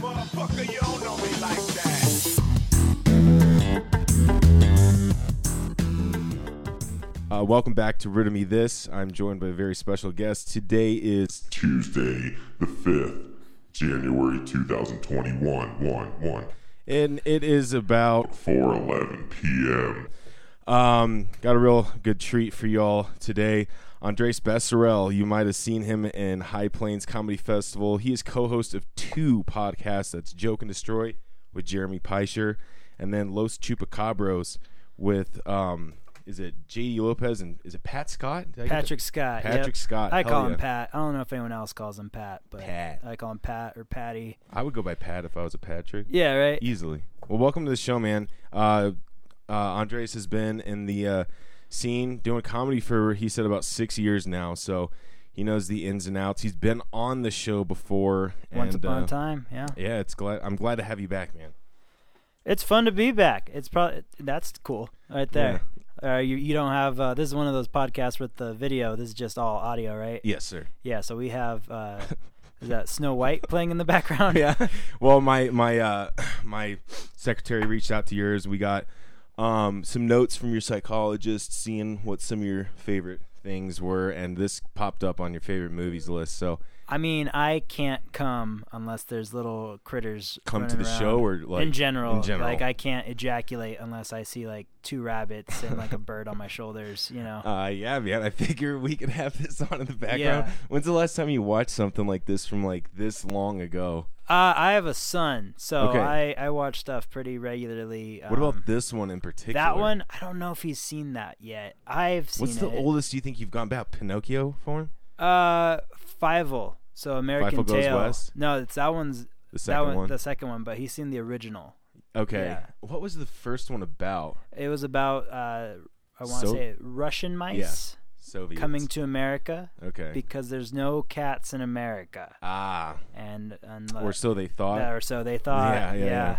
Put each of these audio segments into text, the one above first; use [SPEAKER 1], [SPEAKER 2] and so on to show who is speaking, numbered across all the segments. [SPEAKER 1] Motherfucker, you don't know me like that.
[SPEAKER 2] Uh, welcome back to Rid of Me This. I'm joined by a very special guest. Today is
[SPEAKER 3] Tuesday, the 5th, January 2021, 1 1,
[SPEAKER 2] and it is about
[SPEAKER 3] 4 p.m.
[SPEAKER 2] um got a real good treat for y'all today. Andres Besserel, you might have seen him in High Plains Comedy Festival. He is co-host of two podcasts. That's Joke and Destroy with Jeremy Peischer, and then Los Chupacabros with um is it JD Lopez and is it Pat Scott? Did I get that-
[SPEAKER 4] Patrick Scott. yep.
[SPEAKER 2] Patrick Scott,
[SPEAKER 4] I
[SPEAKER 2] hell
[SPEAKER 4] call
[SPEAKER 2] yeah.
[SPEAKER 4] him Pat. I don't know if anyone else calls him Pat, but
[SPEAKER 2] Pat.
[SPEAKER 4] I call him Pat or Patty.
[SPEAKER 2] I would go by Pat if I was a Patrick.
[SPEAKER 4] Yeah, right.
[SPEAKER 2] Easily. Well, welcome to the show, man. Uh, uh, Andres has been in the uh, scene doing comedy for, he said, about six years now. So he knows the ins and outs. He's been on the show before.
[SPEAKER 4] Once
[SPEAKER 2] and,
[SPEAKER 4] upon
[SPEAKER 2] uh,
[SPEAKER 4] a time, yeah.
[SPEAKER 2] Yeah, it's glad. I'm glad to have you back, man.
[SPEAKER 4] It's fun to be back. It's probably that's cool right there. Uh, you you don't have uh, this is one of those podcasts with the video. This is just all audio, right?
[SPEAKER 2] Yes, sir.
[SPEAKER 4] Yeah. So we have uh, is that Snow White playing in the background?
[SPEAKER 2] yeah. Well, my my uh, my secretary reached out to yours. We got um, some notes from your psychologist, seeing what some of your favorite things were, and this popped up on your favorite movies list. So
[SPEAKER 4] I mean, I can't come unless there's little critters
[SPEAKER 2] come to
[SPEAKER 4] running
[SPEAKER 2] the
[SPEAKER 4] around.
[SPEAKER 2] show, or like
[SPEAKER 4] in general,
[SPEAKER 2] in general,
[SPEAKER 4] like I can't ejaculate unless I see like two rabbits and like a bird on my shoulders. You know.
[SPEAKER 2] Uh, yeah, man. I figure we could have this on in the background.
[SPEAKER 4] Yeah.
[SPEAKER 2] When's the last time you watched something like this from like this long ago?
[SPEAKER 4] Uh, I have a son, so
[SPEAKER 2] Okay.
[SPEAKER 4] I, I watch stuff pretty regularly.
[SPEAKER 2] What
[SPEAKER 4] um,
[SPEAKER 2] about this one in particular?
[SPEAKER 4] that one? I don't know if he's seen that yet. I've seen
[SPEAKER 2] What's the
[SPEAKER 4] it.
[SPEAKER 2] oldest you think you've gone back? Pinocchio for him?
[SPEAKER 4] Uh, Fievel. So American
[SPEAKER 2] Fievel Goes
[SPEAKER 4] Tail.
[SPEAKER 2] West?
[SPEAKER 4] No, it's that one's
[SPEAKER 2] The second
[SPEAKER 4] that one,
[SPEAKER 2] one.
[SPEAKER 4] The second one, but he's seen the original.
[SPEAKER 2] Okay.
[SPEAKER 4] yeah.
[SPEAKER 2] What was the first one about?
[SPEAKER 4] It was about uh, I want to
[SPEAKER 2] So-
[SPEAKER 4] say Russian mice
[SPEAKER 2] Soviets.
[SPEAKER 4] coming to America
[SPEAKER 2] Okay.
[SPEAKER 4] because there's no cats in America,
[SPEAKER 2] ah,
[SPEAKER 4] and and
[SPEAKER 2] or so they thought.
[SPEAKER 4] or so they thought.
[SPEAKER 2] Yeah, yeah, yeah.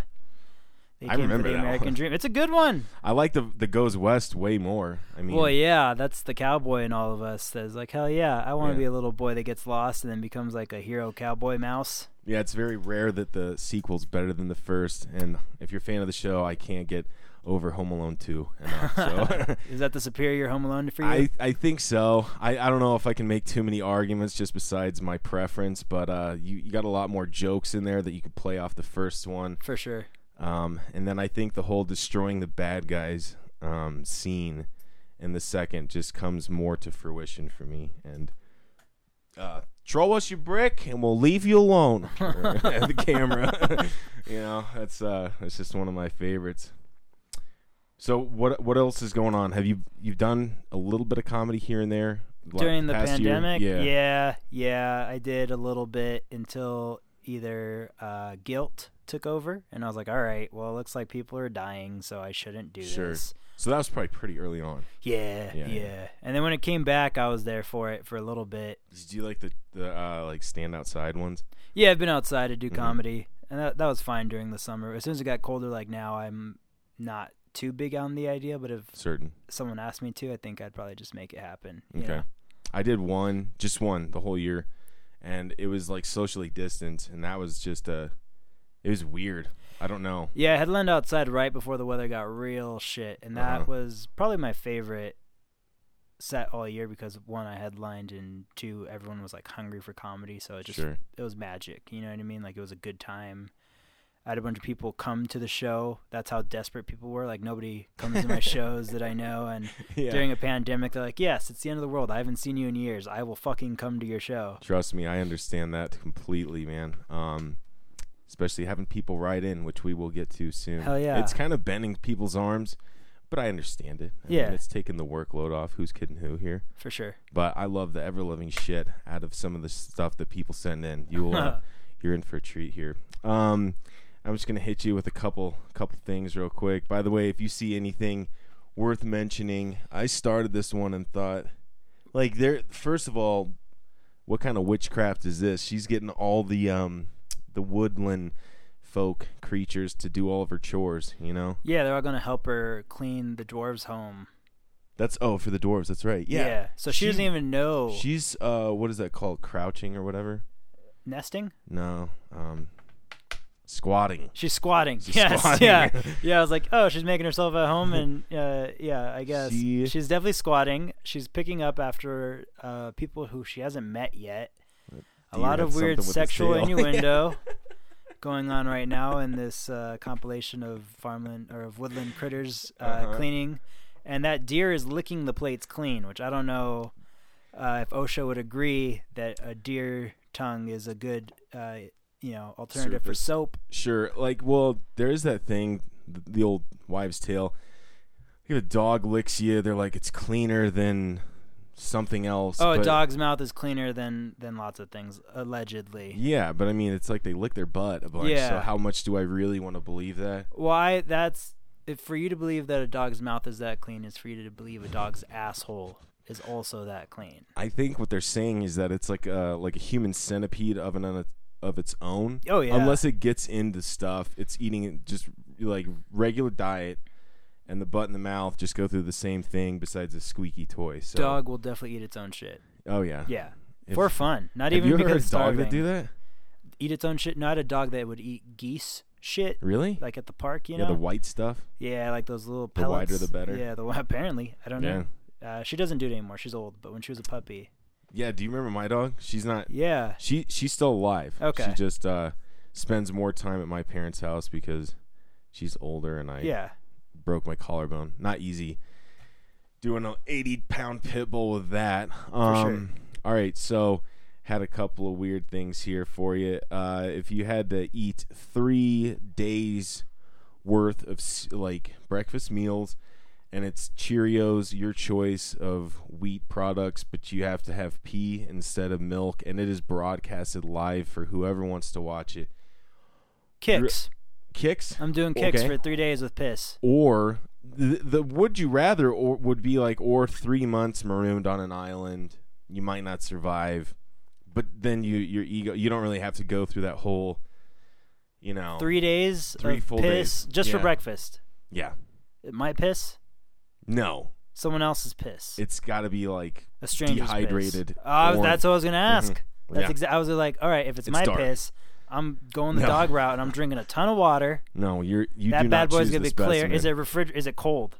[SPEAKER 4] They
[SPEAKER 2] I
[SPEAKER 4] came
[SPEAKER 2] remember
[SPEAKER 4] for the
[SPEAKER 2] that
[SPEAKER 4] American
[SPEAKER 2] one.
[SPEAKER 4] dream. It's a good one.
[SPEAKER 2] I like the the goes west way more. I mean,
[SPEAKER 4] Well, yeah, that's the cowboy in all of us. That's like, hell yeah, I want to
[SPEAKER 2] Yeah.
[SPEAKER 4] be a little boy that gets lost and then becomes like a hero cowboy mouse.
[SPEAKER 2] Yeah, it's very rare that the sequel's better than the first. And if you're a fan of the show, I can't get over Home Alone 2 enough. So
[SPEAKER 4] Is that the superior Home Alone for you?
[SPEAKER 2] I, I think so. I, I don't know if I can make too many arguments just besides my preference, but uh, you, you got a lot more jokes in there that you could play off the first one.
[SPEAKER 4] for sure.
[SPEAKER 2] Um, and then I think the whole destroying the bad guys um, scene in the second just comes more to fruition for me. And uh, throw us your brick and we'll leave you alone. At the camera. you know, that's uh, that's just one of my favorites. So what what else is going on? Have you you've done a little bit of comedy here and there like,
[SPEAKER 4] During the
[SPEAKER 2] past year?
[SPEAKER 4] pandemic,
[SPEAKER 2] Yeah.
[SPEAKER 4] yeah, yeah, I did a little bit until either uh, guilt took over, and I was like, all right, well, it looks like people are dying, so I shouldn't do
[SPEAKER 2] Sure.
[SPEAKER 4] this.
[SPEAKER 2] So that was probably pretty early on.
[SPEAKER 4] Yeah,
[SPEAKER 2] Yeah,
[SPEAKER 4] yeah,
[SPEAKER 2] yeah.
[SPEAKER 4] And then when it came back, I was there for it for a little bit.
[SPEAKER 2] Did you like the the uh, like stand outside ones?
[SPEAKER 4] Yeah, I've been outside to do
[SPEAKER 2] Mm-hmm.
[SPEAKER 4] comedy, and that that was fine during the summer. As soon as it got colder, like now, I'm not too big on the idea. But if
[SPEAKER 2] Certain.
[SPEAKER 4] someone asked me to, I think I'd probably just make it happen. you
[SPEAKER 2] Okay.
[SPEAKER 4] know?
[SPEAKER 2] I did one, just one, the whole year, and it was like socially distant, and that was just a, it was weird. I don't know.
[SPEAKER 4] Yeah, I had lunch outside right before the weather got real shit, and that
[SPEAKER 2] Uh-huh.
[SPEAKER 4] was probably my favorite set all year because one, I had lined, and two, everyone was like hungry for comedy, so it just
[SPEAKER 2] Sure.
[SPEAKER 4] it was magic. You know what I mean? Like it was a good time. I had a bunch of people come to the show. That's how desperate people were. Like nobody comes to my shows that I know, and
[SPEAKER 2] Yeah.
[SPEAKER 4] during a pandemic, they're like, "Yes, it's the end of the world. I haven't seen you in years. I will fucking come to your show."
[SPEAKER 2] Trust me, I understand that completely, man. Um, especially having people write in, which we will get to soon.
[SPEAKER 4] Hell yeah.
[SPEAKER 2] It's kind of bending people's arms, but I understand it. I mean,
[SPEAKER 4] Yeah.
[SPEAKER 2] it's taking the workload off. Who's kidding who here?
[SPEAKER 4] For sure.
[SPEAKER 2] But I love the ever loving shit out of some of the stuff that people send in. You'll uh, you're in for a treat here. Um, I'm just gonna hit you with a couple couple things real quick. By the way, if you see anything worth mentioning, I started this one and thought, like, there. First of all, what kind of witchcraft is this? She's getting all the um the woodland folk creatures to do all of her chores. You know,
[SPEAKER 4] Yeah, they're all gonna help her clean the dwarves' home.
[SPEAKER 2] that's oh for the dwarves. That's right. Yeah.
[SPEAKER 4] So she,
[SPEAKER 2] She-
[SPEAKER 4] doesn't even know
[SPEAKER 2] She's uh, what is that called? Crouching or whatever.
[SPEAKER 4] nesting.
[SPEAKER 2] No. Um, squatting.
[SPEAKER 4] She's squatting.
[SPEAKER 2] She's
[SPEAKER 4] yes,
[SPEAKER 2] squatting.
[SPEAKER 4] yeah, yeah. I was like, oh, she's making herself at home, and uh, yeah, I guess
[SPEAKER 2] She-
[SPEAKER 4] she's definitely squatting. She's picking up after uh, people who she hasn't met yet. A
[SPEAKER 2] Deer had
[SPEAKER 4] lot of
[SPEAKER 2] something
[SPEAKER 4] weird
[SPEAKER 2] with its
[SPEAKER 4] sexual
[SPEAKER 2] tail.
[SPEAKER 4] innuendo going on right now in this uh, compilation of farmland or of woodland critters uh,
[SPEAKER 2] Uh-huh.
[SPEAKER 4] cleaning, and that deer is licking the plates clean, which I don't know uh, if OSHA would agree that a deer tongue is a good. Uh, you know, alternative for
[SPEAKER 2] Surface.
[SPEAKER 4] soap.
[SPEAKER 2] Sure. Like, well, there is that thing, th- the old wives' tale. If a dog licks you, they're like it's cleaner than something else.
[SPEAKER 4] Oh, a
[SPEAKER 2] but-
[SPEAKER 4] dog's mouth is cleaner than than lots of things, allegedly.
[SPEAKER 2] Yeah, but I mean, it's like they lick their butt a bunch. So
[SPEAKER 4] Yeah.
[SPEAKER 2] how much do I really want to believe that?
[SPEAKER 4] Why? That's if for you to believe that a dog's mouth is that clean is for you to believe a dog's asshole is also that clean.
[SPEAKER 2] I think what they're saying is that it's like a like a human centipede of an of its own.
[SPEAKER 4] Oh, yeah.
[SPEAKER 2] Unless it gets into stuff, it's eating it just like regular diet, and the butt and the mouth just go through the same thing. Besides a squeaky toy. So.
[SPEAKER 4] Dog will definitely eat its own shit.
[SPEAKER 2] Oh yeah.
[SPEAKER 4] Yeah,
[SPEAKER 2] If-
[SPEAKER 4] for fun, not
[SPEAKER 2] Have
[SPEAKER 4] even
[SPEAKER 2] you ever
[SPEAKER 4] because
[SPEAKER 2] heard a
[SPEAKER 4] it's
[SPEAKER 2] dog
[SPEAKER 4] starving.
[SPEAKER 2] that do that?
[SPEAKER 4] Eat its own shit. Not a dog that would eat geese shit,
[SPEAKER 2] Really?
[SPEAKER 4] like at the park. You
[SPEAKER 2] yeah,
[SPEAKER 4] know.
[SPEAKER 2] the white stuff.
[SPEAKER 4] yeah, like those little
[SPEAKER 2] The wider
[SPEAKER 4] pellets.
[SPEAKER 2] the better.
[SPEAKER 4] Yeah, the apparently I don't know. Uh, she doesn't do it anymore. She's old, but when she was a puppy,
[SPEAKER 2] Yeah. Do you remember my dog? She's not.
[SPEAKER 4] yeah,
[SPEAKER 2] She she's still alive.
[SPEAKER 4] Okay.
[SPEAKER 2] She just uh, spends more time at my parents' house because she's older, and I
[SPEAKER 4] yeah.
[SPEAKER 2] broke my collarbone. Not easy. Doing an eighty-pound pit bull with that.
[SPEAKER 4] sure.
[SPEAKER 2] Um, All right. So had a couple of weird things here for you. Uh, if you had to eat three days worth of s- like breakfast meals and it's Cheerios, your choice of wheat products, but you have to have pea instead of milk, and it is broadcasted live for whoever wants to watch it.
[SPEAKER 4] Kicks.
[SPEAKER 2] Kicks
[SPEAKER 4] I'm doing kicks
[SPEAKER 2] Okay.
[SPEAKER 4] for three days with piss.
[SPEAKER 2] or the, the would you rather or would be like or three months marooned on an island, you might not survive, but then you your ego you don't really have to go through that whole, you know,
[SPEAKER 4] Three days
[SPEAKER 2] Oh. Three
[SPEAKER 4] of
[SPEAKER 2] full
[SPEAKER 4] piss
[SPEAKER 2] days.
[SPEAKER 4] just for
[SPEAKER 2] Yeah.
[SPEAKER 4] breakfast.
[SPEAKER 2] yeah,
[SPEAKER 4] My piss,
[SPEAKER 2] no,
[SPEAKER 4] someone else's piss.
[SPEAKER 2] it's got to be like
[SPEAKER 4] a stranger's
[SPEAKER 2] dehydrated
[SPEAKER 4] Piss. Oh, I was-
[SPEAKER 2] or- Mm-hmm.
[SPEAKER 4] that's what I was gonna ask. That's
[SPEAKER 2] Yeah.
[SPEAKER 4] exactly. I was like, all right, if it's,
[SPEAKER 2] It's
[SPEAKER 4] my
[SPEAKER 2] dark.
[SPEAKER 4] piss, I'm going the
[SPEAKER 2] No.
[SPEAKER 4] dog route and I'm drinking a ton of water.
[SPEAKER 2] no, you're you do
[SPEAKER 4] that
[SPEAKER 2] not
[SPEAKER 4] bad boy's
[SPEAKER 2] choose
[SPEAKER 4] gonna
[SPEAKER 2] the
[SPEAKER 4] be clear. Is
[SPEAKER 2] specimen.
[SPEAKER 4] it refrig- Is it cold?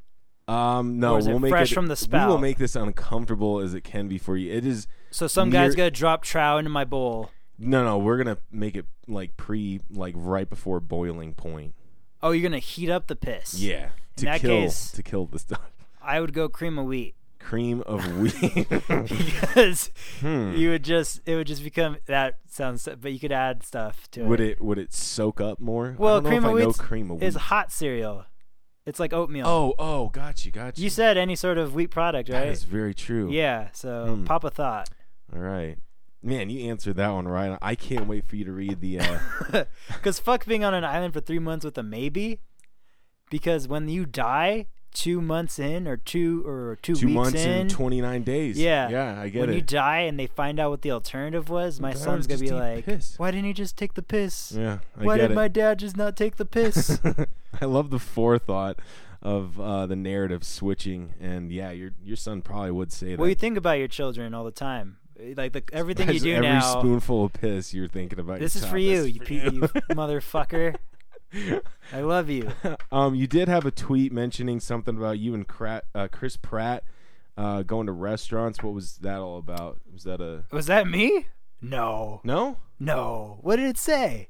[SPEAKER 2] Um, no,
[SPEAKER 4] Or is it
[SPEAKER 2] we'll make
[SPEAKER 4] fresh
[SPEAKER 2] it,
[SPEAKER 4] from the
[SPEAKER 2] We will
[SPEAKER 4] spout?
[SPEAKER 2] make this uncomfortable as it can be for you. It is
[SPEAKER 4] So some
[SPEAKER 2] Near-
[SPEAKER 4] guy's gonna drop trow into my bowl.
[SPEAKER 2] no, no. We're gonna make it like pre, like right before boiling point.
[SPEAKER 4] Oh, you're gonna heat up the piss.
[SPEAKER 2] Yeah, to
[SPEAKER 4] that
[SPEAKER 2] kill
[SPEAKER 4] case-
[SPEAKER 2] to kill this dog.
[SPEAKER 4] I would go cream of wheat
[SPEAKER 2] Cream of wheat.
[SPEAKER 4] because
[SPEAKER 2] Hmm.
[SPEAKER 4] you would just it would just become that sounds. But you could add stuff to
[SPEAKER 2] would it would it soak up more? I
[SPEAKER 4] Well,
[SPEAKER 2] don't know
[SPEAKER 4] cream
[SPEAKER 2] if
[SPEAKER 4] of
[SPEAKER 2] I know
[SPEAKER 4] wheat
[SPEAKER 2] cream of wheat.
[SPEAKER 4] is hot cereal. It's like oatmeal.
[SPEAKER 2] oh, oh, got you, got you.
[SPEAKER 4] You said any sort of wheat product,
[SPEAKER 2] that
[SPEAKER 4] right?
[SPEAKER 2] is very true.
[SPEAKER 4] Yeah. So
[SPEAKER 2] Hmm.
[SPEAKER 4] pop a thought.
[SPEAKER 2] All right, man, you answered that one right. I can't wait for you to read the. Uh,
[SPEAKER 4] Because fuck being on an island for three months with a maybe. Because when you die, two months in or two or two,
[SPEAKER 2] two
[SPEAKER 4] weeks
[SPEAKER 2] months
[SPEAKER 4] in,
[SPEAKER 2] and 29 days.
[SPEAKER 4] yeah,
[SPEAKER 2] Yeah, I get
[SPEAKER 4] when
[SPEAKER 2] it.
[SPEAKER 4] you die and they find out what the alternative was, my
[SPEAKER 2] Why would
[SPEAKER 4] son's
[SPEAKER 2] it
[SPEAKER 4] gonna
[SPEAKER 2] just
[SPEAKER 4] be
[SPEAKER 2] eat
[SPEAKER 4] like,
[SPEAKER 2] piss?
[SPEAKER 4] "Why didn't he just take the piss?
[SPEAKER 2] yeah, I
[SPEAKER 4] Why
[SPEAKER 2] get
[SPEAKER 4] did
[SPEAKER 2] it.
[SPEAKER 4] my dad just not take the piss?"
[SPEAKER 2] I love the forethought of uh, the narrative switching, and yeah, your your son probably would say that.
[SPEAKER 4] well, you think about your children all the time, like the, everything you
[SPEAKER 2] That's
[SPEAKER 4] do
[SPEAKER 2] every
[SPEAKER 4] now.
[SPEAKER 2] spoonful of piss you're thinking about.
[SPEAKER 4] this
[SPEAKER 2] your
[SPEAKER 4] is for you,
[SPEAKER 2] child.
[SPEAKER 4] you, pe- you motherfucker. I love you.
[SPEAKER 2] um, you did have a tweet mentioning something about you and Cra- uh, Chris Pratt uh, going to restaurants. What was that all about? Was that a
[SPEAKER 4] Was that me? No.
[SPEAKER 2] no?
[SPEAKER 4] No. What did it say?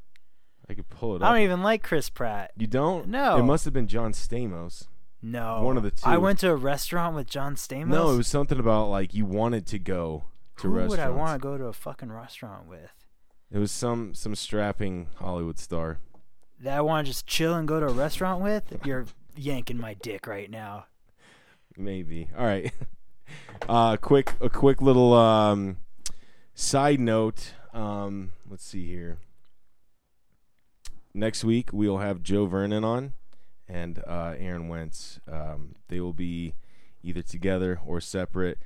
[SPEAKER 2] I could pull it
[SPEAKER 4] I
[SPEAKER 2] up.
[SPEAKER 4] don't even like Chris Pratt.
[SPEAKER 2] you don't?
[SPEAKER 4] No.
[SPEAKER 2] It must have been John Stamos.
[SPEAKER 4] No.
[SPEAKER 2] One of the two.
[SPEAKER 4] I went to a restaurant with John Stamos.
[SPEAKER 2] No, it was something about like you wanted to go to
[SPEAKER 4] Who would
[SPEAKER 2] restaurants.
[SPEAKER 4] I want to go to a fucking restaurant with?
[SPEAKER 2] It was some some strapping Hollywood star.
[SPEAKER 4] That I want to just chill and go to a restaurant with? You're yanking my dick right now.
[SPEAKER 2] Maybe. All right. Uh quick a quick little um side note. Um let's see here. Next week we'll have Joe Vernon on and uh Aaron Wentz. Um they will be either together or separate.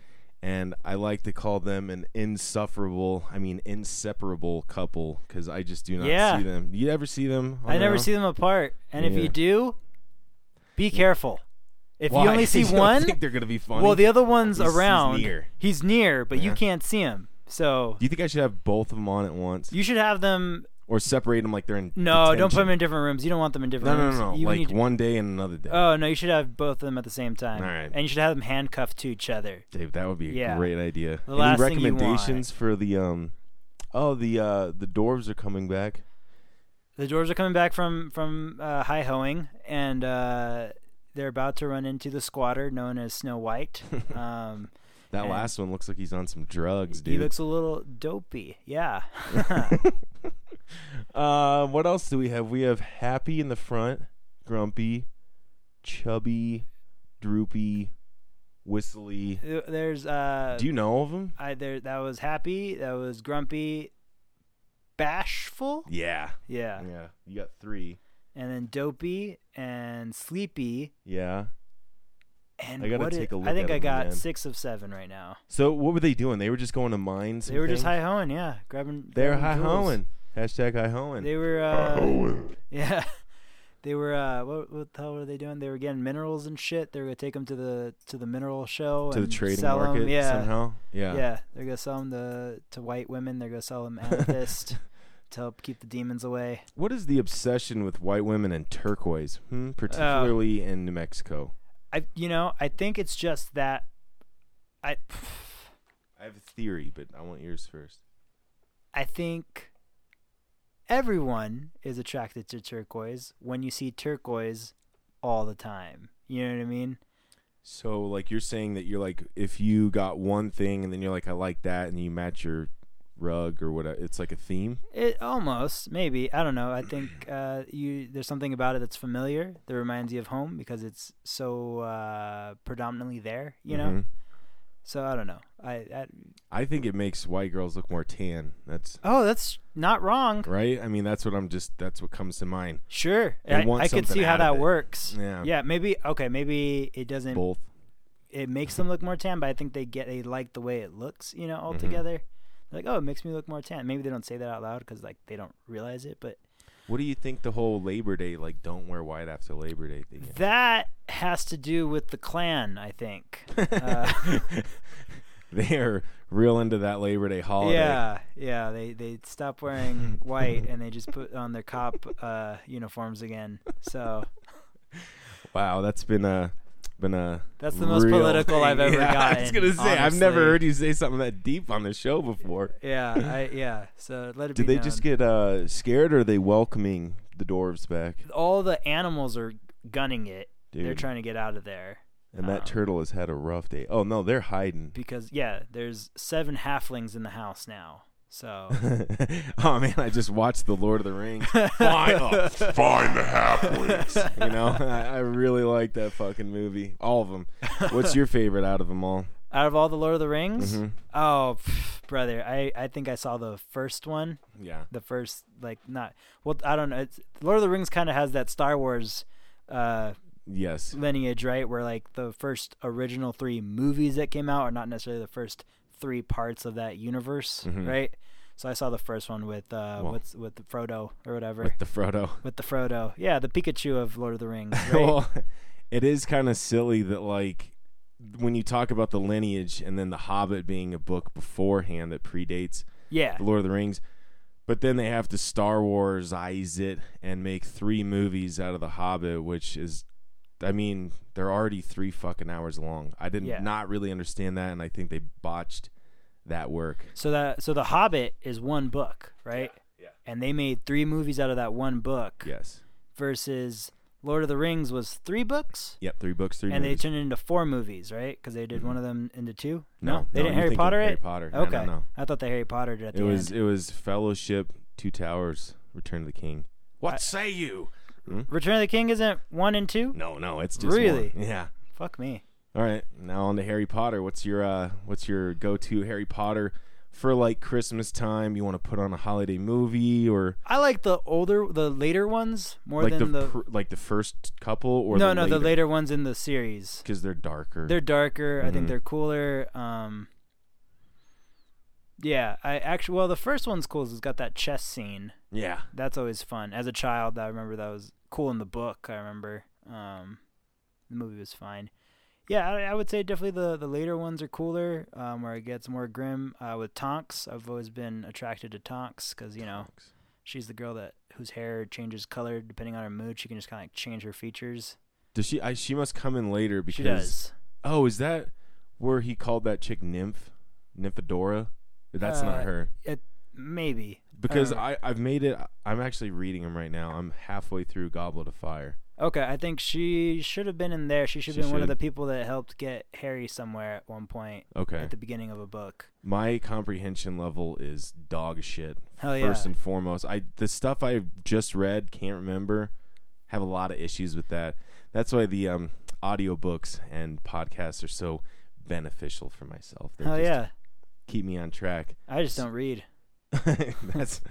[SPEAKER 2] And I like to call them an insufferable, I mean inseparable couple because I just do not
[SPEAKER 4] Yeah.
[SPEAKER 2] see them. You ever see them? on
[SPEAKER 4] I never
[SPEAKER 2] their
[SPEAKER 4] see them apart. And if
[SPEAKER 2] Yeah.
[SPEAKER 4] you do, be careful. If
[SPEAKER 2] own?
[SPEAKER 4] you
[SPEAKER 2] Why?
[SPEAKER 4] only see
[SPEAKER 2] don't
[SPEAKER 4] one,
[SPEAKER 2] think they're gonna be funny.
[SPEAKER 4] well, the other one's
[SPEAKER 2] He's- he's
[SPEAKER 4] around.
[SPEAKER 2] near.
[SPEAKER 4] He's near, but you
[SPEAKER 2] Yeah.
[SPEAKER 4] can't see him. So
[SPEAKER 2] do you think I should have both of them on at once?
[SPEAKER 4] you should have them
[SPEAKER 2] or separate them like they're in.
[SPEAKER 4] No, don't put them
[SPEAKER 2] detention.
[SPEAKER 4] in different rooms. You don't want them in different
[SPEAKER 2] No, no,
[SPEAKER 4] rooms.
[SPEAKER 2] no, no.
[SPEAKER 4] You
[SPEAKER 2] like
[SPEAKER 4] need to-
[SPEAKER 2] one day and another day.
[SPEAKER 4] Oh no, you should have both of them at the same time.
[SPEAKER 2] All right.
[SPEAKER 4] And you should have them handcuffed to each other.
[SPEAKER 2] Dave, that would be a
[SPEAKER 4] Yeah.
[SPEAKER 2] great idea.
[SPEAKER 4] The
[SPEAKER 2] Any
[SPEAKER 4] last thing you want.
[SPEAKER 2] recommendations for the um? Oh, the uh, the dwarves are coming back.
[SPEAKER 4] The dwarves are coming back from from uh, high hoeing, and uh, they're about to run into the squatter known as Snow White. Um,
[SPEAKER 2] That
[SPEAKER 4] And-
[SPEAKER 2] last one looks like he's on some drugs,
[SPEAKER 4] he
[SPEAKER 2] dude.
[SPEAKER 4] looks a little dopey. Yeah.
[SPEAKER 2] uh, what else do we have? We have Happy in the front, Grumpy, Chubby, Droopy, Whistly.
[SPEAKER 4] There's uh,
[SPEAKER 2] Do you know of them?
[SPEAKER 4] I there that was happy. That was grumpy. Bashful.
[SPEAKER 2] Yeah.
[SPEAKER 4] Yeah.
[SPEAKER 2] Yeah. You got three.
[SPEAKER 4] And then dopey and sleepy.
[SPEAKER 2] Yeah.
[SPEAKER 4] And
[SPEAKER 2] I gotta
[SPEAKER 4] what
[SPEAKER 2] take
[SPEAKER 4] it-
[SPEAKER 2] a look
[SPEAKER 4] I think
[SPEAKER 2] at
[SPEAKER 4] I
[SPEAKER 2] them,
[SPEAKER 4] got
[SPEAKER 2] man.
[SPEAKER 4] six of seven right now.
[SPEAKER 2] So what were they doing? They were just going to mines.
[SPEAKER 4] They were just high hoeing, yeah, grabbing.
[SPEAKER 2] They're high
[SPEAKER 4] grabbing jewels.
[SPEAKER 2] hoeing. Hashtag high hoeing.
[SPEAKER 4] They were, uh,
[SPEAKER 3] Owen.
[SPEAKER 4] yeah, they were. Uh, what, what the hell were they doing? They were getting minerals and shit. They were gonna take them to the to the mineral show
[SPEAKER 2] to the
[SPEAKER 4] and
[SPEAKER 2] trading
[SPEAKER 4] sell 'em,
[SPEAKER 2] market
[SPEAKER 4] Yeah,
[SPEAKER 2] somehow. Yeah.
[SPEAKER 4] yeah. they're gonna sell them to to white women. They're gonna sell them amethyst to help keep the demons away.
[SPEAKER 2] What is the obsession with white women and turquoise, hmm?
[SPEAKER 4] Oh.
[SPEAKER 2] particularly in New Mexico?
[SPEAKER 4] I, you know, I think it's just that. I,
[SPEAKER 2] I have a theory, but I want yours first.
[SPEAKER 4] I think everyone is attracted to turquoise when you see turquoise all the time. You know what I mean?
[SPEAKER 2] So, like, you're saying that you're like, if you got one thing and then you're like, I like that, and you match your rug or whatever, it's like a theme.
[SPEAKER 4] It almost maybe I don't know. I think uh, you there's something about it that's familiar that reminds you of home because it's so uh, predominantly there. You know,
[SPEAKER 2] Mhm.
[SPEAKER 4] so I don't know. I, I
[SPEAKER 2] I think it makes white girls look more tan. That's
[SPEAKER 4] oh, that's not wrong.
[SPEAKER 2] right. I mean, that's what I'm just. That's what comes to mind.
[SPEAKER 4] Sure,
[SPEAKER 2] They
[SPEAKER 4] I,
[SPEAKER 2] want
[SPEAKER 4] I could
[SPEAKER 2] something
[SPEAKER 4] see how
[SPEAKER 2] out of
[SPEAKER 4] that
[SPEAKER 2] it.
[SPEAKER 4] works.
[SPEAKER 2] Yeah.
[SPEAKER 4] yeah. Maybe okay. Maybe it doesn't.
[SPEAKER 2] Both.
[SPEAKER 4] It makes them look more tan, but I think they get they like the way it looks. You know,
[SPEAKER 2] Mm-hmm.
[SPEAKER 4] altogether. Like, oh, it makes me look more tan. Maybe they don't say that out loud because like they don't realize it, but
[SPEAKER 2] What do you think the whole Labor Day like? Don't wear white after Labor Day thing. is?
[SPEAKER 4] that has to do with the clan, I think. Uh,
[SPEAKER 2] they are real into that Labor Day holiday.
[SPEAKER 4] Yeah, yeah. They they stop wearing white and they just put on their cop uh, uniforms again. So
[SPEAKER 2] Wow, that's been a been a
[SPEAKER 4] That's the most
[SPEAKER 2] real
[SPEAKER 4] political I've
[SPEAKER 2] thing.
[SPEAKER 4] ever
[SPEAKER 2] yeah, I was gonna
[SPEAKER 4] gotten,
[SPEAKER 2] say I've never
[SPEAKER 4] honestly.
[SPEAKER 2] heard you say something that deep on the show before.
[SPEAKER 4] yeah, I yeah. So let it
[SPEAKER 2] Did
[SPEAKER 4] be.
[SPEAKER 2] they just
[SPEAKER 4] known.
[SPEAKER 2] get uh, scared, or are they welcoming the dwarves back?
[SPEAKER 4] all the animals are gunning it? They're
[SPEAKER 2] Dude.
[SPEAKER 4] trying to get out of there
[SPEAKER 2] And that
[SPEAKER 4] Um,
[SPEAKER 2] turtle has had a rough day. Oh no, they're hiding.
[SPEAKER 4] because yeah, there's seven halflings in the house now. So
[SPEAKER 2] oh man, I just watched the Lord of the Rings. Fly up,
[SPEAKER 3] Find the halflings.
[SPEAKER 2] you know, I, I really like that fucking movie. All of them. What's your favorite out of them all?
[SPEAKER 4] out of all the Lord of the Rings,
[SPEAKER 2] Mm-hmm.
[SPEAKER 4] oh pff, brother, I I think I saw the first one.
[SPEAKER 2] Yeah.
[SPEAKER 4] the first like not well I don't know. It's, Lord of the Rings kind of has that Star Wars uh,
[SPEAKER 2] Yes.
[SPEAKER 4] lineage, right? Where like the first original three movies that came out are not necessarily the first three parts of that universe,
[SPEAKER 2] Mm-hmm.
[SPEAKER 4] right? So I saw the first one with uh,
[SPEAKER 2] Well-
[SPEAKER 4] what's with Frodo or whatever.
[SPEAKER 2] With the Frodo.
[SPEAKER 4] with the Frodo, yeah, the Pikachu of Lord of the Rings. Right?
[SPEAKER 2] well, it is kind of silly that like when you talk about the lineage and then the Hobbit being a book beforehand that predates
[SPEAKER 4] yeah,
[SPEAKER 2] the Lord of the Rings, but then they have to Star Wars Warsize it and make three movies out of the Hobbit, which is, I mean, they're already three fucking hours long. I did
[SPEAKER 4] Yeah.
[SPEAKER 2] not not really understand that, and I think they botched that work.
[SPEAKER 4] So that so the Hobbit is one book, right? Yeah. And they made three movies out of that one book.
[SPEAKER 2] Yes.
[SPEAKER 4] Versus Lord of the Rings was three books.
[SPEAKER 2] Yep. Three books, three
[SPEAKER 4] and they
[SPEAKER 2] movies. Mm-hmm.
[SPEAKER 4] turned it into four movies, right? Because they did one of them into two.
[SPEAKER 2] No,
[SPEAKER 4] they
[SPEAKER 2] no,
[SPEAKER 4] didn't
[SPEAKER 2] you're
[SPEAKER 4] Harry
[SPEAKER 2] thinking
[SPEAKER 4] Potter.
[SPEAKER 2] Harry
[SPEAKER 4] it?
[SPEAKER 2] Potter. No,
[SPEAKER 4] Okay,
[SPEAKER 2] no, no.
[SPEAKER 4] I thought they Harry Potter did at the
[SPEAKER 2] it was
[SPEAKER 4] end.
[SPEAKER 2] it was Fellowship, Two Towers, Return of the King. What say you?
[SPEAKER 4] Return of the King isn't one and two.
[SPEAKER 2] No, no, it's just
[SPEAKER 4] Really?
[SPEAKER 2] one. Yeah.
[SPEAKER 4] Fuck me.
[SPEAKER 2] All right, now on to Harry Potter. What's your uh, what's your go to Harry Potter for like Christmas time? You want to put on a holiday movie or
[SPEAKER 4] I like the older, the later ones more
[SPEAKER 2] like the,
[SPEAKER 4] than the,
[SPEAKER 2] pr- like the first couple or
[SPEAKER 4] no,
[SPEAKER 2] the
[SPEAKER 4] no, the later ones in the series.
[SPEAKER 2] because they're darker.
[SPEAKER 4] They're darker.
[SPEAKER 2] Mm-hmm.
[SPEAKER 4] I think they're cooler. Um, yeah, I actually well, the first one's cool. 'cause It's got that chess scene.
[SPEAKER 2] yeah,
[SPEAKER 4] That's always fun. As a child, I remember that was cool in the book. I remember um, the movie was fine. Yeah, I, I would say definitely the, the later ones are cooler, um, where it gets more grim. Uh, with Tonks, I've always been attracted to Tonks because you know She's the girl that whose hair changes color depending on her mood. She can just kind of like change her features.
[SPEAKER 2] Does she? I, she must come in later because.
[SPEAKER 4] She does.
[SPEAKER 2] Oh, is that where he called that chick nymph, Nymphadora? That's
[SPEAKER 4] Uh,
[SPEAKER 2] not her.
[SPEAKER 4] It maybe
[SPEAKER 2] Because
[SPEAKER 4] don't know.
[SPEAKER 2] I, I've made it. I'm actually reading them right now. I'm halfway through Goblet of Fire.
[SPEAKER 4] okay. I think she should have been in there. She should have
[SPEAKER 2] She
[SPEAKER 4] been one of the
[SPEAKER 2] should.
[SPEAKER 4] people that helped get Harry somewhere at one point
[SPEAKER 2] Okay.
[SPEAKER 4] at the beginning of a book.
[SPEAKER 2] My comprehension level is dog shit.
[SPEAKER 4] Hell yeah.
[SPEAKER 2] First and foremost, I the stuff I just read can't remember. Have a lot of issues with that. That's why the um, audiobooks and podcasts are so beneficial for myself. They
[SPEAKER 4] Hell
[SPEAKER 2] just
[SPEAKER 4] yeah.
[SPEAKER 2] keep me on track.
[SPEAKER 4] I just don't read.
[SPEAKER 2] that's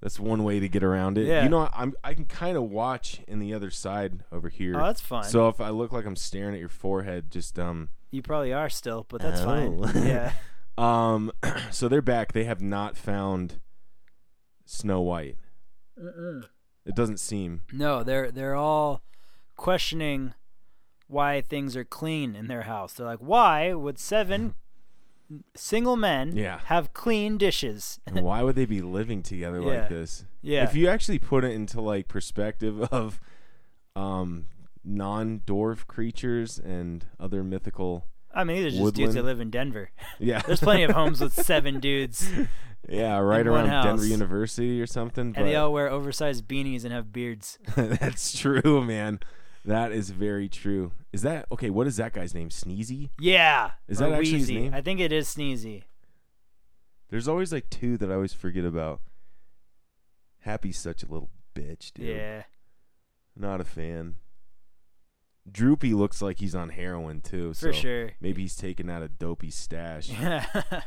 [SPEAKER 2] that's one way to get around it.
[SPEAKER 4] Yeah.
[SPEAKER 2] You know, I'm I can kind of watch in the other side over here.
[SPEAKER 4] Oh, that's fine.
[SPEAKER 2] So if I look like I'm staring at your forehead, just um
[SPEAKER 4] you probably are still, but that's
[SPEAKER 2] Oh.
[SPEAKER 4] fine. Yeah.
[SPEAKER 2] um so they're back. They have not found Snow White. It doesn't seem.
[SPEAKER 4] No, they're they're all questioning why things are clean in their house. They're like, why would seven single men
[SPEAKER 2] Yeah.
[SPEAKER 4] have clean dishes?
[SPEAKER 2] And why would they be living together
[SPEAKER 4] Yeah.
[SPEAKER 2] like this?
[SPEAKER 4] Yeah.
[SPEAKER 2] If you actually put it into like perspective of um non-dwarf creatures and other mythical
[SPEAKER 4] I mean, these are just dudes
[SPEAKER 2] Woodland.
[SPEAKER 4] that live in Denver.
[SPEAKER 2] yeah
[SPEAKER 4] There's plenty of homes with seven dudes,
[SPEAKER 2] yeah right
[SPEAKER 4] in one
[SPEAKER 2] around denver
[SPEAKER 4] house.
[SPEAKER 2] university or something
[SPEAKER 4] and they
[SPEAKER 2] but-
[SPEAKER 4] all wear oversized beanies and have beards.
[SPEAKER 2] That's true, man. That is very true. Is that okay? What is that guy's name? Sneezy?
[SPEAKER 4] Yeah.
[SPEAKER 2] Is
[SPEAKER 4] or
[SPEAKER 2] that actually his
[SPEAKER 4] Wheezy.
[SPEAKER 2] name?
[SPEAKER 4] I think it is Sneezy.
[SPEAKER 2] There's always like two that I always forget about. Happy's such a little bitch, dude.
[SPEAKER 4] Yeah.
[SPEAKER 2] Not a fan. Droopy looks like he's on heroin too.
[SPEAKER 4] For
[SPEAKER 2] so
[SPEAKER 4] sure.
[SPEAKER 2] Maybe he's taking out a dopey stash.
[SPEAKER 4] Yeah.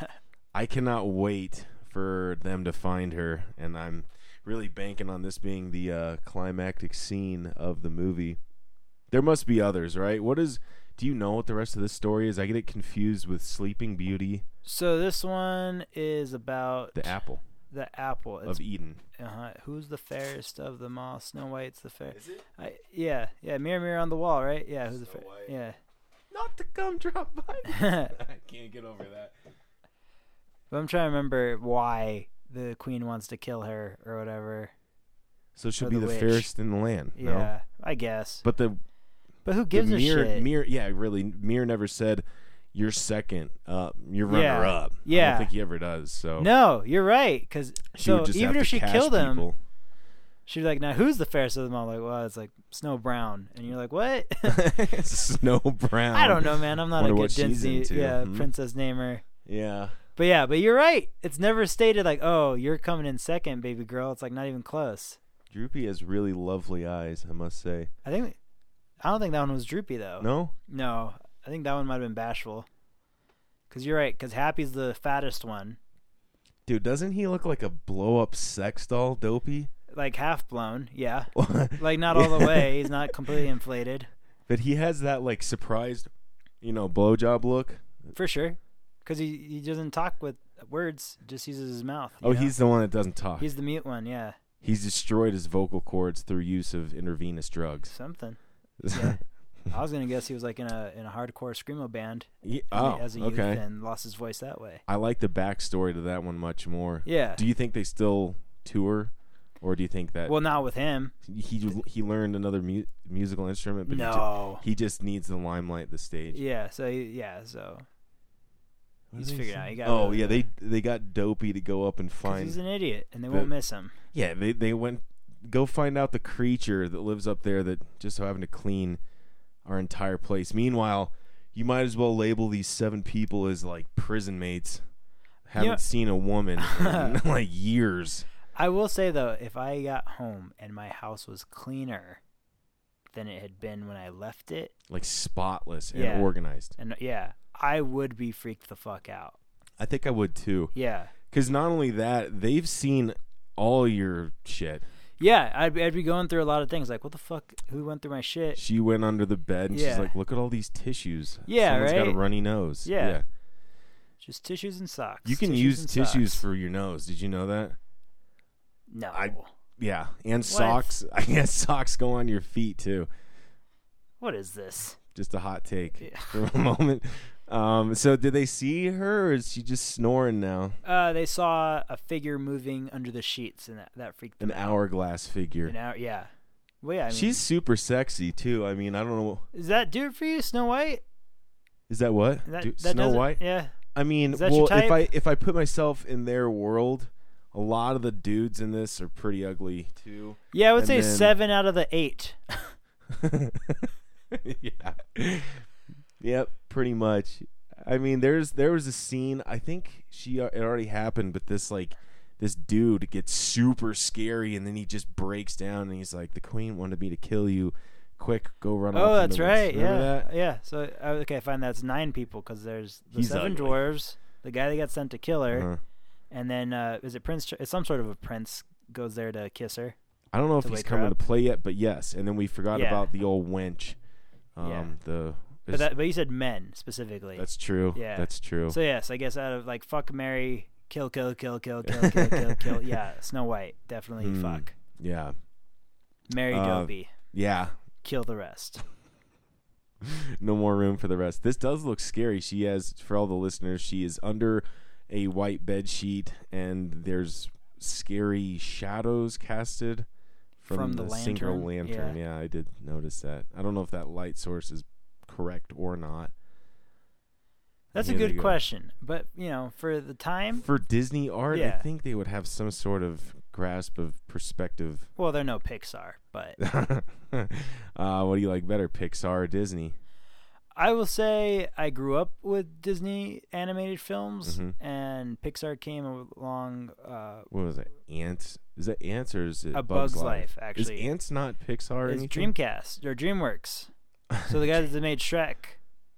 [SPEAKER 2] I cannot wait for them to find her, and I'm really banking on this being the uh, climactic scene of the movie. There must be others, right? What is? Do you know what the rest of this story is? I get it confused with Sleeping Beauty,
[SPEAKER 4] so this one is about
[SPEAKER 2] the apple
[SPEAKER 4] the apple. It's
[SPEAKER 2] of Eden.
[SPEAKER 4] Uh-huh. Who's the fairest of them all? Snow White's the fairest. I, yeah, yeah. Mirror, mirror on the wall, right? Yeah. Who's the
[SPEAKER 2] Snow
[SPEAKER 4] fairest?
[SPEAKER 2] White.
[SPEAKER 4] Yeah.
[SPEAKER 2] Not the gumdrop button.
[SPEAKER 4] but
[SPEAKER 2] I can't get over that.
[SPEAKER 4] I'm trying to remember why the queen wants to kill her or whatever.
[SPEAKER 2] So she'll
[SPEAKER 4] Or
[SPEAKER 2] be
[SPEAKER 4] the
[SPEAKER 2] the
[SPEAKER 4] witch.
[SPEAKER 2] fairest in the land.
[SPEAKER 4] Yeah,
[SPEAKER 2] No?
[SPEAKER 4] I guess. But,
[SPEAKER 2] But the
[SPEAKER 4] who gives
[SPEAKER 2] the
[SPEAKER 4] a
[SPEAKER 2] mirror,
[SPEAKER 4] shit?
[SPEAKER 2] mirror, yeah, really. Mirror never said you're second up, you're runner
[SPEAKER 4] Yeah.
[SPEAKER 2] up. I
[SPEAKER 4] Yeah.
[SPEAKER 2] don't think he ever does. So
[SPEAKER 4] No, you're right. Because
[SPEAKER 2] She
[SPEAKER 4] so
[SPEAKER 2] would just
[SPEAKER 4] even
[SPEAKER 2] have
[SPEAKER 4] if
[SPEAKER 2] to
[SPEAKER 4] she
[SPEAKER 2] cash
[SPEAKER 4] killed him,
[SPEAKER 2] people.
[SPEAKER 4] she'd be like, "Now who's the fairest of them all?" Like, well, it's like Snow Brown, and you're like, "What?"
[SPEAKER 2] Snow Brown.
[SPEAKER 4] I don't know, man. I'm not a
[SPEAKER 2] Wonder
[SPEAKER 4] good
[SPEAKER 2] what she's
[SPEAKER 4] Disney,
[SPEAKER 2] into.
[SPEAKER 4] yeah,
[SPEAKER 2] Hmm.
[SPEAKER 4] princess namer.
[SPEAKER 2] Yeah,
[SPEAKER 4] But yeah, but you're right. It's never stated like, "Oh, you're coming in second, baby girl." It's like not even close.
[SPEAKER 2] Droopy has really lovely eyes, I must say.
[SPEAKER 4] I think I don't think that one was droopy though.
[SPEAKER 2] No,
[SPEAKER 4] No, I think that one might have been bashful. Cause you're right. Cause Happy's the fattest one,
[SPEAKER 2] dude, doesn't he look like a blow up sex doll, dopey?
[SPEAKER 4] like half blown. Yeah,
[SPEAKER 2] but
[SPEAKER 4] like not all the way. He's not completely inflated
[SPEAKER 2] he has that like surprised, you know, blowjob look.
[SPEAKER 4] for sure. Cause he he doesn't talk with words. Just uses his mouth. you
[SPEAKER 2] Oh,
[SPEAKER 4] know?
[SPEAKER 2] he's the one that doesn't talk.
[SPEAKER 4] he's the mute one. Yeah,
[SPEAKER 2] He's destroyed his vocal cords through use of intravenous drugs.
[SPEAKER 4] something. I was gonna guess he was like in a in a hardcore screamo band
[SPEAKER 2] Ye-
[SPEAKER 4] and-
[SPEAKER 2] oh,
[SPEAKER 4] as a youth
[SPEAKER 2] okay.
[SPEAKER 4] and lost his voice that way.
[SPEAKER 2] I like the backstory to that one much more.
[SPEAKER 4] Yeah.
[SPEAKER 2] Do you think they still tour, or do you think that
[SPEAKER 4] Well, not with him.
[SPEAKER 2] he he learned another mu- musical instrument, but he ju-
[SPEAKER 4] No.
[SPEAKER 2] he, just needs the limelight, the stage.
[SPEAKER 4] Yeah. So he- yeah. So
[SPEAKER 2] What
[SPEAKER 4] he's
[SPEAKER 2] did they
[SPEAKER 4] figured
[SPEAKER 2] say?
[SPEAKER 4] out. He got
[SPEAKER 2] Oh
[SPEAKER 4] rid of
[SPEAKER 2] yeah,
[SPEAKER 4] the-
[SPEAKER 2] they they got Dopey to go up and
[SPEAKER 4] 'cause
[SPEAKER 2] find.
[SPEAKER 4] he's an idiot, and they
[SPEAKER 2] the-
[SPEAKER 4] won't miss him.
[SPEAKER 2] yeah, they they went go find out the creature that lives up there that just so having to clean our entire place. Meanwhile, you might as well label these seven people as like prison mates. Haven't
[SPEAKER 4] know-
[SPEAKER 2] seen a woman in like years.
[SPEAKER 4] I will say though, if I got home and my house was cleaner than it had been when I left it,
[SPEAKER 2] Like spotless and
[SPEAKER 4] Yeah.
[SPEAKER 2] organized.
[SPEAKER 4] and yeah, I would be freaked the fuck out.
[SPEAKER 2] I think I would too.
[SPEAKER 4] Yeah,
[SPEAKER 2] Because not only that, they've seen all your shit.
[SPEAKER 4] yeah, I'd be, I'd be going through a lot of things like, what the fuck? Who went through my shit?
[SPEAKER 2] She went under the bed and
[SPEAKER 4] Yeah.
[SPEAKER 2] she's like, "Look at all these tissues.
[SPEAKER 4] Yeah,
[SPEAKER 2] Someone's got
[SPEAKER 4] right?
[SPEAKER 2] a runny nose.
[SPEAKER 4] Yeah. Just tissues and socks.
[SPEAKER 2] you can
[SPEAKER 4] tissues
[SPEAKER 2] use
[SPEAKER 4] and
[SPEAKER 2] tissues
[SPEAKER 4] socks.
[SPEAKER 2] for your nose. Did you know that?
[SPEAKER 4] no.
[SPEAKER 2] I- Yeah, and socks. I guess socks go on your feet too.
[SPEAKER 4] What is this?
[SPEAKER 2] Just a hot take
[SPEAKER 4] Yeah.
[SPEAKER 2] for a moment. Um, so did they see her, or is she just snoring now?
[SPEAKER 4] Uh, they saw a figure moving under the sheets, and that, that freaked them
[SPEAKER 2] An hourglass figure.
[SPEAKER 4] out. An hour, yeah. Well, yeah, I mean,
[SPEAKER 2] She's super sexy too. I mean, I don't know.
[SPEAKER 4] Does that do it for you, Snow White?
[SPEAKER 2] Is that what
[SPEAKER 4] That,
[SPEAKER 2] Dude,
[SPEAKER 4] that
[SPEAKER 2] Snow
[SPEAKER 4] doesn't-
[SPEAKER 2] White?
[SPEAKER 4] Yeah.
[SPEAKER 2] I mean,
[SPEAKER 4] Is that your
[SPEAKER 2] well, if
[SPEAKER 4] type?
[SPEAKER 2] I if I put myself in their world, a lot of the dudes in this are pretty ugly too.
[SPEAKER 4] Yeah, I would
[SPEAKER 2] And
[SPEAKER 4] say
[SPEAKER 2] then-
[SPEAKER 4] seven out of the eight.
[SPEAKER 2] yeah. Yep, pretty much. I mean, there's there was a scene. I think she uh, it already happened, but this like this dude gets super scary, and then he just breaks down, and he's like, "The queen wanted me to kill you. Quick, go run off."
[SPEAKER 4] Oh,
[SPEAKER 2] in
[SPEAKER 4] that's
[SPEAKER 2] the woods."
[SPEAKER 4] right.
[SPEAKER 2] Remember
[SPEAKER 4] Yeah,
[SPEAKER 2] that?
[SPEAKER 4] yeah. So uh, okay, I find that's nine people because there's the
[SPEAKER 2] He's
[SPEAKER 4] seven
[SPEAKER 2] ugly.
[SPEAKER 4] dwarves, the guy that got sent to kill her,
[SPEAKER 2] Uh-huh.
[SPEAKER 4] and then uh, is it Prince? Ch- It's some sort of a prince goes there to kiss her.
[SPEAKER 2] I don't know if
[SPEAKER 4] To
[SPEAKER 2] he's
[SPEAKER 4] wake her
[SPEAKER 2] coming to
[SPEAKER 4] up.
[SPEAKER 2] play yet, but yes. And then we forgot
[SPEAKER 4] Yeah.
[SPEAKER 2] about the old wench. Um,
[SPEAKER 4] Yeah.
[SPEAKER 2] The
[SPEAKER 4] But that, but you said men specifically.
[SPEAKER 2] that's true.
[SPEAKER 4] Yeah.
[SPEAKER 2] that's true.
[SPEAKER 4] so yes, I guess out of like fuck Mary, kill, kill, kill, kill, kill, kill, kill, kill. Yeah, Snow White definitely
[SPEAKER 2] Hmm.
[SPEAKER 4] fuck
[SPEAKER 2] yeah,
[SPEAKER 4] Mary
[SPEAKER 2] Uh,
[SPEAKER 4] Dobie,
[SPEAKER 2] yeah.
[SPEAKER 4] kill the rest.
[SPEAKER 2] no more room for the rest. This does look scary. She has, for all the listeners, she is under a white bed sheet, and there's scary shadows casted from,
[SPEAKER 4] From
[SPEAKER 2] the,
[SPEAKER 4] the
[SPEAKER 2] single
[SPEAKER 4] lantern?
[SPEAKER 2] lantern. Yeah. I did notice that. I don't know if that light source is correct or not.
[SPEAKER 4] That's
[SPEAKER 2] Here
[SPEAKER 4] a
[SPEAKER 2] they
[SPEAKER 4] good
[SPEAKER 2] go.
[SPEAKER 4] question, but you know, for the time,
[SPEAKER 2] For Disney art, I
[SPEAKER 4] Yeah.
[SPEAKER 2] think they would have some sort of grasp of perspective.
[SPEAKER 4] well, they're no Pixar, but
[SPEAKER 2] uh, what do you like better, Pixar or Disney?
[SPEAKER 4] I will say I grew up with Disney animated films,
[SPEAKER 2] Mhm.
[SPEAKER 4] and Pixar came along. Uh,
[SPEAKER 2] What was it? Ants? Is that ants or is it
[SPEAKER 4] A
[SPEAKER 2] Bugs,
[SPEAKER 4] Bug's
[SPEAKER 2] Life?
[SPEAKER 4] Life, actually.
[SPEAKER 2] is ants not Pixar? Or
[SPEAKER 4] it's
[SPEAKER 2] anything?
[SPEAKER 4] Dreamcast or DreamWorks. So the guys that made Shrek.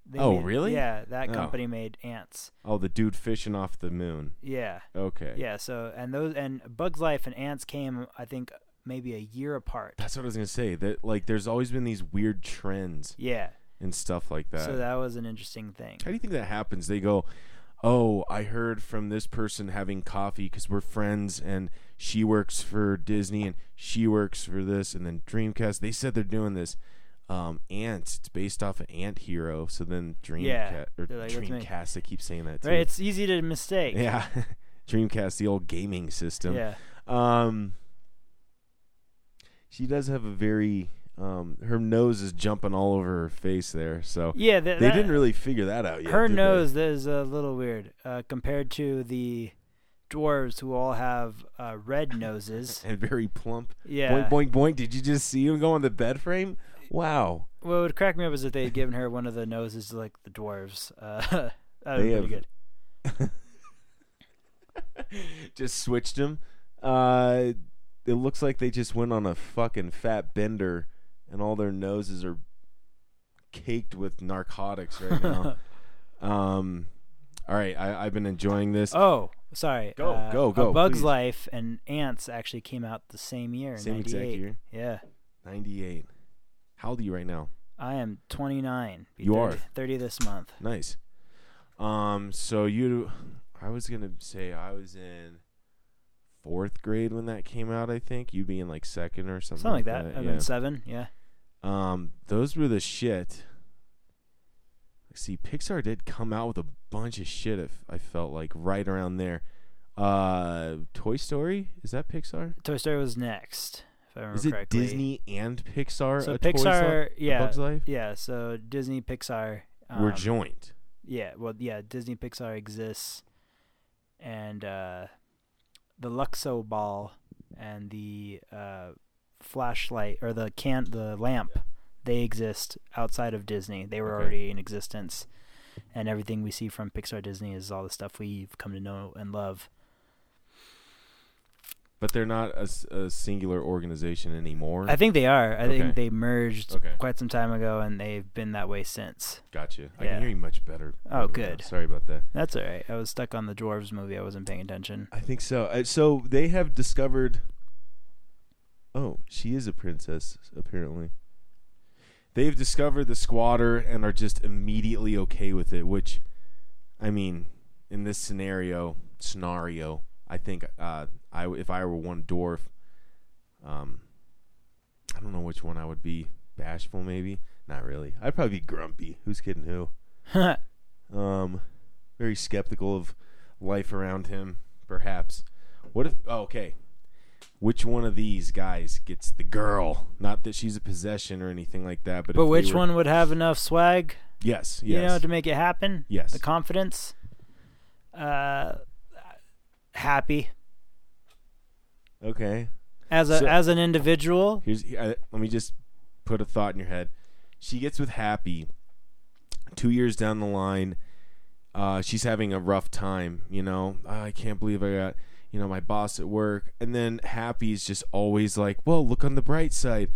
[SPEAKER 4] They
[SPEAKER 2] Oh,
[SPEAKER 4] made-
[SPEAKER 2] really?
[SPEAKER 4] Yeah, that
[SPEAKER 2] Oh.
[SPEAKER 4] company made Ants.
[SPEAKER 2] Oh, the dude fishing off the moon.
[SPEAKER 4] Yeah,
[SPEAKER 2] Okay.
[SPEAKER 4] yeah. So and those and Bugs Life and Ants came, I think, maybe a year apart.
[SPEAKER 2] That's what I was gonna say. That like, there's always been these weird trends
[SPEAKER 4] Yeah.
[SPEAKER 2] and stuff like that.
[SPEAKER 4] So that was an interesting thing.
[SPEAKER 2] How do you think that happens? They go, "Oh, I heard from this person having coffee because we're friends, and she works for Disney, and she works for this, and then Dreamcast. They said they're doing this." Um, ants. It's based off of Ant Hero. So then Dreamcast
[SPEAKER 4] Yeah.
[SPEAKER 2] or
[SPEAKER 4] They're like, "Let's make-"
[SPEAKER 2] Dreamcast. I keep saying that. Too.
[SPEAKER 4] Right? It's easy to mistake.
[SPEAKER 2] Yeah. Dreamcast, the old gaming system.
[SPEAKER 4] Yeah.
[SPEAKER 2] Um, she does have a very um, her nose is jumping all over her face there, so
[SPEAKER 4] Yeah. Th-
[SPEAKER 2] they
[SPEAKER 4] that-
[SPEAKER 2] didn't really figure that out yet.
[SPEAKER 4] her
[SPEAKER 2] did they?
[SPEAKER 4] nose is a little weird uh, compared to the dwarves who all have uh, red noses.
[SPEAKER 2] and very plump.
[SPEAKER 4] Yeah.
[SPEAKER 2] Boink boink boink. Did you just see him go on the bed frame? Wow.
[SPEAKER 4] What would crack me up is if they had given her one of the noses like the dwarves. Uh, that would
[SPEAKER 2] They
[SPEAKER 4] be
[SPEAKER 2] have-
[SPEAKER 4] pretty good.
[SPEAKER 2] Just switched him. Uh, it looks like they just went on a fucking fat bender, and all their noses are caked with narcotics right now. um, all right, I, I've been enjoying this.
[SPEAKER 4] Oh, sorry.
[SPEAKER 2] Go,
[SPEAKER 4] uh,
[SPEAKER 2] go, go,
[SPEAKER 4] A Bug's
[SPEAKER 2] please.
[SPEAKER 4] Life and Ants actually came out the same year. in
[SPEAKER 2] Same exact
[SPEAKER 4] 98.
[SPEAKER 2] year.
[SPEAKER 4] Yeah.
[SPEAKER 2] 98. How old are you right now?
[SPEAKER 4] I am 29. Be
[SPEAKER 2] You
[SPEAKER 4] 30,
[SPEAKER 2] are.
[SPEAKER 4] 30 this month.
[SPEAKER 2] Nice. Um, so you, I was gonna say I was in fourth grade when that came out. I think you being like second or something,
[SPEAKER 4] Something like that. I've
[SPEAKER 2] yeah.
[SPEAKER 4] been seven. Yeah.
[SPEAKER 2] Um, those were the shit. Let's see, Pixar did come out with a bunch of shit. If I felt like right around there, uh, Toy Story is that Pixar?
[SPEAKER 4] Toy Story was next, if I remember
[SPEAKER 2] Is it
[SPEAKER 4] correctly.
[SPEAKER 2] Disney and Pixar?
[SPEAKER 4] So
[SPEAKER 2] a Toy Sli-
[SPEAKER 4] Pixar,
[SPEAKER 2] a
[SPEAKER 4] yeah,
[SPEAKER 2] Bug's Life.
[SPEAKER 4] Yeah, so Disney, Pixar. Um,
[SPEAKER 2] We're joint.
[SPEAKER 4] yeah, well, yeah, Disney, Pixar exists, and uh, the Luxo ball and the uh, flashlight or the can the lamp, they exist outside of Disney. They were
[SPEAKER 2] Okay.
[SPEAKER 4] already in existence, and everything we see from Pixar, Disney is all the stuff we've come to know and love.
[SPEAKER 2] But they're not a, s- a singular organization anymore.
[SPEAKER 4] I think they are. I
[SPEAKER 2] Okay.
[SPEAKER 4] think they merged
[SPEAKER 2] Okay.
[SPEAKER 4] quite some time ago, and they've been that way since.
[SPEAKER 2] Gotcha. I
[SPEAKER 4] Yeah.
[SPEAKER 2] can hear you much better. by
[SPEAKER 4] Oh,
[SPEAKER 2] the way now.
[SPEAKER 4] good.
[SPEAKER 2] Sorry about that.
[SPEAKER 4] That's all right. I was stuck on the dwarves movie. I wasn't paying attention.
[SPEAKER 2] I think so. Uh, So they have discovered. Oh, she is a princess, apparently. They've discovered the squatter and are just immediately okay with it, which, I mean, in this scenario, scenario, I think uh, I w- if I were one dwarf, um, I don't know which one I would be. Bashful, maybe. Not really. I'd probably be grumpy. Who's kidding who? Um, very skeptical of life around him, perhaps. What if? Oh, okay. Which one of these guys gets the girl? Not that she's a possession or anything like that, but if
[SPEAKER 4] But
[SPEAKER 2] they
[SPEAKER 4] which
[SPEAKER 2] were-
[SPEAKER 4] one would have enough swag,
[SPEAKER 2] Yes, yes,
[SPEAKER 4] you know, to make it happen?
[SPEAKER 2] yes.
[SPEAKER 4] The confidence. Uh, happy
[SPEAKER 2] okay.
[SPEAKER 4] as a
[SPEAKER 2] So-
[SPEAKER 4] as an individual.
[SPEAKER 2] Here's I, let me just put a thought in your head. She gets with Happy. Two years down the line, uh, she's having a rough time. You know, "Ah, I can't believe I got you know my boss at work, and then Happy is just always like, "Well, look on the bright side.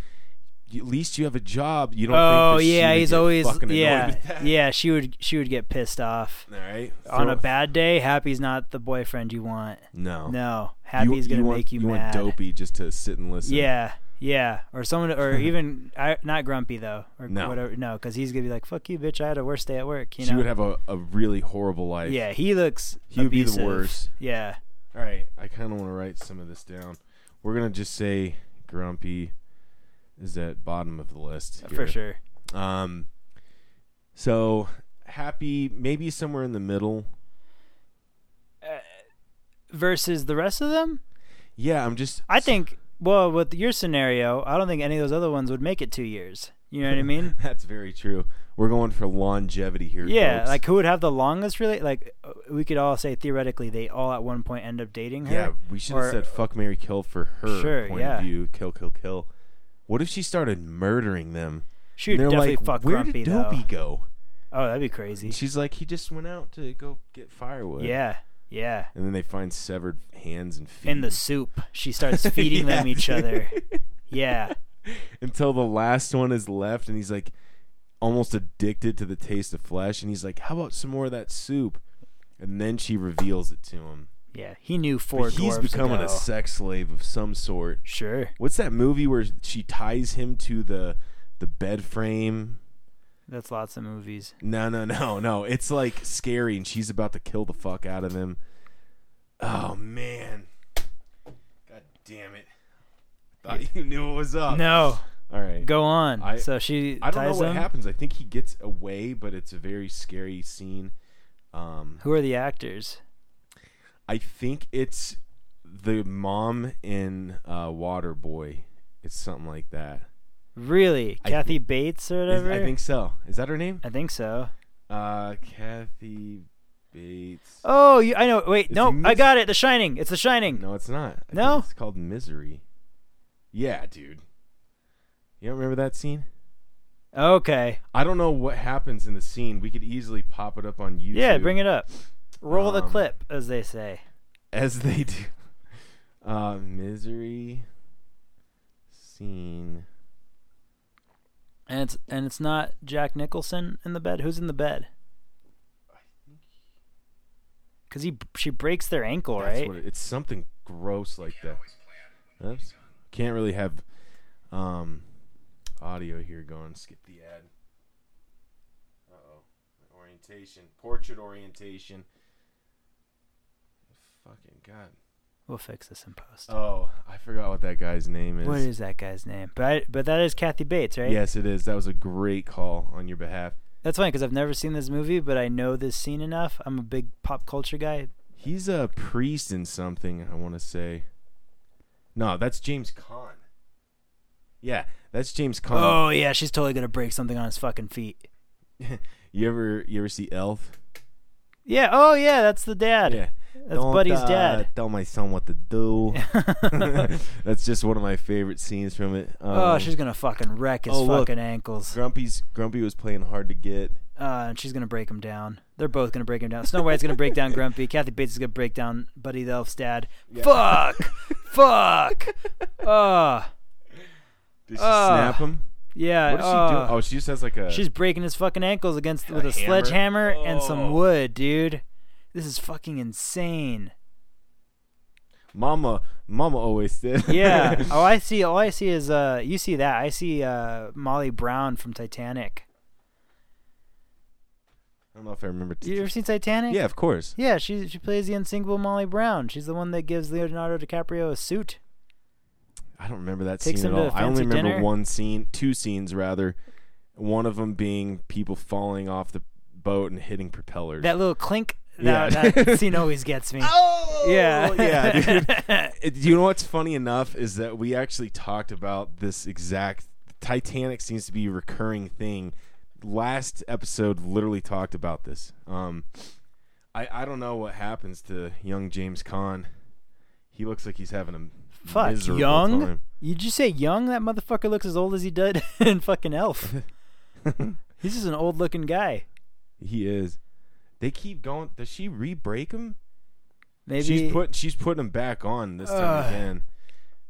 [SPEAKER 2] You- At least you have a job. You don't."
[SPEAKER 4] Oh
[SPEAKER 2] think that she
[SPEAKER 4] yeah,
[SPEAKER 2] would
[SPEAKER 4] he's
[SPEAKER 2] get
[SPEAKER 4] always
[SPEAKER 2] fucking annoyed
[SPEAKER 4] yeah
[SPEAKER 2] with that.
[SPEAKER 4] yeah. She would she would get pissed off
[SPEAKER 2] All right.
[SPEAKER 4] on
[SPEAKER 2] Throw-
[SPEAKER 4] a bad day. Happy's not the boyfriend you want.
[SPEAKER 2] no.
[SPEAKER 4] No, Happy's gonna
[SPEAKER 2] want,
[SPEAKER 4] make you,
[SPEAKER 2] want
[SPEAKER 4] mad.
[SPEAKER 2] dopey just to sit and listen.
[SPEAKER 4] Yeah, yeah, or someone, or even I, not grumpy though, or
[SPEAKER 2] No.
[SPEAKER 4] whatever. No, because he's gonna be like, "Fuck you, bitch! I had a worse day at work." You
[SPEAKER 2] she
[SPEAKER 4] know.
[SPEAKER 2] would have a, a really horrible life.
[SPEAKER 4] yeah, he looks.
[SPEAKER 2] He would be the
[SPEAKER 4] abusive.
[SPEAKER 2] worst.
[SPEAKER 4] Yeah,
[SPEAKER 2] All right, I kind of want to write some of this down. We're gonna just say grumpy is at bottom of the list
[SPEAKER 4] for
[SPEAKER 2] here.
[SPEAKER 4] sure.
[SPEAKER 2] Um, so happy maybe somewhere in the middle.
[SPEAKER 4] Versus the rest of them,
[SPEAKER 2] Yeah, I'm just.
[SPEAKER 4] I think. Well, with your scenario, I don't think any of those other ones would make it two years. You know what I mean?
[SPEAKER 2] that's very true. We're going for longevity here.
[SPEAKER 4] Yeah,
[SPEAKER 2] folks.
[SPEAKER 4] like who would have the longest? Really, like uh, we could all say theoretically, they all at one point end up dating her.
[SPEAKER 2] yeah, we should have
[SPEAKER 4] or-
[SPEAKER 2] said fuck Mary kill for her
[SPEAKER 4] Sure,
[SPEAKER 2] point
[SPEAKER 4] yeah.
[SPEAKER 2] of view. Kill, kill, kill. What if she started murdering them?
[SPEAKER 4] she would
[SPEAKER 2] And they're
[SPEAKER 4] definitely
[SPEAKER 2] like,
[SPEAKER 4] fuck
[SPEAKER 2] where
[SPEAKER 4] grumpy
[SPEAKER 2] did Dopey
[SPEAKER 4] though.
[SPEAKER 2] go?
[SPEAKER 4] Oh, that'd be crazy.
[SPEAKER 2] And she's like, he just went out to go get firewood.
[SPEAKER 4] Yeah, yeah.
[SPEAKER 2] And then they find severed hands and feet.
[SPEAKER 4] in the soup. She starts feeding them each other. Yeah.
[SPEAKER 2] until the last one is left and he's like almost addicted to the taste of flesh and he's like how about some more of that soup and then she reveals it to him
[SPEAKER 4] Yeah. He knew four
[SPEAKER 2] but he's
[SPEAKER 4] dwarves
[SPEAKER 2] becoming
[SPEAKER 4] ago.
[SPEAKER 2] a sex slave of some sort
[SPEAKER 4] Sure.
[SPEAKER 2] what's that movie where she ties him to the the bed frame
[SPEAKER 4] That's lots of movies.
[SPEAKER 2] no no no no it's like scary and she's about to kill the fuck out of him oh man god damn it thought you knew it was up
[SPEAKER 4] No.
[SPEAKER 2] all right
[SPEAKER 4] Go on.
[SPEAKER 2] Uh, I-
[SPEAKER 4] so she
[SPEAKER 2] I don't know
[SPEAKER 4] ties
[SPEAKER 2] what
[SPEAKER 4] him.
[SPEAKER 2] happens. I think he gets away, but it's a very scary scene. Um,
[SPEAKER 4] Who are the actors?
[SPEAKER 2] I think it's the mom in uh, Waterboy. It's something like that.
[SPEAKER 4] Really?
[SPEAKER 2] I
[SPEAKER 4] Kathy Bates or
[SPEAKER 2] Is-
[SPEAKER 4] whatever?
[SPEAKER 2] I think so. Is that her name?
[SPEAKER 4] I think so.
[SPEAKER 2] Uh, Kathy Bates.
[SPEAKER 4] Oh, you, I know. Wait,
[SPEAKER 2] It's
[SPEAKER 4] no, I
[SPEAKER 2] Miss-
[SPEAKER 4] got it. The Shining. It's The Shining.
[SPEAKER 2] No, it's not. I think
[SPEAKER 4] No?
[SPEAKER 2] it's called Misery. Yeah, dude. You don't remember that scene?
[SPEAKER 4] Okay.
[SPEAKER 2] I don't know what happens in the scene. We could easily pop it up on YouTube.
[SPEAKER 4] Yeah, bring it up. Roll the
[SPEAKER 2] Um,
[SPEAKER 4] clip, as they say.
[SPEAKER 2] as they do. Uh, misery scene.
[SPEAKER 4] And it's and it's not Jack Nicholson in the bed. Who's in the bed? Cause he she breaks their ankle,
[SPEAKER 2] That's
[SPEAKER 4] right?
[SPEAKER 2] what it- it's something gross like that. Oops. Can't really have um audio here going. Skip the ad. Uh oh. Orientation. Portrait orientation. Fucking god.
[SPEAKER 4] We'll fix this in post.
[SPEAKER 2] Oh, I forgot what that guy's name is.
[SPEAKER 4] what is that guy's name? But I, but that is Kathy Bates, right?
[SPEAKER 2] Yes, it is. That was a great call on your behalf.
[SPEAKER 4] That's funny because I've never seen this movie, but I know this scene enough. I'm a big pop culture guy.
[SPEAKER 2] He's a priest in something, I want to say. No, that's James Caan. Yeah, that's James Caan.
[SPEAKER 4] Oh yeah, she's totally gonna break something on his fucking feet.
[SPEAKER 2] You ever you ever see Elf?
[SPEAKER 4] Yeah. Oh yeah, that's the dad.
[SPEAKER 2] Yeah.
[SPEAKER 4] That's Buddy's
[SPEAKER 2] uh,
[SPEAKER 4] dad.
[SPEAKER 2] Tell my son what to do. that's just one of my favorite scenes from it. Um,
[SPEAKER 4] oh, she's gonna fucking wreck his
[SPEAKER 2] oh, look.
[SPEAKER 4] fucking ankles.
[SPEAKER 2] Grumpy's Grumpy was playing hard to get.
[SPEAKER 4] Uh, and she's gonna break him down. They're both gonna break him down. Snow White's gonna break down Grumpy. Kathy Bates is gonna break down Buddy the Elf's dad. Fuck, fuck. Oh,
[SPEAKER 2] Did she snap
[SPEAKER 4] Ah.
[SPEAKER 2] him?
[SPEAKER 4] yeah.
[SPEAKER 2] What does she
[SPEAKER 4] uh,
[SPEAKER 2] do? Oh, she just has like a.
[SPEAKER 4] She's breaking his fucking ankles against with a,
[SPEAKER 2] hammer?
[SPEAKER 4] sledgehammer and some
[SPEAKER 2] Oh.
[SPEAKER 4] wood, dude. This is fucking insane.
[SPEAKER 2] Mama, Mama always said.
[SPEAKER 4] Yeah. all I see, all I see is uh, you see that. I see uh, Molly Brown from Titanic.
[SPEAKER 2] I don't know if I remember.
[SPEAKER 4] You ever seen Titanic?
[SPEAKER 2] yeah, of course.
[SPEAKER 4] Yeah, she she plays the unsinkable Molly Brown. She's the one that gives Leonardo DiCaprio a suit.
[SPEAKER 2] I don't remember that
[SPEAKER 4] Takes
[SPEAKER 2] scene
[SPEAKER 4] him
[SPEAKER 2] at all.
[SPEAKER 4] to a
[SPEAKER 2] I only
[SPEAKER 4] fancy
[SPEAKER 2] remember
[SPEAKER 4] dinner.
[SPEAKER 2] one scene, two scenes rather. One of them being people falling off the boat and hitting propellers.
[SPEAKER 4] That little clink. That,
[SPEAKER 2] Yeah.
[SPEAKER 4] that scene always gets me.
[SPEAKER 2] oh
[SPEAKER 4] yeah.
[SPEAKER 2] yeah, dude. It- you know what's funny enough is that we actually talked about this exact Titanic seems to be a recurring thing. Last episode literally talked about this. Um, I I don't know what happens to young James Caan. He looks like he's having a
[SPEAKER 4] Fuck,
[SPEAKER 2] miserable
[SPEAKER 4] young?
[SPEAKER 2] time.
[SPEAKER 4] Did you say young? That motherfucker looks as old as he did in fucking Elf. He's just an old looking guy.
[SPEAKER 2] He is. They keep going. Does she re-break him?
[SPEAKER 4] Maybe
[SPEAKER 2] She's put she's putting him back on this time
[SPEAKER 4] Ugh.
[SPEAKER 2] again,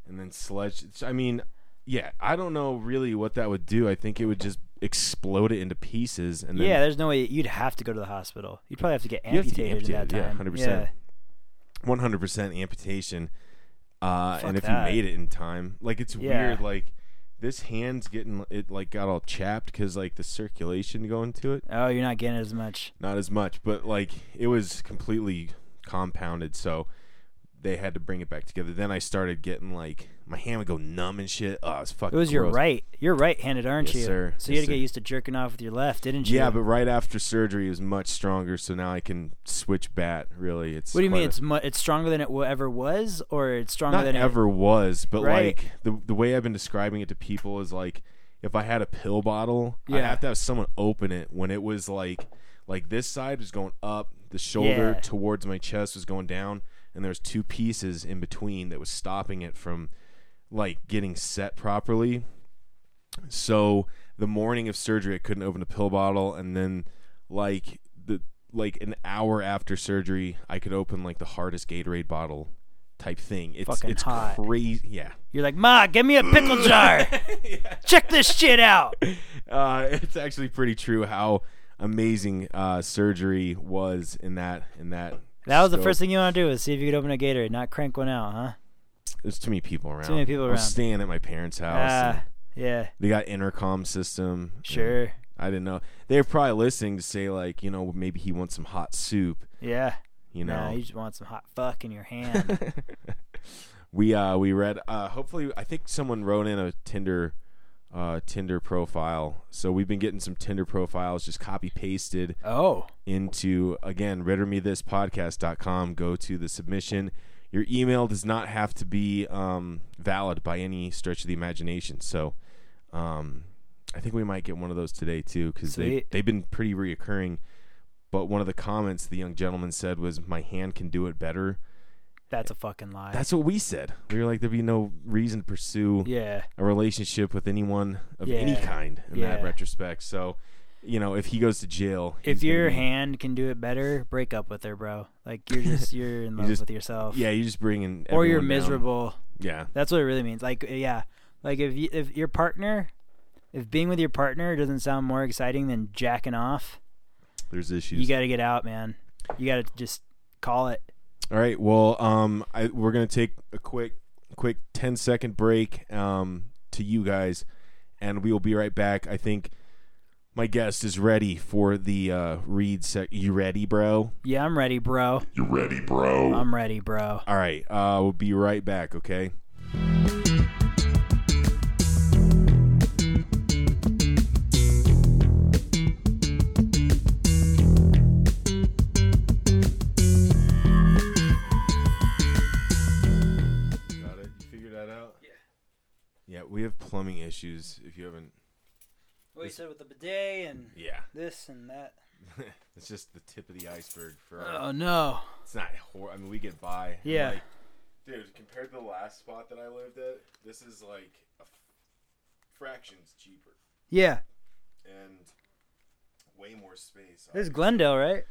[SPEAKER 2] and then sledge. I mean, yeah, I don't know really what that would do. I think it would just explode it into pieces, and then
[SPEAKER 4] yeah, there's no way you'd have to go to the hospital. You'd probably have to get
[SPEAKER 2] You have to get
[SPEAKER 4] amputated, in that
[SPEAKER 2] amputated, yeah,
[SPEAKER 4] time.
[SPEAKER 2] 100%. one hundred percent amputation. Uh,
[SPEAKER 4] Fuck
[SPEAKER 2] and if
[SPEAKER 4] that.
[SPEAKER 2] you made it in time, like it's
[SPEAKER 4] Yeah.
[SPEAKER 2] weird. Like this hand's getting it like got all chapped because like the circulation going to it,
[SPEAKER 4] Oh, you're not getting as much.
[SPEAKER 2] not as much, but like it was completely compounded. So they had to bring it back together. Then I started getting like my hand would go numb and shit. Oh, it's fucking.
[SPEAKER 4] It was your
[SPEAKER 2] gross.
[SPEAKER 4] right. You're right-handed, aren't
[SPEAKER 2] Yes,
[SPEAKER 4] you?
[SPEAKER 2] sir.
[SPEAKER 4] So you
[SPEAKER 2] Yes,
[SPEAKER 4] had to get
[SPEAKER 2] sir.
[SPEAKER 4] used to jerking off with your left, didn't you?
[SPEAKER 2] Yeah, but right after surgery it was much stronger, so now I can switch bat. Really, it's
[SPEAKER 4] what do you
[SPEAKER 2] quite
[SPEAKER 4] mean?
[SPEAKER 2] a-
[SPEAKER 4] It's mu- it's stronger than it w- ever was, or it's stronger
[SPEAKER 2] not
[SPEAKER 4] than
[SPEAKER 2] ever was, but
[SPEAKER 4] Right.
[SPEAKER 2] like the the way I've been describing it to people is like if I had a pill bottle, I'd
[SPEAKER 4] Yeah.
[SPEAKER 2] have to have someone open it when it was like like this side was going up, the shoulder
[SPEAKER 4] Yeah.
[SPEAKER 2] towards my chest was going down, and there's two pieces in between that was stopping it from like getting set properly. So the morning of surgery, I couldn't open a pill bottle, and then like the like an hour after surgery, I could open like the hardest Gatorade bottle type thing. It's
[SPEAKER 4] Fucking
[SPEAKER 2] it's
[SPEAKER 4] hot.
[SPEAKER 2] crazy. Yeah,
[SPEAKER 4] it? You're like, Ma, give me a pickle jar. Check this shit out.
[SPEAKER 2] uh, it's actually pretty true how amazing uh, surgery was in that in that.
[SPEAKER 4] That was the
[SPEAKER 2] scope.
[SPEAKER 4] first thing you want to do is see if you could open a gator, not crank one out, huh?
[SPEAKER 2] There's too many people around.
[SPEAKER 4] many people
[SPEAKER 2] I was
[SPEAKER 4] around.
[SPEAKER 2] staying at my parents' house.
[SPEAKER 4] Ah,
[SPEAKER 2] and
[SPEAKER 4] yeah,
[SPEAKER 2] they got intercom system. and
[SPEAKER 4] sure,
[SPEAKER 2] I didn't know. They were probably listening to say like, you know, maybe he wants some hot soup.
[SPEAKER 4] yeah.
[SPEAKER 2] You know,
[SPEAKER 4] Nah, you just want some hot fuck in your hand.
[SPEAKER 2] we uh we read uh hopefully I think someone wrote in a Tinder uh Tinder profile. So we've been getting some Tinder profiles just copy pasted
[SPEAKER 4] oh,
[SPEAKER 2] into again rittermethispodcast.com go to the submission. Your email does not have to be um valid by any stretch of the imagination. So um I think we might get one of those today too cuz they
[SPEAKER 4] Sweet.
[SPEAKER 2] they've been pretty reoccurring. But one of the comments the young gentleman said was my hand can do it better.
[SPEAKER 4] that's a fucking lie.
[SPEAKER 2] That's what we said. We were like, there'd be no reason to pursue
[SPEAKER 4] yeah.
[SPEAKER 2] a relationship with anyone of any
[SPEAKER 4] Yeah.
[SPEAKER 2] kind in that
[SPEAKER 4] Yeah.
[SPEAKER 2] retrospect. So, you know, if he goes to jail, he's
[SPEAKER 4] If
[SPEAKER 2] gonna
[SPEAKER 4] your
[SPEAKER 2] be-
[SPEAKER 4] hand can do it better, break up with her, bro. Like you're just you're in love
[SPEAKER 2] just-
[SPEAKER 4] with yourself.
[SPEAKER 2] yeah, you're just bringing,
[SPEAKER 4] Or
[SPEAKER 2] everyone
[SPEAKER 4] you're
[SPEAKER 2] down.
[SPEAKER 4] miserable.
[SPEAKER 2] Yeah,
[SPEAKER 4] That's what it really means. Like yeah. Like if you, if your partner if being with your partner doesn't sound more exciting than jacking off,
[SPEAKER 2] there's issues.
[SPEAKER 4] you got to get out, man. You got to just call it.
[SPEAKER 2] All right, well, um, I, we're gonna take a quick, quick 10 second break, um, to you guys, and we will be right back. I think my guest is ready for the uh, read. Sec- you ready, bro?
[SPEAKER 4] Yeah, I'm ready, bro.
[SPEAKER 3] You ready, bro?
[SPEAKER 4] I'm ready, bro.
[SPEAKER 2] All right, uh, we'll be right back. Okay. Got it. You figured that out. Yeah. Yeah, we have plumbing issues. If you haven't,
[SPEAKER 4] What you said with the bidet and
[SPEAKER 2] yeah,
[SPEAKER 4] this and that.
[SPEAKER 2] it's just the tip of the iceberg for. Our,
[SPEAKER 4] Oh no.
[SPEAKER 2] it's not hor- I mean, we get by. and,
[SPEAKER 4] Yeah.
[SPEAKER 2] like, dude, compared to the last spot that I lived at, this is like a f- fractions cheaper
[SPEAKER 4] Yeah.
[SPEAKER 2] and way more space.
[SPEAKER 4] This is Glendale, right?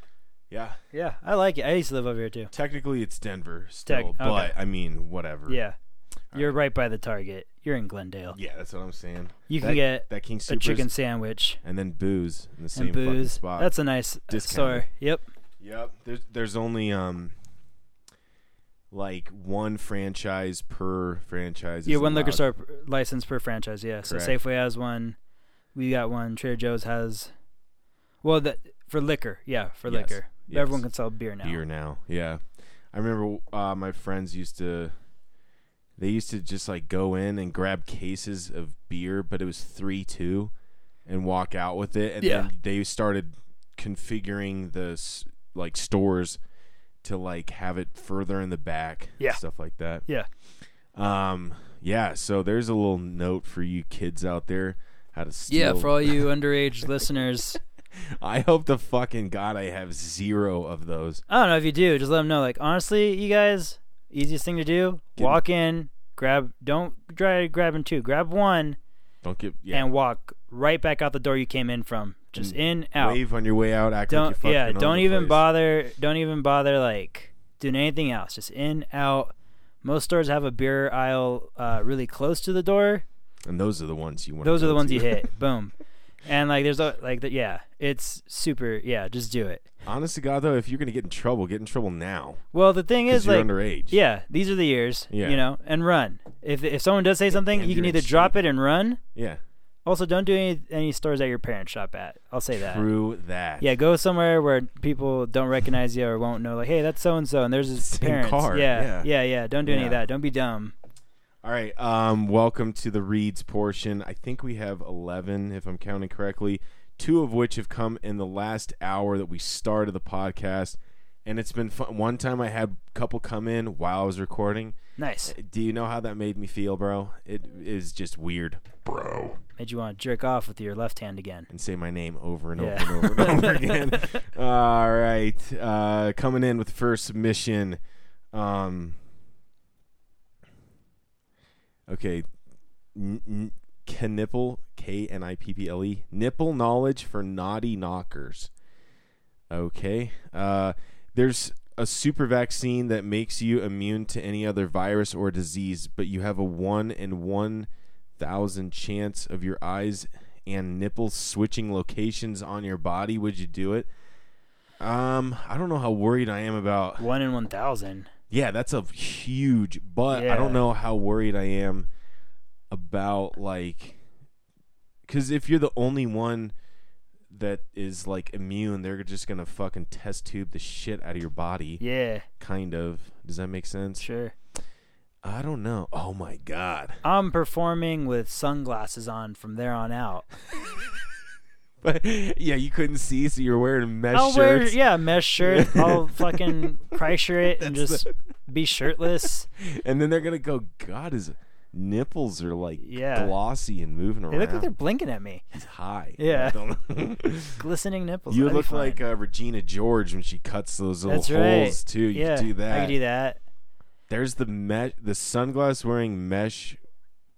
[SPEAKER 2] yeah.
[SPEAKER 4] Yeah, I like it. I used to live over here too.
[SPEAKER 2] Technically, it's Denver still,
[SPEAKER 4] Tec-
[SPEAKER 2] but
[SPEAKER 4] okay.
[SPEAKER 2] I mean, whatever.
[SPEAKER 4] Yeah. You're right by the Target. You're in Glendale.
[SPEAKER 2] Yeah, that's what I'm saying.
[SPEAKER 4] You
[SPEAKER 2] that,
[SPEAKER 4] can get
[SPEAKER 2] that King
[SPEAKER 4] a
[SPEAKER 2] Supers
[SPEAKER 4] chicken sandwich
[SPEAKER 2] and then booze in the same
[SPEAKER 4] and
[SPEAKER 2] fucking
[SPEAKER 4] booze.
[SPEAKER 2] spot.
[SPEAKER 4] That's a nice uh,
[SPEAKER 2] Discounted.
[SPEAKER 4] store. Yep.
[SPEAKER 2] Yep. There's there's only um like one franchise per franchise.
[SPEAKER 4] yeah,
[SPEAKER 2] is
[SPEAKER 4] one liquor
[SPEAKER 2] allowed.
[SPEAKER 4] store p- license per franchise. Yeah. So
[SPEAKER 2] Correct.
[SPEAKER 4] Safeway has one. We got one. Trader Joe's has. Well, that for liquor. Yeah, for
[SPEAKER 2] Yes.
[SPEAKER 4] liquor.
[SPEAKER 2] Yes.
[SPEAKER 4] Everyone can sell beer now.
[SPEAKER 2] beer now. Yeah, I remember uh, my friends used to. They used to just like go in and grab cases of beer, but it was three two, and walk out with it, and
[SPEAKER 4] Yeah.
[SPEAKER 2] then they started configuring the s- like stores to like have it further in the back,
[SPEAKER 4] Yeah.
[SPEAKER 2] stuff like that.
[SPEAKER 4] Yeah.
[SPEAKER 2] Um. Yeah. So there's a little note for you kids out there how to steal.
[SPEAKER 5] Yeah, for all you underage listeners,
[SPEAKER 2] I hope the fucking god I have zero of those.
[SPEAKER 4] I don't know if you do. Just let them know. Like honestly, you guys, easiest thing to do:
[SPEAKER 2] Get-
[SPEAKER 4] walk in, grab. Don't try grabbing two. Grab one
[SPEAKER 2] Don't get yeah. Mm.
[SPEAKER 4] and walk right back out the door you came in from. Just in out.
[SPEAKER 2] wave on your way out. Act like you
[SPEAKER 4] don't
[SPEAKER 2] fucking
[SPEAKER 4] yeah.
[SPEAKER 2] own
[SPEAKER 4] Don't
[SPEAKER 2] the
[SPEAKER 4] even
[SPEAKER 2] place.
[SPEAKER 4] bother. Don't even bother like doing anything else. Just in out. Most stores have a beer aisle uh, really close to the door.
[SPEAKER 2] And those are the ones you want.
[SPEAKER 4] Those are the ones you hit. Boom. And like there's a like the, yeah, it's super yeah. Just do it.
[SPEAKER 2] Honest to God, though, if you're gonna get in trouble, get in trouble now
[SPEAKER 4] Well, the thing
[SPEAKER 2] because
[SPEAKER 4] is
[SPEAKER 2] you're
[SPEAKER 4] like
[SPEAKER 2] underage.
[SPEAKER 4] Yeah, these are the years.
[SPEAKER 2] Yeah.
[SPEAKER 4] You know, and run. If if someone does say something,
[SPEAKER 2] and
[SPEAKER 4] you can
[SPEAKER 2] you're in
[SPEAKER 4] either drop it and run.
[SPEAKER 2] Yeah.
[SPEAKER 4] Also, don't do any any stores that your parents shop at. I'll say that.
[SPEAKER 2] Through that.
[SPEAKER 4] Yeah, go somewhere where people don't recognize you or won't know. Like, hey, that's so and so, and there's his
[SPEAKER 2] Same
[SPEAKER 4] parents.
[SPEAKER 2] car,
[SPEAKER 4] Yeah,
[SPEAKER 2] yeah.
[SPEAKER 4] yeah, yeah. Don't do any of
[SPEAKER 2] Yeah.
[SPEAKER 4] that. Don't be dumb.
[SPEAKER 2] All right. Um, welcome to the reads portion. I think we have eleven, if I'm counting correctly, two of which have come in the last hour that we started the podcast, and it's been fun. One time I had a couple come in while I was recording.
[SPEAKER 4] Nice.
[SPEAKER 2] Do you know how that made me feel, bro? It is just weird.
[SPEAKER 3] bro.
[SPEAKER 4] Made you want to jerk off with your left hand again.
[SPEAKER 2] and say my name over and
[SPEAKER 4] Yeah.
[SPEAKER 2] over and over and over again. All right, uh, coming in with the first submission. Um, okay, N- n- Knipple K N I P P L E nipple knowledge for naughty knockers. Okay, uh, there's a super vaccine that makes you immune to any other virus or disease, but you have a one in one thousand chance of your eyes and nipples switching locations on your body, would you do it? Um, I don't know how worried I am about.
[SPEAKER 4] One in one thousand.
[SPEAKER 2] Yeah, that's a huge, but I
[SPEAKER 4] Yeah.
[SPEAKER 2] don't know how worried I am about like cuz if you're the only one that is like immune, they're just going to fucking test tube the shit out of your body
[SPEAKER 4] Yeah,
[SPEAKER 2] kind of. Does that make sense?
[SPEAKER 4] sure.
[SPEAKER 2] I don't know. Oh my god.
[SPEAKER 4] I'm performing with sunglasses on from there on out.
[SPEAKER 2] But yeah, you couldn't see so you're wearing mesh
[SPEAKER 4] I'll
[SPEAKER 2] shirts.
[SPEAKER 4] wear yeah mesh shirt. I'll fucking Kreischer it and
[SPEAKER 2] That's
[SPEAKER 4] just be shirtless.
[SPEAKER 2] and then they're gonna go. God, his nipples are like
[SPEAKER 4] Yeah.
[SPEAKER 2] glossy and moving around.
[SPEAKER 4] They look like they're blinking at me.
[SPEAKER 2] He's high.
[SPEAKER 4] Yeah.
[SPEAKER 2] I don't know.
[SPEAKER 4] Glistening nipples.
[SPEAKER 2] you
[SPEAKER 4] That'd be
[SPEAKER 2] look like
[SPEAKER 4] fun.
[SPEAKER 2] uh, Regina George when she cuts those little
[SPEAKER 4] That's right.
[SPEAKER 2] holes too. You
[SPEAKER 4] yeah,
[SPEAKER 2] could do that.
[SPEAKER 4] I could do that.
[SPEAKER 2] There's the mesh, the sunglass wearing mesh,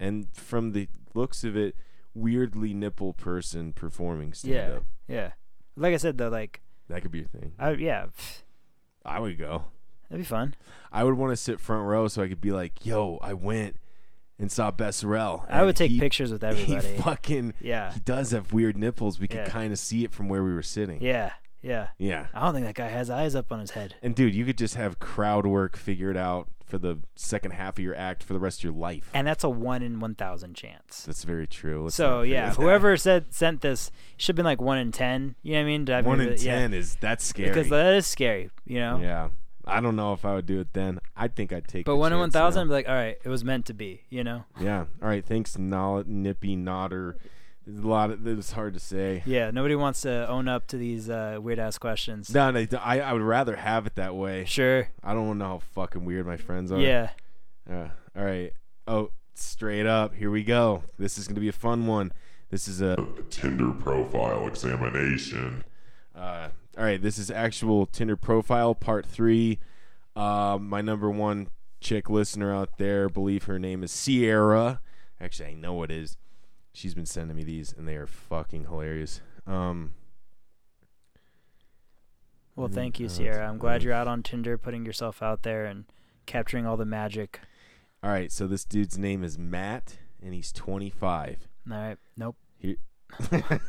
[SPEAKER 2] and from the looks of it, weirdly nipple person performing stand
[SPEAKER 4] Yeah.
[SPEAKER 2] up.
[SPEAKER 4] Yeah. Like I said though, like
[SPEAKER 2] That could be your thing.
[SPEAKER 4] I yeah, pff,
[SPEAKER 2] I would go.
[SPEAKER 4] that'd be fun.
[SPEAKER 2] I would want to sit front row so I could be like, "Yo, I went and saw Besserell."
[SPEAKER 4] I would
[SPEAKER 2] and
[SPEAKER 4] take
[SPEAKER 2] he-
[SPEAKER 4] pictures with
[SPEAKER 2] He
[SPEAKER 4] everybody.
[SPEAKER 2] fucking
[SPEAKER 4] yeah.
[SPEAKER 2] He does have weird nipples. We could
[SPEAKER 4] Yeah.
[SPEAKER 2] kind of see it from where we were sitting.
[SPEAKER 4] Yeah. Yeah.
[SPEAKER 2] Yeah.
[SPEAKER 4] I don't think that guy has eyes up on his head.
[SPEAKER 2] And dude, you could just have crowd work figured out for the second half of your act for the rest of your life.
[SPEAKER 4] And that's a one in one thousand chance.
[SPEAKER 2] That's very true. Let's not
[SPEAKER 4] So
[SPEAKER 2] forget
[SPEAKER 4] yeah,
[SPEAKER 2] that.
[SPEAKER 4] whoever said sent this should have been like one in ten. You know what I mean? To have
[SPEAKER 2] one
[SPEAKER 4] me-
[SPEAKER 2] in
[SPEAKER 4] yeah.
[SPEAKER 2] ten is that's scary.
[SPEAKER 4] Because that is scary, you know?
[SPEAKER 2] yeah, I don't know if I would do it then. I think I'd take.
[SPEAKER 4] But
[SPEAKER 2] the
[SPEAKER 4] one in one
[SPEAKER 2] chance
[SPEAKER 4] thousand, I'd
[SPEAKER 2] now.
[SPEAKER 4] be like, all right, it was meant to be, you know?
[SPEAKER 2] Yeah. All right. Thanks, Nol- Nippy Nodder. There's a lot. Of, it's hard to say.
[SPEAKER 4] Yeah, nobody wants to own up to these uh, weird ass questions.
[SPEAKER 2] No, no. I, I would rather have it that way.
[SPEAKER 4] Sure.
[SPEAKER 2] I don't want to know how fucking weird my friends are.
[SPEAKER 4] Yeah.
[SPEAKER 2] Uh, all right. Oh, straight up. Here we go. This is going to be a fun one. This is a.
[SPEAKER 3] Tinder profile examination.
[SPEAKER 2] Uh, all right. This is actual Tinder profile part three. Uh, my number one chick listener out there, believe her name is Sierra. Actually, I know it is. She's been sending me these, and they are fucking hilarious. Um,
[SPEAKER 4] Well,
[SPEAKER 2] Mm,
[SPEAKER 4] thank you,
[SPEAKER 2] uh,
[SPEAKER 4] Sierra. I'm glad
[SPEAKER 2] uh,
[SPEAKER 4] you're out on Tinder, putting yourself out there and capturing all the magic.
[SPEAKER 2] all right. So this dude's name is Matt, and he's 25.
[SPEAKER 4] All right. Nope.
[SPEAKER 2] He-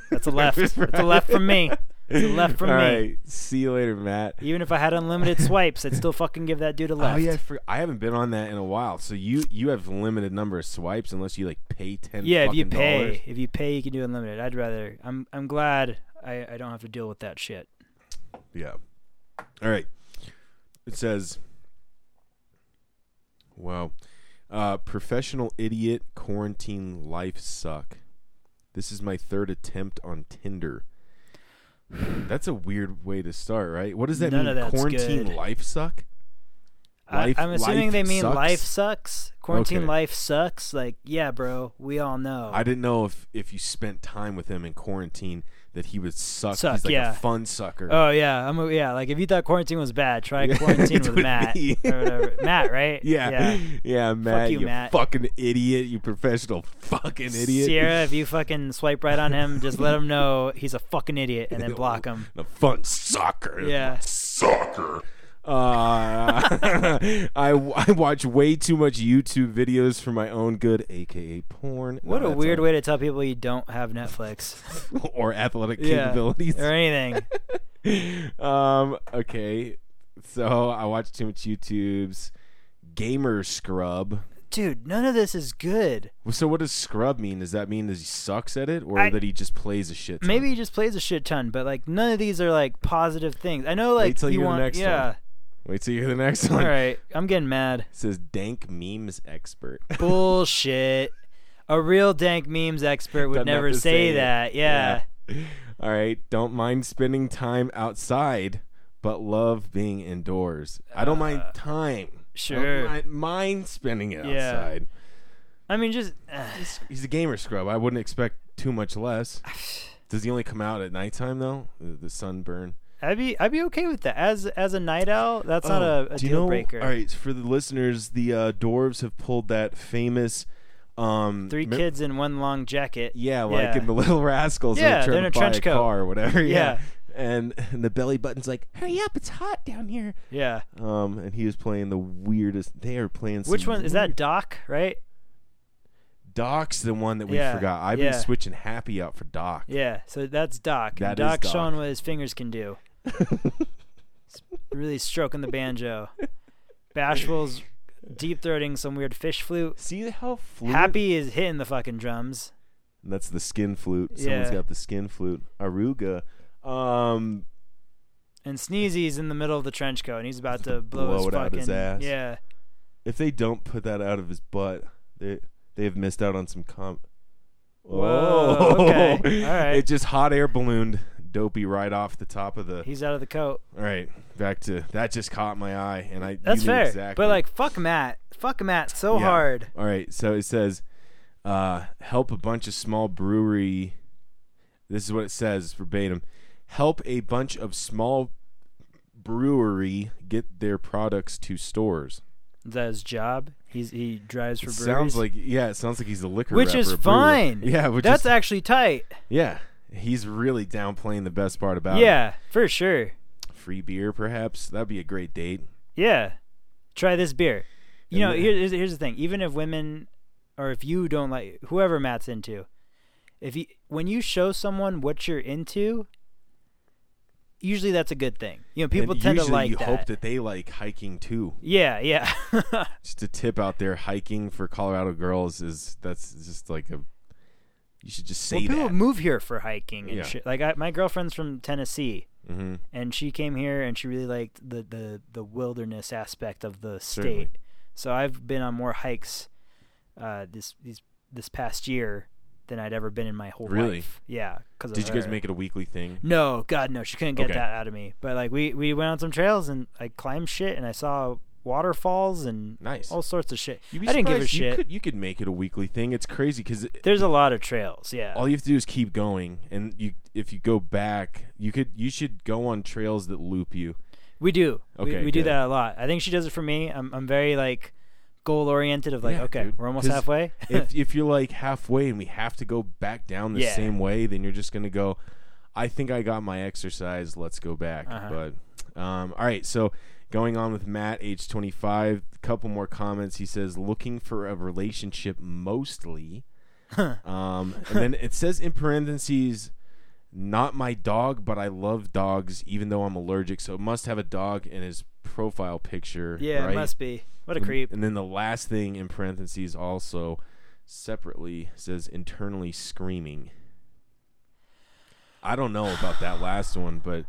[SPEAKER 4] That's a left. That's a left from me. It's a left from
[SPEAKER 2] All
[SPEAKER 4] me.
[SPEAKER 2] right. See you later, Matt.
[SPEAKER 4] Even if I had unlimited swipes, I'd still fucking give that dude a left.
[SPEAKER 2] Oh yeah, I, for, I haven't been on that in a while. So you you have limited number of swipes unless you like pay ten.
[SPEAKER 4] Yeah, if you
[SPEAKER 2] fucking
[SPEAKER 4] pay,
[SPEAKER 2] dollars.
[SPEAKER 4] if you pay, you can do unlimited. I'd rather. I'm. I'm glad I. I don't have to deal with that shit.
[SPEAKER 2] Yeah. All right. It says, "Wow, uh, professional idiot quarantine life suck." This is my third attempt on Tinder. That's a weird way to start, right? What does that mean?
[SPEAKER 4] None of that's
[SPEAKER 2] Quarantine
[SPEAKER 4] good.
[SPEAKER 2] life suck? Life-
[SPEAKER 4] I, I'm
[SPEAKER 2] life
[SPEAKER 4] assuming they mean
[SPEAKER 2] sucks?
[SPEAKER 4] life sucks. Quarantine
[SPEAKER 2] Okay.
[SPEAKER 4] life sucks. Like, yeah, bro, we all know.
[SPEAKER 2] I didn't know if if you spent time with him in quarantine that he would suck.
[SPEAKER 4] Suck,
[SPEAKER 2] He's like
[SPEAKER 4] yeah.
[SPEAKER 2] a fun sucker.
[SPEAKER 4] oh yeah, I'm a, yeah. Like, if you thought quarantine was bad, try
[SPEAKER 2] Yeah,
[SPEAKER 4] quarantine
[SPEAKER 2] it
[SPEAKER 4] with
[SPEAKER 2] would
[SPEAKER 4] Matt
[SPEAKER 2] be.
[SPEAKER 4] or whatever. Matt, right?
[SPEAKER 2] yeah. yeah, Matt,
[SPEAKER 4] you,
[SPEAKER 2] you
[SPEAKER 4] Matt.
[SPEAKER 2] fucking idiot, you professional fucking idiot.
[SPEAKER 4] Sierra, if you fucking swipe right on him, just let him know he's a fucking idiot and then block him.
[SPEAKER 2] a fun sucker.
[SPEAKER 4] Yeah.
[SPEAKER 3] Sucker.
[SPEAKER 2] Uh, I, I watch way too much YouTube videos for my own good, aka porn. No,
[SPEAKER 4] What a
[SPEAKER 2] that's
[SPEAKER 4] weird
[SPEAKER 2] not-
[SPEAKER 4] way to tell people you don't have Netflix
[SPEAKER 2] or athletic
[SPEAKER 4] Yeah.
[SPEAKER 2] capabilities.
[SPEAKER 4] or anything.
[SPEAKER 2] um. Okay. So I watch too much YouTube's gamer scrub.
[SPEAKER 4] Dude, none of this is good.
[SPEAKER 2] Well, So what does scrub mean? Does that mean that he sucks at it, or
[SPEAKER 4] I-
[SPEAKER 2] that he just plays a shit? ton?
[SPEAKER 4] Maybe he just plays a shit ton, but like none of these are like positive things. I know like
[SPEAKER 2] till you
[SPEAKER 4] you
[SPEAKER 2] hear the
[SPEAKER 4] want
[SPEAKER 2] next one.
[SPEAKER 4] yeah.
[SPEAKER 2] Wait till you hear the next one.
[SPEAKER 4] All right, I'm getting mad.
[SPEAKER 2] It says dank memes expert.
[SPEAKER 4] Bullshit. A real dank memes expert would
[SPEAKER 2] Doesn't have
[SPEAKER 4] never
[SPEAKER 2] to
[SPEAKER 4] say,
[SPEAKER 2] say it.
[SPEAKER 4] that. Yeah.
[SPEAKER 2] Yeah. All right. Don't mind spending time outside, but love being indoors. I don't mind time.
[SPEAKER 4] Uh, sure.
[SPEAKER 2] I don't mi- mind spending it
[SPEAKER 4] Yeah.
[SPEAKER 2] outside.
[SPEAKER 4] I mean, just uh,
[SPEAKER 2] He's a gamer scrub. I wouldn't expect too much less. Does he only come out at nighttime though? The the sunburn.
[SPEAKER 4] I'd be I'd be okay with that. As as a night owl, that's not
[SPEAKER 2] Oh,
[SPEAKER 4] a, a
[SPEAKER 2] do you
[SPEAKER 4] deal
[SPEAKER 2] know-
[SPEAKER 4] breaker.
[SPEAKER 2] All right, for the listeners, the uh, Dwarves have pulled that famous um,
[SPEAKER 4] Three
[SPEAKER 2] me-
[SPEAKER 4] kids in one long jacket.
[SPEAKER 2] Yeah, like
[SPEAKER 4] Yeah.
[SPEAKER 2] in the Little Rascals.
[SPEAKER 4] Yeah,
[SPEAKER 2] they're
[SPEAKER 4] they're
[SPEAKER 2] trying
[SPEAKER 4] in a
[SPEAKER 2] to buy
[SPEAKER 4] trench
[SPEAKER 2] a
[SPEAKER 4] coat.
[SPEAKER 2] car or whatever.
[SPEAKER 4] Yeah.
[SPEAKER 2] And, and the belly button's like, hurry up, it's hot down here.
[SPEAKER 4] Yeah.
[SPEAKER 2] Um, and he was playing the weirdest. They are playing. Some
[SPEAKER 4] Which one is
[SPEAKER 2] Mm-hmm.
[SPEAKER 4] that? Doc, right?
[SPEAKER 2] Doc's the one that we
[SPEAKER 4] Yeah,
[SPEAKER 2] forgot. I've
[SPEAKER 4] yeah.
[SPEAKER 2] been switching Happy out for Doc.
[SPEAKER 4] Yeah. So that's Doc.
[SPEAKER 2] That is
[SPEAKER 4] and Doc
[SPEAKER 2] Doc.
[SPEAKER 4] showing what his fingers can do. really stroking the banjo. Bashful's deep throating some weird fish flute.
[SPEAKER 2] See how fluid.
[SPEAKER 4] Happy is hitting the fucking drums.
[SPEAKER 2] And that's the skin flute. Someone's
[SPEAKER 4] Yeah.
[SPEAKER 2] got the skin flute. Aruga. Um,
[SPEAKER 4] And Sneezy's in the middle of the trench coat and he's about to blow,
[SPEAKER 2] Blow
[SPEAKER 4] his
[SPEAKER 2] it
[SPEAKER 4] fucking
[SPEAKER 2] out his ass.
[SPEAKER 4] Yeah.
[SPEAKER 2] if they don't put that out of his butt, they they have missed out on some com.
[SPEAKER 4] Whoa, okay. All right.
[SPEAKER 2] It just hot air ballooned dopey right off the top of the.
[SPEAKER 4] He's out of the coat.
[SPEAKER 2] All right, back to that. Just caught my eye, and I.
[SPEAKER 4] That's
[SPEAKER 2] you knew
[SPEAKER 4] fair.
[SPEAKER 2] Exactly.
[SPEAKER 4] But like fuck Matt. Fuck Matt so
[SPEAKER 2] Yeah.
[SPEAKER 4] hard.
[SPEAKER 2] All right, so it says, uh, help a bunch of small brewery. This is what it says verbatim: help a bunch of small brewery get their products to stores.
[SPEAKER 4] Is that his job? He's he drives for breweries.
[SPEAKER 2] Sounds like yeah, it sounds like he's a liquor.
[SPEAKER 4] which
[SPEAKER 2] rep
[SPEAKER 4] is
[SPEAKER 2] or a brewer.
[SPEAKER 4] fine.
[SPEAKER 2] Yeah, which
[SPEAKER 4] that's
[SPEAKER 2] is,
[SPEAKER 4] actually tight.
[SPEAKER 2] yeah. He's really downplaying the best part about it.
[SPEAKER 4] Yeah, for sure.
[SPEAKER 2] free beer, perhaps that'd be a great date.
[SPEAKER 4] Yeah. Try this beer.
[SPEAKER 2] And
[SPEAKER 4] You know,
[SPEAKER 2] the-
[SPEAKER 4] here- here's, here's the thing. Even if women, or if you don't like whoever Matt's into, if you when you show someone what you're into, usually that's a good thing. You know, people
[SPEAKER 2] and
[SPEAKER 4] tend to
[SPEAKER 2] usually
[SPEAKER 4] like
[SPEAKER 2] you
[SPEAKER 4] that.
[SPEAKER 2] hope that they like hiking too.
[SPEAKER 4] Yeah, yeah,
[SPEAKER 2] Just a tip out there: hiking for Colorado girls is that's just like a. You should just
[SPEAKER 4] well,
[SPEAKER 2] say
[SPEAKER 4] people
[SPEAKER 2] that.
[SPEAKER 4] move here for hiking and
[SPEAKER 2] Yeah.
[SPEAKER 4] shit. Like I, my girlfriend's from Tennessee,
[SPEAKER 2] hmm
[SPEAKER 4] and she came here and she really liked the the the wilderness aspect of the state.
[SPEAKER 2] Certainly.
[SPEAKER 4] So I've been on more hikes uh, this these this past year than I'd ever been in my whole
[SPEAKER 2] Really?
[SPEAKER 4] life. Yeah, because
[SPEAKER 2] Did you guys make it a weekly thing?
[SPEAKER 4] No, God, no. She couldn't get
[SPEAKER 2] Okay.
[SPEAKER 4] that out of me. But like we we went on some trails and I climbed shit and I saw waterfalls and
[SPEAKER 2] Nice.
[SPEAKER 4] all sorts of shit.
[SPEAKER 2] You'd be
[SPEAKER 4] I didn't give a
[SPEAKER 2] surprised. You
[SPEAKER 4] shit.
[SPEAKER 2] could, you could make it a weekly thing. It's crazy because
[SPEAKER 4] There's a lot of trails. Yeah.
[SPEAKER 2] all you have to do is keep going, and you if you go back, you could you should go on trails that loop you.
[SPEAKER 4] We do.
[SPEAKER 2] Okay,
[SPEAKER 4] we, we do
[SPEAKER 2] good.
[SPEAKER 4] that a lot. I think she does it for me. I'm I'm very like goal oriented of like
[SPEAKER 2] Yeah,
[SPEAKER 4] okay
[SPEAKER 2] dude.
[SPEAKER 4] we're almost
[SPEAKER 2] 'Cause
[SPEAKER 4] halfway.
[SPEAKER 2] if if you're like halfway and we have to go back down the
[SPEAKER 4] Yeah.
[SPEAKER 2] same way, then you're just gonna go. I think I got my exercise. Let's go back.
[SPEAKER 4] Uh-huh.
[SPEAKER 2] But um, all right. So going on with Matt, age 25. A couple more comments. He says looking for a relationship mostly. um, and then it says in parentheses. Not my dog, but I love dogs, even though I'm allergic. So it must have a dog in his profile picture.
[SPEAKER 4] yeah,
[SPEAKER 2] right?
[SPEAKER 4] it must be. What a
[SPEAKER 2] And-
[SPEAKER 4] creep.
[SPEAKER 2] And then the last thing in parentheses also separately says internally screaming. I don't know about that last one, but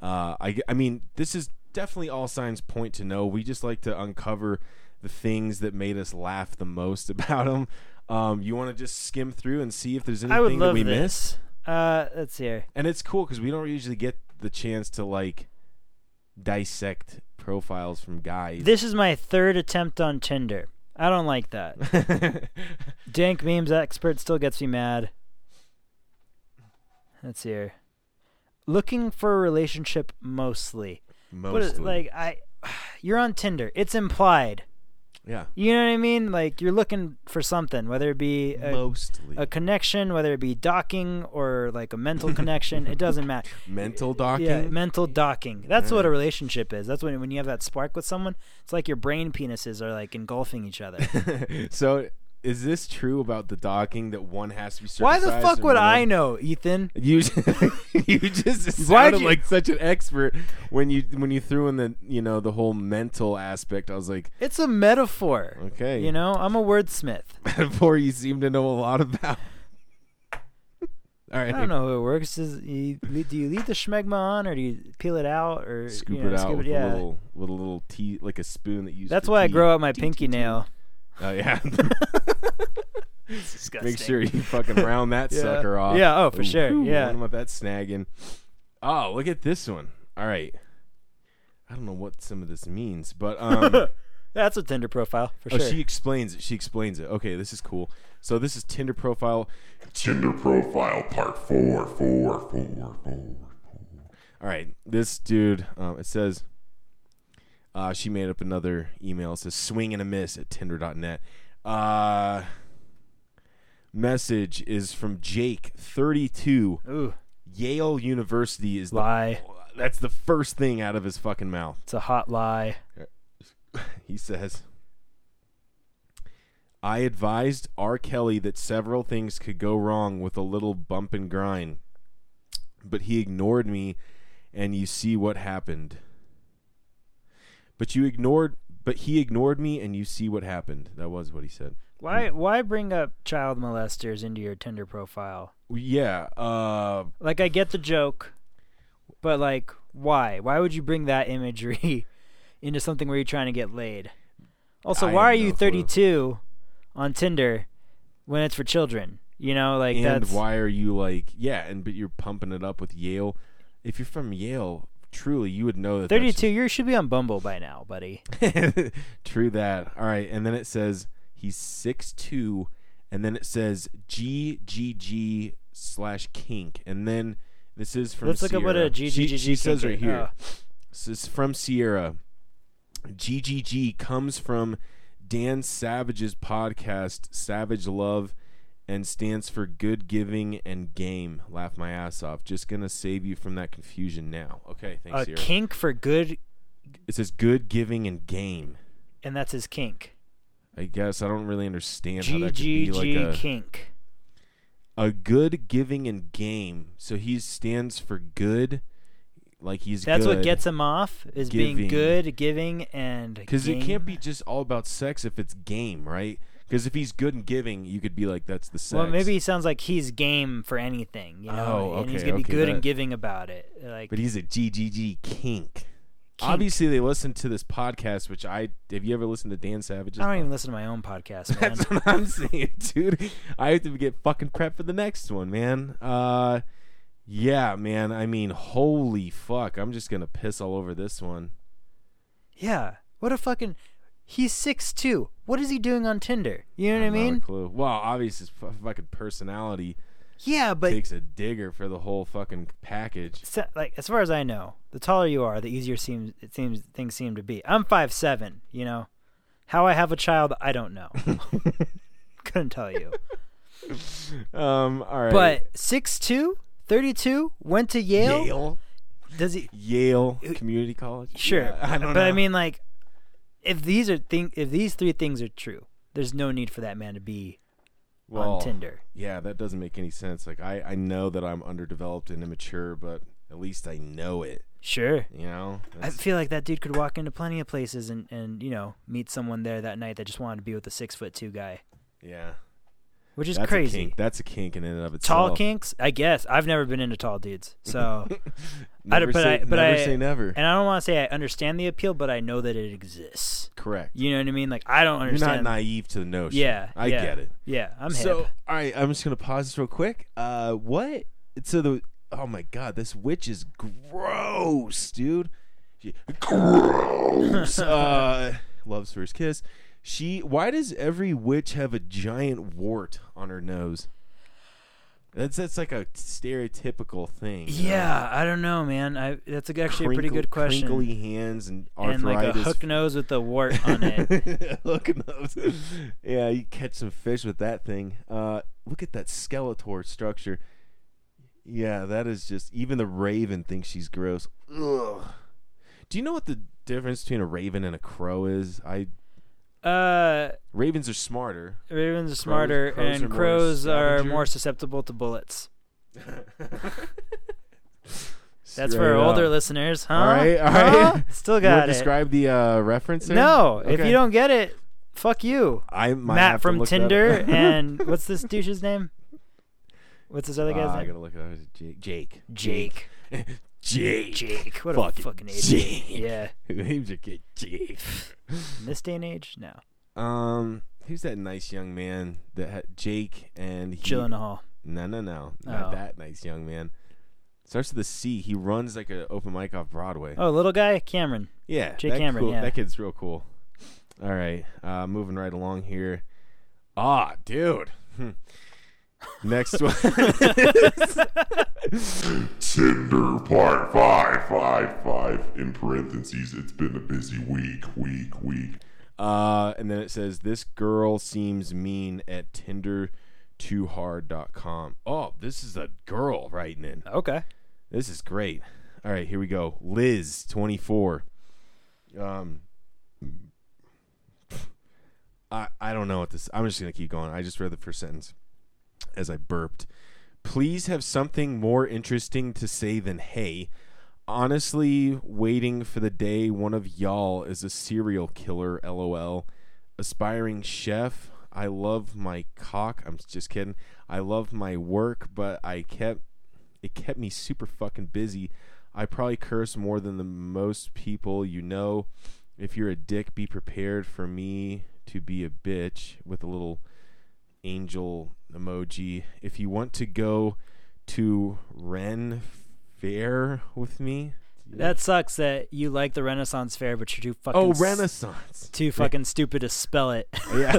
[SPEAKER 2] uh, I, I mean, this is definitely all signs point to no. We just like to uncover the things that made us laugh the most about them. Um, you want to just skim through and see if there's anything
[SPEAKER 4] I would
[SPEAKER 2] that
[SPEAKER 4] love
[SPEAKER 2] we
[SPEAKER 4] this.
[SPEAKER 2] miss?
[SPEAKER 4] Uh, let's hear.
[SPEAKER 2] and it's cool because we don't usually get the chance to like dissect profiles from guys.
[SPEAKER 4] This is my third attempt on Tinder. I don't like that. Dank memes expert still gets me mad. Let's hear. Looking for a relationship mostly. But
[SPEAKER 2] Mostly,
[SPEAKER 4] it- like I you're on Tinder. It's implied.
[SPEAKER 2] yeah,
[SPEAKER 4] You know what I mean? Like you're looking for something, whether it be a,
[SPEAKER 2] mostly
[SPEAKER 4] a connection, whether it be docking or like a mental connection, it doesn't matter.
[SPEAKER 2] mental docking.
[SPEAKER 4] Yeah, mental docking. That's what a
[SPEAKER 2] Alright.
[SPEAKER 4] relationship is. That's when when you have that spark with someone, it's like your brain penises are like engulfing each other.
[SPEAKER 2] so is this true about the docking that one has to be
[SPEAKER 4] Why
[SPEAKER 2] circumcised?
[SPEAKER 4] the fuck
[SPEAKER 2] and
[SPEAKER 4] would
[SPEAKER 2] one-
[SPEAKER 4] I know, Ethan?
[SPEAKER 2] You you just
[SPEAKER 4] Why'd
[SPEAKER 2] sounded
[SPEAKER 4] you-
[SPEAKER 2] like such an expert when you when you threw in the you know the whole mental aspect. I was like,
[SPEAKER 4] It's a metaphor.
[SPEAKER 2] okay,
[SPEAKER 4] You know, I'm a wordsmith.
[SPEAKER 2] metaphor you seem to know a lot about. All right,
[SPEAKER 4] I don't know who it works. Is you, do you leave the schmegma on, or do you peel it out, or
[SPEAKER 2] Scoop
[SPEAKER 4] you know,
[SPEAKER 2] it out
[SPEAKER 4] scoop
[SPEAKER 2] with
[SPEAKER 4] yeah.
[SPEAKER 2] a little with a little tea like a spoon that you. Use
[SPEAKER 4] That's
[SPEAKER 2] for
[SPEAKER 4] why I
[SPEAKER 2] tea.
[SPEAKER 4] grow out my
[SPEAKER 2] Tea,
[SPEAKER 4] pinky
[SPEAKER 2] tea, tea.
[SPEAKER 4] nail.
[SPEAKER 2] Oh yeah,
[SPEAKER 4] It's disgusting.
[SPEAKER 2] make sure you fucking round that
[SPEAKER 4] Yeah.
[SPEAKER 2] sucker off.
[SPEAKER 4] Yeah, oh, for
[SPEAKER 2] Ooh,
[SPEAKER 4] sure,
[SPEAKER 2] ooh,
[SPEAKER 4] yeah.
[SPEAKER 2] I don't know if that's snagging. Oh, look at this one. All right, I don't know what some of this means, but um.
[SPEAKER 4] That's a Tinder profile for
[SPEAKER 2] Oh,
[SPEAKER 4] sure.
[SPEAKER 2] she explains it. She explains it. Okay, this is cool. So this is Tinder profile.
[SPEAKER 3] Tinder profile part four, four, four, four.
[SPEAKER 2] All right, this dude. Um, it says uh, she made up another email. It says swing and a miss at Tinder.net. Uh, message is from Jake, 32,
[SPEAKER 4] Ooh,
[SPEAKER 2] Yale University. Is the,
[SPEAKER 4] lie.
[SPEAKER 2] that's the first thing out of his fucking mouth.
[SPEAKER 4] It's a hot lie.
[SPEAKER 2] He says, I advised R. Kelly that several things could go wrong with a little bump and grind, but he ignored me, and you see what happened. But you ignored, but he ignored me, and you see what happened. That was what he said. Hmm.
[SPEAKER 4] Why? Why bring up child molesters into your Tinder profile?
[SPEAKER 2] Yeah, uh,
[SPEAKER 4] Like, I get the joke, but like, why? Why would you bring that imagery into something where you're trying to get laid? Also,
[SPEAKER 2] I
[SPEAKER 4] why
[SPEAKER 2] have
[SPEAKER 4] are you
[SPEAKER 2] no clue.
[SPEAKER 4] 32 on Tinder when it's for children? You know, like
[SPEAKER 2] and
[SPEAKER 4] that's
[SPEAKER 2] why are you like, yeah, and but you're pumping it up with Yale. If you're from Yale, truly, you would know that. that's
[SPEAKER 4] 32. You should be on Bumble by now, buddy.
[SPEAKER 2] True that. All right, and then it says he's six two, and then it says GGG slash kink, and then this is from.
[SPEAKER 4] Let's look up what a
[SPEAKER 2] Sierra. She-
[SPEAKER 4] GGG
[SPEAKER 2] She says
[SPEAKER 4] kink
[SPEAKER 2] right
[SPEAKER 4] is.
[SPEAKER 2] here.
[SPEAKER 4] Oh.
[SPEAKER 2] This is from Sierra. GGG comes from Dan Savage's podcast, Savage Love, and stands for Good Giving and Game. Laugh my ass off. Just gonna save you from that confusion now. Okay, thanks,
[SPEAKER 4] A
[SPEAKER 2] Sierra.
[SPEAKER 4] kink for good,
[SPEAKER 2] It says Good Giving and Game.
[SPEAKER 4] and that's his kink.
[SPEAKER 2] I guess I don't really understand how that could be
[SPEAKER 4] GGG
[SPEAKER 2] like a,
[SPEAKER 4] kink.
[SPEAKER 2] a good giving and game. So he stands for good, like he's
[SPEAKER 4] That's
[SPEAKER 2] good.
[SPEAKER 4] what gets him off is
[SPEAKER 2] Giving.
[SPEAKER 4] being good, giving, and because
[SPEAKER 2] because it can't be just all about sex if it's game, right? Because if he's good and giving, you could be like that's the sex.
[SPEAKER 4] Well, maybe he sounds like he's game for anything, you know,
[SPEAKER 2] Oh,
[SPEAKER 4] and he's
[SPEAKER 2] okay,
[SPEAKER 4] gonna be
[SPEAKER 2] okay,
[SPEAKER 4] good and
[SPEAKER 2] that-
[SPEAKER 4] giving about it. Like,
[SPEAKER 2] but he's a GGG kink.
[SPEAKER 4] Kink.
[SPEAKER 2] Obviously, they listen to this podcast, which I have you ever listened to Dan Savage's?
[SPEAKER 4] I don't even
[SPEAKER 2] pod-
[SPEAKER 4] listen to my own podcast, man.
[SPEAKER 2] That's what I'm saying, dude. I have to get fucking prep for the next one, man. Uh, yeah, man. I mean, holy fuck! I'm just gonna piss all over this one.
[SPEAKER 4] yeah, what a fucking. He's six two. What is he doing on Tinder? You know what I
[SPEAKER 2] Not a
[SPEAKER 4] mean?
[SPEAKER 2] clue. Well, obviously, his fu- fucking personality
[SPEAKER 4] Yeah, but
[SPEAKER 2] takes a digger for the whole fucking package.
[SPEAKER 4] se- like as far as I know, the taller you are, the easier seems it seems things seem to be. I'm five seven. You know, how I have a child, I don't know. Couldn't tell you.
[SPEAKER 2] Um, all right.
[SPEAKER 4] But 6'2", 32, went to Yale.
[SPEAKER 2] Yale,
[SPEAKER 4] Does he?
[SPEAKER 2] Yale Community College.
[SPEAKER 4] Sure,
[SPEAKER 2] Yeah, I don't
[SPEAKER 4] but
[SPEAKER 2] know.
[SPEAKER 4] I mean, like, if these are thing, if these three things are true, there's no need for that man to be
[SPEAKER 2] Well,
[SPEAKER 4] on Tinder.
[SPEAKER 2] Yeah, that doesn't make any sense. Like, I I know that I'm underdeveloped and immature, but at least I know it.
[SPEAKER 4] Sure,
[SPEAKER 2] You know.
[SPEAKER 4] I
[SPEAKER 2] That's-
[SPEAKER 4] feel like that dude could walk into plenty of places and and you know meet someone there that night that just wanted to be with a six foot two guy,
[SPEAKER 2] yeah.
[SPEAKER 4] which is
[SPEAKER 2] That's A
[SPEAKER 4] crazy.
[SPEAKER 2] kink. That's a kink in and of itself.
[SPEAKER 4] Tall kinks, I guess. I've never been into tall dudes, so I
[SPEAKER 2] Never
[SPEAKER 4] don't- but
[SPEAKER 2] say,
[SPEAKER 4] I- but
[SPEAKER 2] never
[SPEAKER 4] I-
[SPEAKER 2] say never.
[SPEAKER 4] and I don't want to say I understand the appeal, but I know that it exists.
[SPEAKER 2] Correct.
[SPEAKER 4] You know what I mean? Like I don't
[SPEAKER 2] You're
[SPEAKER 4] understand.
[SPEAKER 2] not naive to the notion.
[SPEAKER 4] Yeah,
[SPEAKER 2] I
[SPEAKER 4] yeah,
[SPEAKER 2] get it.
[SPEAKER 4] Yeah, I'm hip.
[SPEAKER 2] so, all right, I'm just gonna pause this real quick. Uh, what so the oh my god, this witch is gross, dude. She, gross. uh, love's first kiss. She. Why does every witch have a giant wart on her nose? That's that's like a stereotypical thing. you know?
[SPEAKER 4] Yeah, I don't know, man. I that's a- actually a pretty
[SPEAKER 2] Crinkle-
[SPEAKER 4] good question.
[SPEAKER 2] Crinkly hands and
[SPEAKER 4] and
[SPEAKER 2] arthritis.
[SPEAKER 4] like a hook nose with a wart on it.
[SPEAKER 2] Look at those. Yeah, you catch some fish with that thing. Uh, look at that skeletor structure. Yeah, that is just. Even the raven thinks she's gross. Ugh. Do you know what the difference between a raven and a crow is? I
[SPEAKER 4] Uh,
[SPEAKER 2] ravens are smarter.
[SPEAKER 4] ravens are smarter,
[SPEAKER 2] crows are
[SPEAKER 4] and
[SPEAKER 2] more
[SPEAKER 4] crows are
[SPEAKER 2] scavenger.
[SPEAKER 4] more susceptible to bullets. That's
[SPEAKER 2] Straight
[SPEAKER 4] for our older
[SPEAKER 2] up.
[SPEAKER 4] listeners, huh?
[SPEAKER 2] All right, all
[SPEAKER 4] Huh?
[SPEAKER 2] right.
[SPEAKER 4] Still
[SPEAKER 2] You wanna
[SPEAKER 4] got it.
[SPEAKER 2] Describe the uh, reference. there?
[SPEAKER 4] No, if
[SPEAKER 2] Okay.
[SPEAKER 4] you don't get it, fuck you,
[SPEAKER 2] I might have
[SPEAKER 4] Matt
[SPEAKER 2] to
[SPEAKER 4] from
[SPEAKER 2] look that
[SPEAKER 4] Tinder.
[SPEAKER 2] up.
[SPEAKER 4] and what's this douche's name? What's this other
[SPEAKER 2] Ah,
[SPEAKER 4] guy's
[SPEAKER 2] I
[SPEAKER 4] name?
[SPEAKER 2] gotta look it up. Jake. Jake.
[SPEAKER 4] Jake.
[SPEAKER 2] Jake.
[SPEAKER 4] Jake. What
[SPEAKER 2] Fucking
[SPEAKER 4] a fucking idiot.
[SPEAKER 2] Jake.
[SPEAKER 4] Yeah.
[SPEAKER 2] Who names your kid Jake?
[SPEAKER 4] In this day and age, no.
[SPEAKER 2] Um, who's that nice young man that had Jake and he,
[SPEAKER 4] Gyllenhaal.
[SPEAKER 2] No, no, no, not
[SPEAKER 4] Oh.
[SPEAKER 2] that nice young man. Starts with a C. He runs like an open mic off Broadway.
[SPEAKER 4] Oh, little guy, Cameron.
[SPEAKER 2] yeah,
[SPEAKER 4] Jake
[SPEAKER 2] that
[SPEAKER 4] Cameron,
[SPEAKER 2] cool-
[SPEAKER 4] yeah.
[SPEAKER 2] that kid's real cool. All right, uh, moving right along here. Ah, dude. Hmm. Next one.
[SPEAKER 3] Tinder part 555 in parentheses. It's been a busy week, week, week.
[SPEAKER 2] Uh, and then it says, This girl seems mean at tindertoohard.com. Oh, this is a girl writing in.
[SPEAKER 4] Okay.
[SPEAKER 2] This is great. All right, here we go. Liz, 24. Um, I, I don't know what this I'm just going to keep going. I just read the first sentence as I burped. Please have something more interesting to say than hey. Honestly, waiting for the day one of y'all is a serial killer, lol. Aspiring chef, I love my cock. I'm just kidding. I love my work, but I kept it kept me super fucking busy. I probably curse more than the most people you know. If you're a dick, be prepared for me to be a bitch with a little angel emoji. If you want to go to Ren Fair with me,
[SPEAKER 4] That sucks that you like the Renaissance Fair, but you're too fucking
[SPEAKER 2] oh
[SPEAKER 4] s-
[SPEAKER 2] Renaissance.
[SPEAKER 4] too fucking stupid to spell it.
[SPEAKER 2] yeah,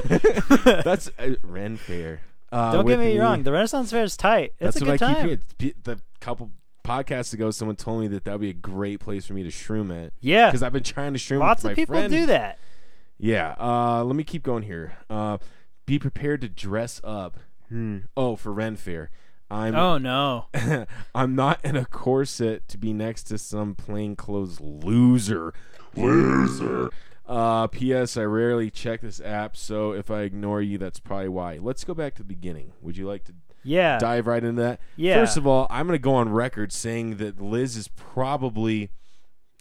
[SPEAKER 2] that's uh, Ren Fair. Uh,
[SPEAKER 4] Don't get
[SPEAKER 2] with
[SPEAKER 4] me, wrong. The Renaissance Fair is tight. It's
[SPEAKER 2] That's what
[SPEAKER 4] a good
[SPEAKER 2] I
[SPEAKER 4] time.
[SPEAKER 2] keep hearing. P- The couple podcasts ago, someone told me that that would be a great place for me to shroom at.
[SPEAKER 4] Yeah.
[SPEAKER 2] because I've been trying to stream.
[SPEAKER 4] Lots
[SPEAKER 2] with my
[SPEAKER 4] of people
[SPEAKER 2] friend.
[SPEAKER 4] do that.
[SPEAKER 2] Yeah. Uh, let me keep going here. Uh, be prepared to dress up. Hmm. Oh, for Ren Fair. I'm
[SPEAKER 4] Oh no.
[SPEAKER 2] I'm not in a corset to be next to some plainclothes loser.
[SPEAKER 3] Loser.
[SPEAKER 2] Uh, P.S. I rarely check this app, so if I ignore you, that's probably why. Let's go back to the beginning. Would you like to
[SPEAKER 4] Yeah.
[SPEAKER 2] dive right into that?
[SPEAKER 4] Yeah.
[SPEAKER 2] First of all, I'm going to go on record saying that Liz is probably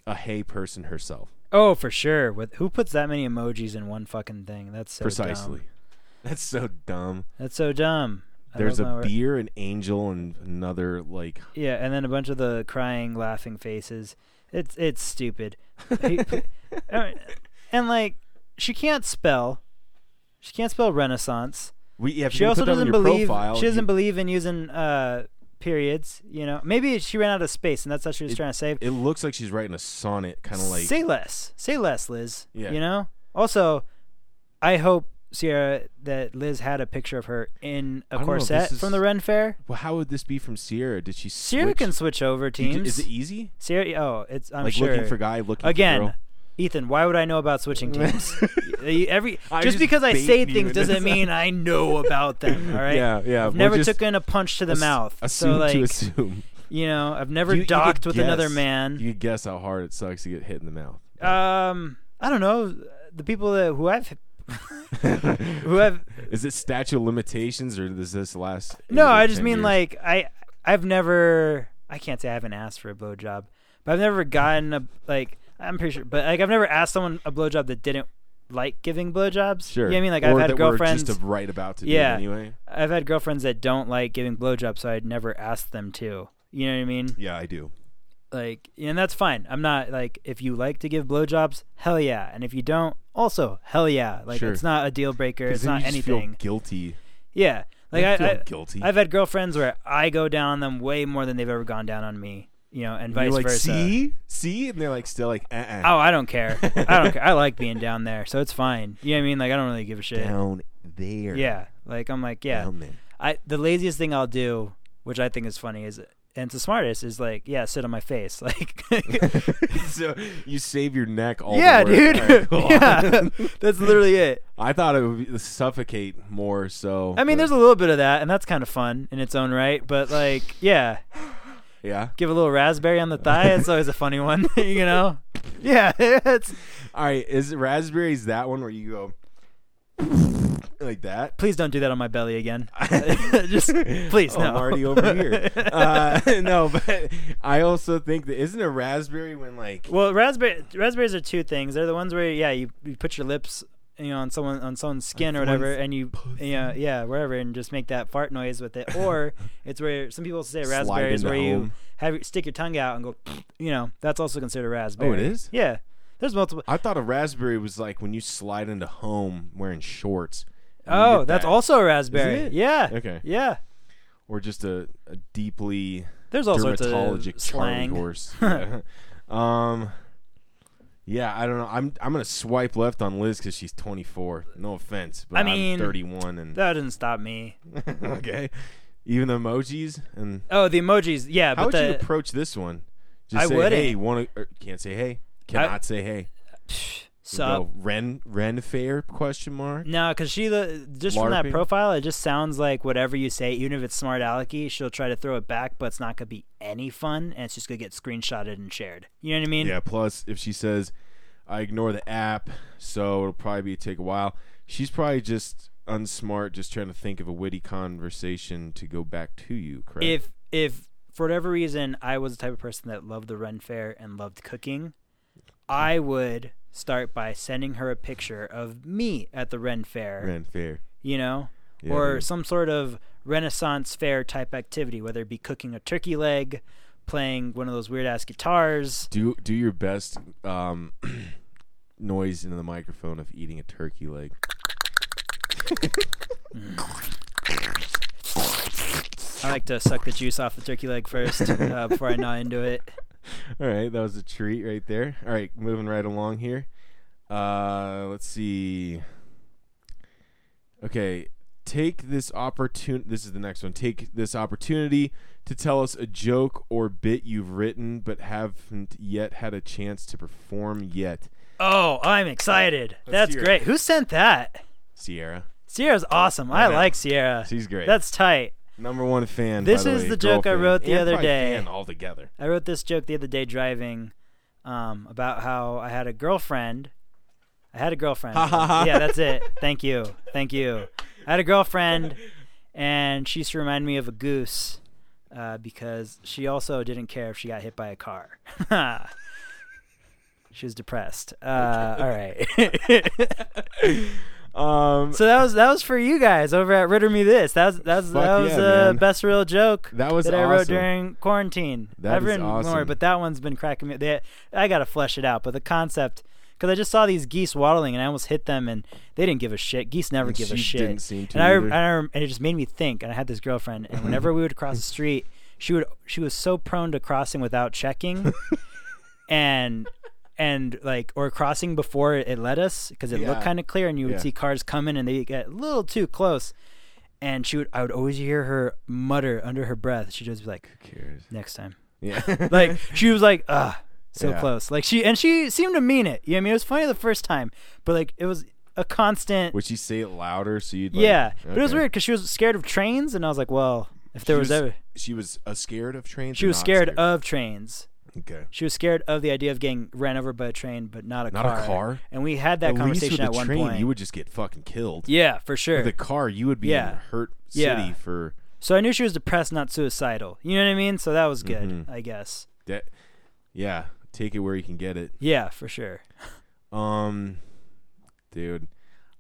[SPEAKER 2] a hay person herself.
[SPEAKER 4] oh, for sure. With who puts that many emojis in one fucking thing? That's so
[SPEAKER 2] Precisely.
[SPEAKER 4] dumb.
[SPEAKER 2] That's so dumb.
[SPEAKER 4] That's so dumb. I
[SPEAKER 2] There's
[SPEAKER 4] love my
[SPEAKER 2] a
[SPEAKER 4] work.
[SPEAKER 2] beer, an angel, and another like.
[SPEAKER 4] Yeah, and then a bunch of the crying, laughing faces. It's it's stupid. He- I mean, and like, she can't spell. She can't spell Renaissance.
[SPEAKER 2] We, yeah, if
[SPEAKER 4] She
[SPEAKER 2] you
[SPEAKER 4] also
[SPEAKER 2] put that on
[SPEAKER 4] doesn't
[SPEAKER 2] your
[SPEAKER 4] believe
[SPEAKER 2] Profile,
[SPEAKER 4] she doesn't
[SPEAKER 2] you-
[SPEAKER 4] believe in using uh, periods. You know, maybe she ran out of space, and that's how she was trying to save.
[SPEAKER 2] It looks like she's writing a sonnet, kind of like.
[SPEAKER 4] say less, say less, Liz.
[SPEAKER 2] Yeah.
[SPEAKER 4] You know. Also, I hope Sierra that Liz had a picture of her in
[SPEAKER 2] I
[SPEAKER 4] a
[SPEAKER 2] don't know if
[SPEAKER 4] corset
[SPEAKER 2] this is-
[SPEAKER 4] from the Ren Fair.
[SPEAKER 2] well, how would this be from Sierra? Did she?
[SPEAKER 4] Sierra
[SPEAKER 2] switch?
[SPEAKER 4] can switch over
[SPEAKER 2] Did you-
[SPEAKER 4] teams.
[SPEAKER 2] Is it easy?
[SPEAKER 4] Sierra, oh, it's I'm
[SPEAKER 2] like
[SPEAKER 4] sure.
[SPEAKER 2] looking for guy, looking
[SPEAKER 4] Again,
[SPEAKER 2] for girl.
[SPEAKER 4] Ethan, why would I know about switching teams? You- Every
[SPEAKER 2] I
[SPEAKER 4] just,
[SPEAKER 2] just
[SPEAKER 4] because I
[SPEAKER 2] bait
[SPEAKER 4] say
[SPEAKER 2] you
[SPEAKER 4] things
[SPEAKER 2] into
[SPEAKER 4] doesn't
[SPEAKER 2] something.
[SPEAKER 4] mean I know about them. All right.
[SPEAKER 2] Yeah, yeah,
[SPEAKER 4] I've
[SPEAKER 2] we're
[SPEAKER 4] never
[SPEAKER 2] just
[SPEAKER 4] taken a punch to the
[SPEAKER 2] Ass-
[SPEAKER 4] mouth.
[SPEAKER 2] Assume
[SPEAKER 4] so like,
[SPEAKER 2] to assume.
[SPEAKER 4] you know, I've never
[SPEAKER 2] You- you could
[SPEAKER 4] docked with another
[SPEAKER 2] guess.
[SPEAKER 4] man.
[SPEAKER 2] You could guess how hard it sucks to get hit in the mouth.
[SPEAKER 4] um, I don't know the people that who I've who I've
[SPEAKER 2] Is it statute of limitations or is this last?
[SPEAKER 4] no.
[SPEAKER 2] eight or
[SPEAKER 4] I just
[SPEAKER 2] 10
[SPEAKER 4] mean
[SPEAKER 2] years?
[SPEAKER 4] like I I've never I can't say I haven't asked for a blowjob, but I've never gotten a like I'm pretty sure, but like I've never asked someone a blowjob that didn't like giving blowjobs.
[SPEAKER 2] Sure.
[SPEAKER 4] You know what I mean? Like
[SPEAKER 2] or
[SPEAKER 4] I've had
[SPEAKER 2] that
[SPEAKER 4] girlfriends.
[SPEAKER 2] We're just right about to
[SPEAKER 4] Yeah.
[SPEAKER 2] do it anyway.
[SPEAKER 4] I've had girlfriends that don't like giving blowjobs, so I'd never ask them to. You know what I mean?
[SPEAKER 2] Yeah, I do.
[SPEAKER 4] Like, and that's fine. I'm not like if you like to give blowjobs, hell yeah, and if you don't, also hell yeah. Like
[SPEAKER 2] Sure.
[SPEAKER 4] it's not a deal breaker. It's
[SPEAKER 2] then
[SPEAKER 4] not
[SPEAKER 2] you just feel
[SPEAKER 4] anything.
[SPEAKER 2] guilty.
[SPEAKER 4] Yeah. Like I,
[SPEAKER 2] feel
[SPEAKER 4] I
[SPEAKER 2] guilty.
[SPEAKER 4] I've had girlfriends where I go down on them way more than they've ever gone down on me. You know, and
[SPEAKER 2] And
[SPEAKER 4] vice
[SPEAKER 2] you're like,
[SPEAKER 4] versa.
[SPEAKER 2] see, see, and they're like, still like, uh, uh
[SPEAKER 4] Oh, I don't care. I don't care. I like being down there, so it's fine. You know what I mean? Like I don't really give a shit.
[SPEAKER 2] down there.
[SPEAKER 4] Yeah. Like I'm like, yeah.
[SPEAKER 2] down there.
[SPEAKER 4] I the laziest thing I'll do, which I think is funny, is and it's the smartest, is like, yeah, sit on my face. Like
[SPEAKER 2] so you save your neck all. the
[SPEAKER 4] Yeah,
[SPEAKER 2] work.
[SPEAKER 4] dude.
[SPEAKER 2] All right, cool.
[SPEAKER 4] yeah. That's literally it.
[SPEAKER 2] I thought it would be, suffocate more. So
[SPEAKER 4] I mean,
[SPEAKER 2] but-
[SPEAKER 4] there's a little bit of that, and that's kind of fun in its own right. But like, yeah,
[SPEAKER 2] yeah.
[SPEAKER 4] give a little raspberry on the thigh. It's always a funny one, you know. Yeah, it's
[SPEAKER 2] All right, is it raspberries that one where you go like that?
[SPEAKER 4] please don't do that on my belly again. Just please,
[SPEAKER 2] Oh,
[SPEAKER 4] no.
[SPEAKER 2] I'm already over here. uh, no, but I also think that isn't a raspberry when like
[SPEAKER 4] Well, raspberry raspberries are two things. They're the ones where yeah, you, you put your lips you know on someone on someone's skin or whatever, and you yeah yeah wherever, and just make that fart noise with it. Or it's where some people say
[SPEAKER 2] Slide
[SPEAKER 4] raspberries
[SPEAKER 2] into
[SPEAKER 4] where you
[SPEAKER 2] home.
[SPEAKER 4] have your- stick your tongue out and go, you know, that's also considered a raspberry.
[SPEAKER 2] Oh, is?
[SPEAKER 4] Yeah, there's multiple.
[SPEAKER 2] I thought a raspberry was like when you slide into home wearing shorts. and you
[SPEAKER 4] Oh,
[SPEAKER 2] get
[SPEAKER 4] that's
[SPEAKER 2] that.
[SPEAKER 4] also a raspberry.
[SPEAKER 2] Is it?
[SPEAKER 4] Yeah.
[SPEAKER 2] Okay.
[SPEAKER 4] Yeah.
[SPEAKER 2] or just a, a deeply
[SPEAKER 4] There's all sorts of
[SPEAKER 2] dermatologic charming
[SPEAKER 4] slang.
[SPEAKER 2] horse. Yeah. um, yeah, I don't know. I'm I'm gonna swipe left on Liz because she's 24. No offense, but
[SPEAKER 4] I
[SPEAKER 2] I
[SPEAKER 4] mean,
[SPEAKER 2] am 31 and
[SPEAKER 4] That didn't stop me.
[SPEAKER 2] okay. Even the emojis and
[SPEAKER 4] Oh, the emojis. Yeah,
[SPEAKER 2] how
[SPEAKER 4] but
[SPEAKER 2] would
[SPEAKER 4] the
[SPEAKER 2] you approach this one? Just
[SPEAKER 4] I
[SPEAKER 2] say
[SPEAKER 4] wouldn't.
[SPEAKER 2] hey, want to can't say hey, cannot say hey.
[SPEAKER 4] sub.
[SPEAKER 2] Go, Ren Ren fair question mark.
[SPEAKER 4] No, because she the- just from that
[SPEAKER 2] LARPing?
[SPEAKER 4] profile, it just sounds like whatever you say, even if it's smart alecky, she'll try to throw it back, but it's not gonna be any fun, and it's just gonna get screenshotted and shared. You know what I mean?
[SPEAKER 2] Yeah. Plus, if she says I ignore the app, so it'll probably be take a while. She's probably just unsmart, just trying to think of a witty conversation to go back to you. Correct.
[SPEAKER 4] If if for whatever reason I was the type of person that loved the Ren Fair and loved cooking, I would start by sending her a picture of me at the Ren Fair.
[SPEAKER 2] Ren fair.
[SPEAKER 4] you know,
[SPEAKER 2] Yeah,
[SPEAKER 4] or
[SPEAKER 2] dude.
[SPEAKER 4] some sort of Renaissance fair type activity, whether it be cooking a turkey leg, playing one of those weird ass guitars.
[SPEAKER 2] Do do your best um, noise into the microphone of eating a turkey leg.
[SPEAKER 4] I like to suck the juice off the turkey leg first uh, before I gnaw into it.
[SPEAKER 2] All right, that was a treat right there. All right, moving right along here. Uh, let's see. Okay, take this opportunity. This is the next one. Take this opportunity to tell us a joke or bit you've written but haven't yet had a chance to perform yet.
[SPEAKER 4] Oh, I'm excited. That's
[SPEAKER 2] hear it.
[SPEAKER 4] great. Who sent that?
[SPEAKER 2] Sierra,
[SPEAKER 4] Sierra's awesome. I,
[SPEAKER 2] know.
[SPEAKER 4] like Sierra.
[SPEAKER 2] she's great.
[SPEAKER 4] That's tight.
[SPEAKER 2] number one fan.
[SPEAKER 4] This
[SPEAKER 2] by the
[SPEAKER 4] is
[SPEAKER 2] way,
[SPEAKER 4] the
[SPEAKER 2] girl
[SPEAKER 4] joke I
[SPEAKER 2] fan,
[SPEAKER 4] wrote the
[SPEAKER 2] and
[SPEAKER 4] other
[SPEAKER 2] probably
[SPEAKER 4] day.
[SPEAKER 2] Fan altogether.
[SPEAKER 4] I wrote this joke the other day driving um, about how I had a girlfriend. I had a girlfriend. yeah, that's it. Thank you. Thank you. I had a girlfriend, and she used to remind me of a goose uh, because she also didn't care if she got hit by a car. she was depressed. Uh, all right.
[SPEAKER 2] Um,
[SPEAKER 4] so that was that was for you guys over at Ritter Me This. That was that was, that
[SPEAKER 2] Fuck
[SPEAKER 4] was
[SPEAKER 2] yeah,
[SPEAKER 4] the
[SPEAKER 2] man.
[SPEAKER 4] best real joke
[SPEAKER 2] That was
[SPEAKER 4] that I wrote
[SPEAKER 2] awesome.
[SPEAKER 4] during quarantine.
[SPEAKER 2] That
[SPEAKER 4] I've
[SPEAKER 2] is
[SPEAKER 4] written more,
[SPEAKER 2] awesome.
[SPEAKER 4] but that one's been cracking me. They, I gotta flesh it out, but the concept because I just saw these geese waddling and I almost hit them and they didn't give a shit. Geese never give a
[SPEAKER 2] she
[SPEAKER 4] shit.
[SPEAKER 2] didn't seem to
[SPEAKER 4] and I,
[SPEAKER 2] either.
[SPEAKER 4] and, I, rem- and it just made me think. And I had this girlfriend, and whenever we would cross the street, she would she was so prone to crossing without checking, and and like or crossing before it let us because it looked
[SPEAKER 2] Yeah.
[SPEAKER 4] kind of clear and you would
[SPEAKER 2] Yeah.
[SPEAKER 4] see cars coming and they get a little too close and she would i would always hear her mutter under her breath she'd just be like
[SPEAKER 2] who cares?
[SPEAKER 4] next time
[SPEAKER 2] Yeah.
[SPEAKER 4] like she was like ah so
[SPEAKER 2] Yeah.
[SPEAKER 4] close like she and she seemed to mean it you know what i mean it was funny the first time but like it was a constant
[SPEAKER 2] Would she say it louder so you'd? Like,
[SPEAKER 4] yeah but it was
[SPEAKER 2] okay.
[SPEAKER 4] weird because she was scared of trains and i was like well if there
[SPEAKER 2] She
[SPEAKER 4] was, ever
[SPEAKER 2] she was uh, scared of trains.
[SPEAKER 4] she
[SPEAKER 2] or
[SPEAKER 4] was
[SPEAKER 2] not
[SPEAKER 4] scared of trains
[SPEAKER 2] okay.
[SPEAKER 4] she was scared of the idea of getting ran over by a train, but not a
[SPEAKER 2] Not a
[SPEAKER 4] car.
[SPEAKER 2] car?
[SPEAKER 4] And we had that
[SPEAKER 2] at
[SPEAKER 4] conversation
[SPEAKER 2] least with
[SPEAKER 4] at
[SPEAKER 2] the
[SPEAKER 4] one
[SPEAKER 2] train,
[SPEAKER 4] point.
[SPEAKER 2] you would just get fucking killed.
[SPEAKER 4] yeah, for sure.
[SPEAKER 2] With the car, you would be
[SPEAKER 4] Yeah.
[SPEAKER 2] in Hurt City
[SPEAKER 4] Yeah.
[SPEAKER 2] for
[SPEAKER 4] So I knew she was depressed, not suicidal. You know what I mean? So that was good,
[SPEAKER 2] Mm-hmm.
[SPEAKER 4] I guess.
[SPEAKER 2] that. Yeah, take it where you can get it.
[SPEAKER 4] Yeah, for sure.
[SPEAKER 2] Um, dude,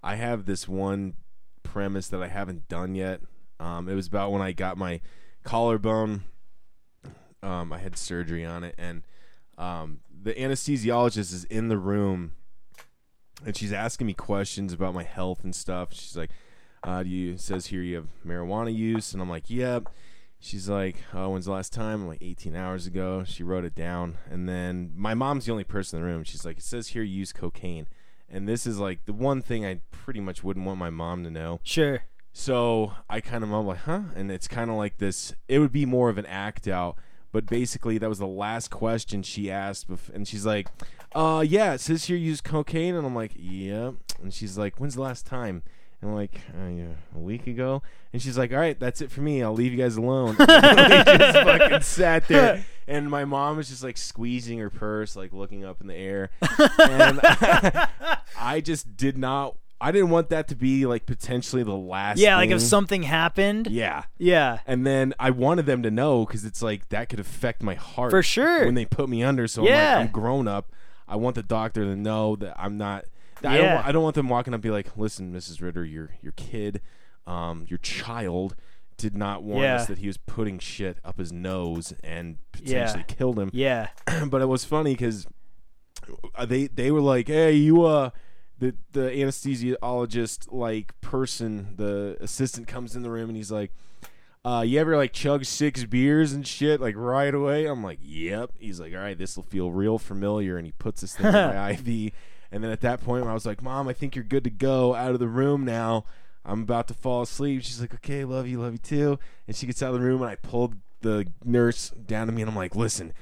[SPEAKER 2] I have this one premise that I haven't done yet. Um, it was about when I got my collarbone. Um, I had surgery on it, and um, the anesthesiologist is in the room, and she's asking me questions about my health and stuff. She's like, Uh, do you it says here you have marijuana use, and I'm like, yep. She's like, oh, when's the last time? I'm like, 18 hours ago. She wrote it down, and then my mom's the only person in the room. She's like, it says here you use cocaine, and this is like the one thing I pretty much wouldn't want my mom to know.
[SPEAKER 4] Sure.
[SPEAKER 2] So I kind of am like, huh? And it's kind of like this. It would be more of an act out, but basically that was the last question she asked, bef- and she's like, "Uh, yeah, it says here you use cocaine," and I'm like, "Yeah," and she's like, "When's the last time?" And I'm like, uh, yeah, "A week ago," and she's like, "All right, that's it for me. I'll leave you guys alone." And we just fucking sat there, and my mom was just like squeezing her purse, like looking up in the air, and I just did not. I didn't want that to be like potentially the last.
[SPEAKER 4] Yeah, like if
[SPEAKER 2] thing.
[SPEAKER 4] something happened.
[SPEAKER 2] Yeah,
[SPEAKER 4] Yeah.
[SPEAKER 2] and then I wanted them to know because it's like that could affect my heart
[SPEAKER 4] For sure.
[SPEAKER 2] when they put me under. So I'm,
[SPEAKER 4] Yeah.
[SPEAKER 2] like, I'm grown up. I want the doctor to know that I'm not. that I, don't,
[SPEAKER 4] Yeah.
[SPEAKER 2] wa- I don't want them walking up and be like, "Listen, Mrs. Ritter, your your kid, um, your child." Did not warn
[SPEAKER 4] Yeah.
[SPEAKER 2] us that he was putting shit up his nose and potentially killed him
[SPEAKER 4] Yeah.
[SPEAKER 2] but it was funny because they they were like, "Hey, you uh." The, the anesthesiologist like person the assistant comes in the room and he's like uh you ever like chug six beers and shit like right away i'm like yep he's like all right this will feel real familiar and he puts this thing in my iv and then at that point i was like mom i think you're good to go out of the room now i'm about to fall asleep she's like okay love you love you too and she gets out of the room and i pulled the nurse down to me and i'm like listen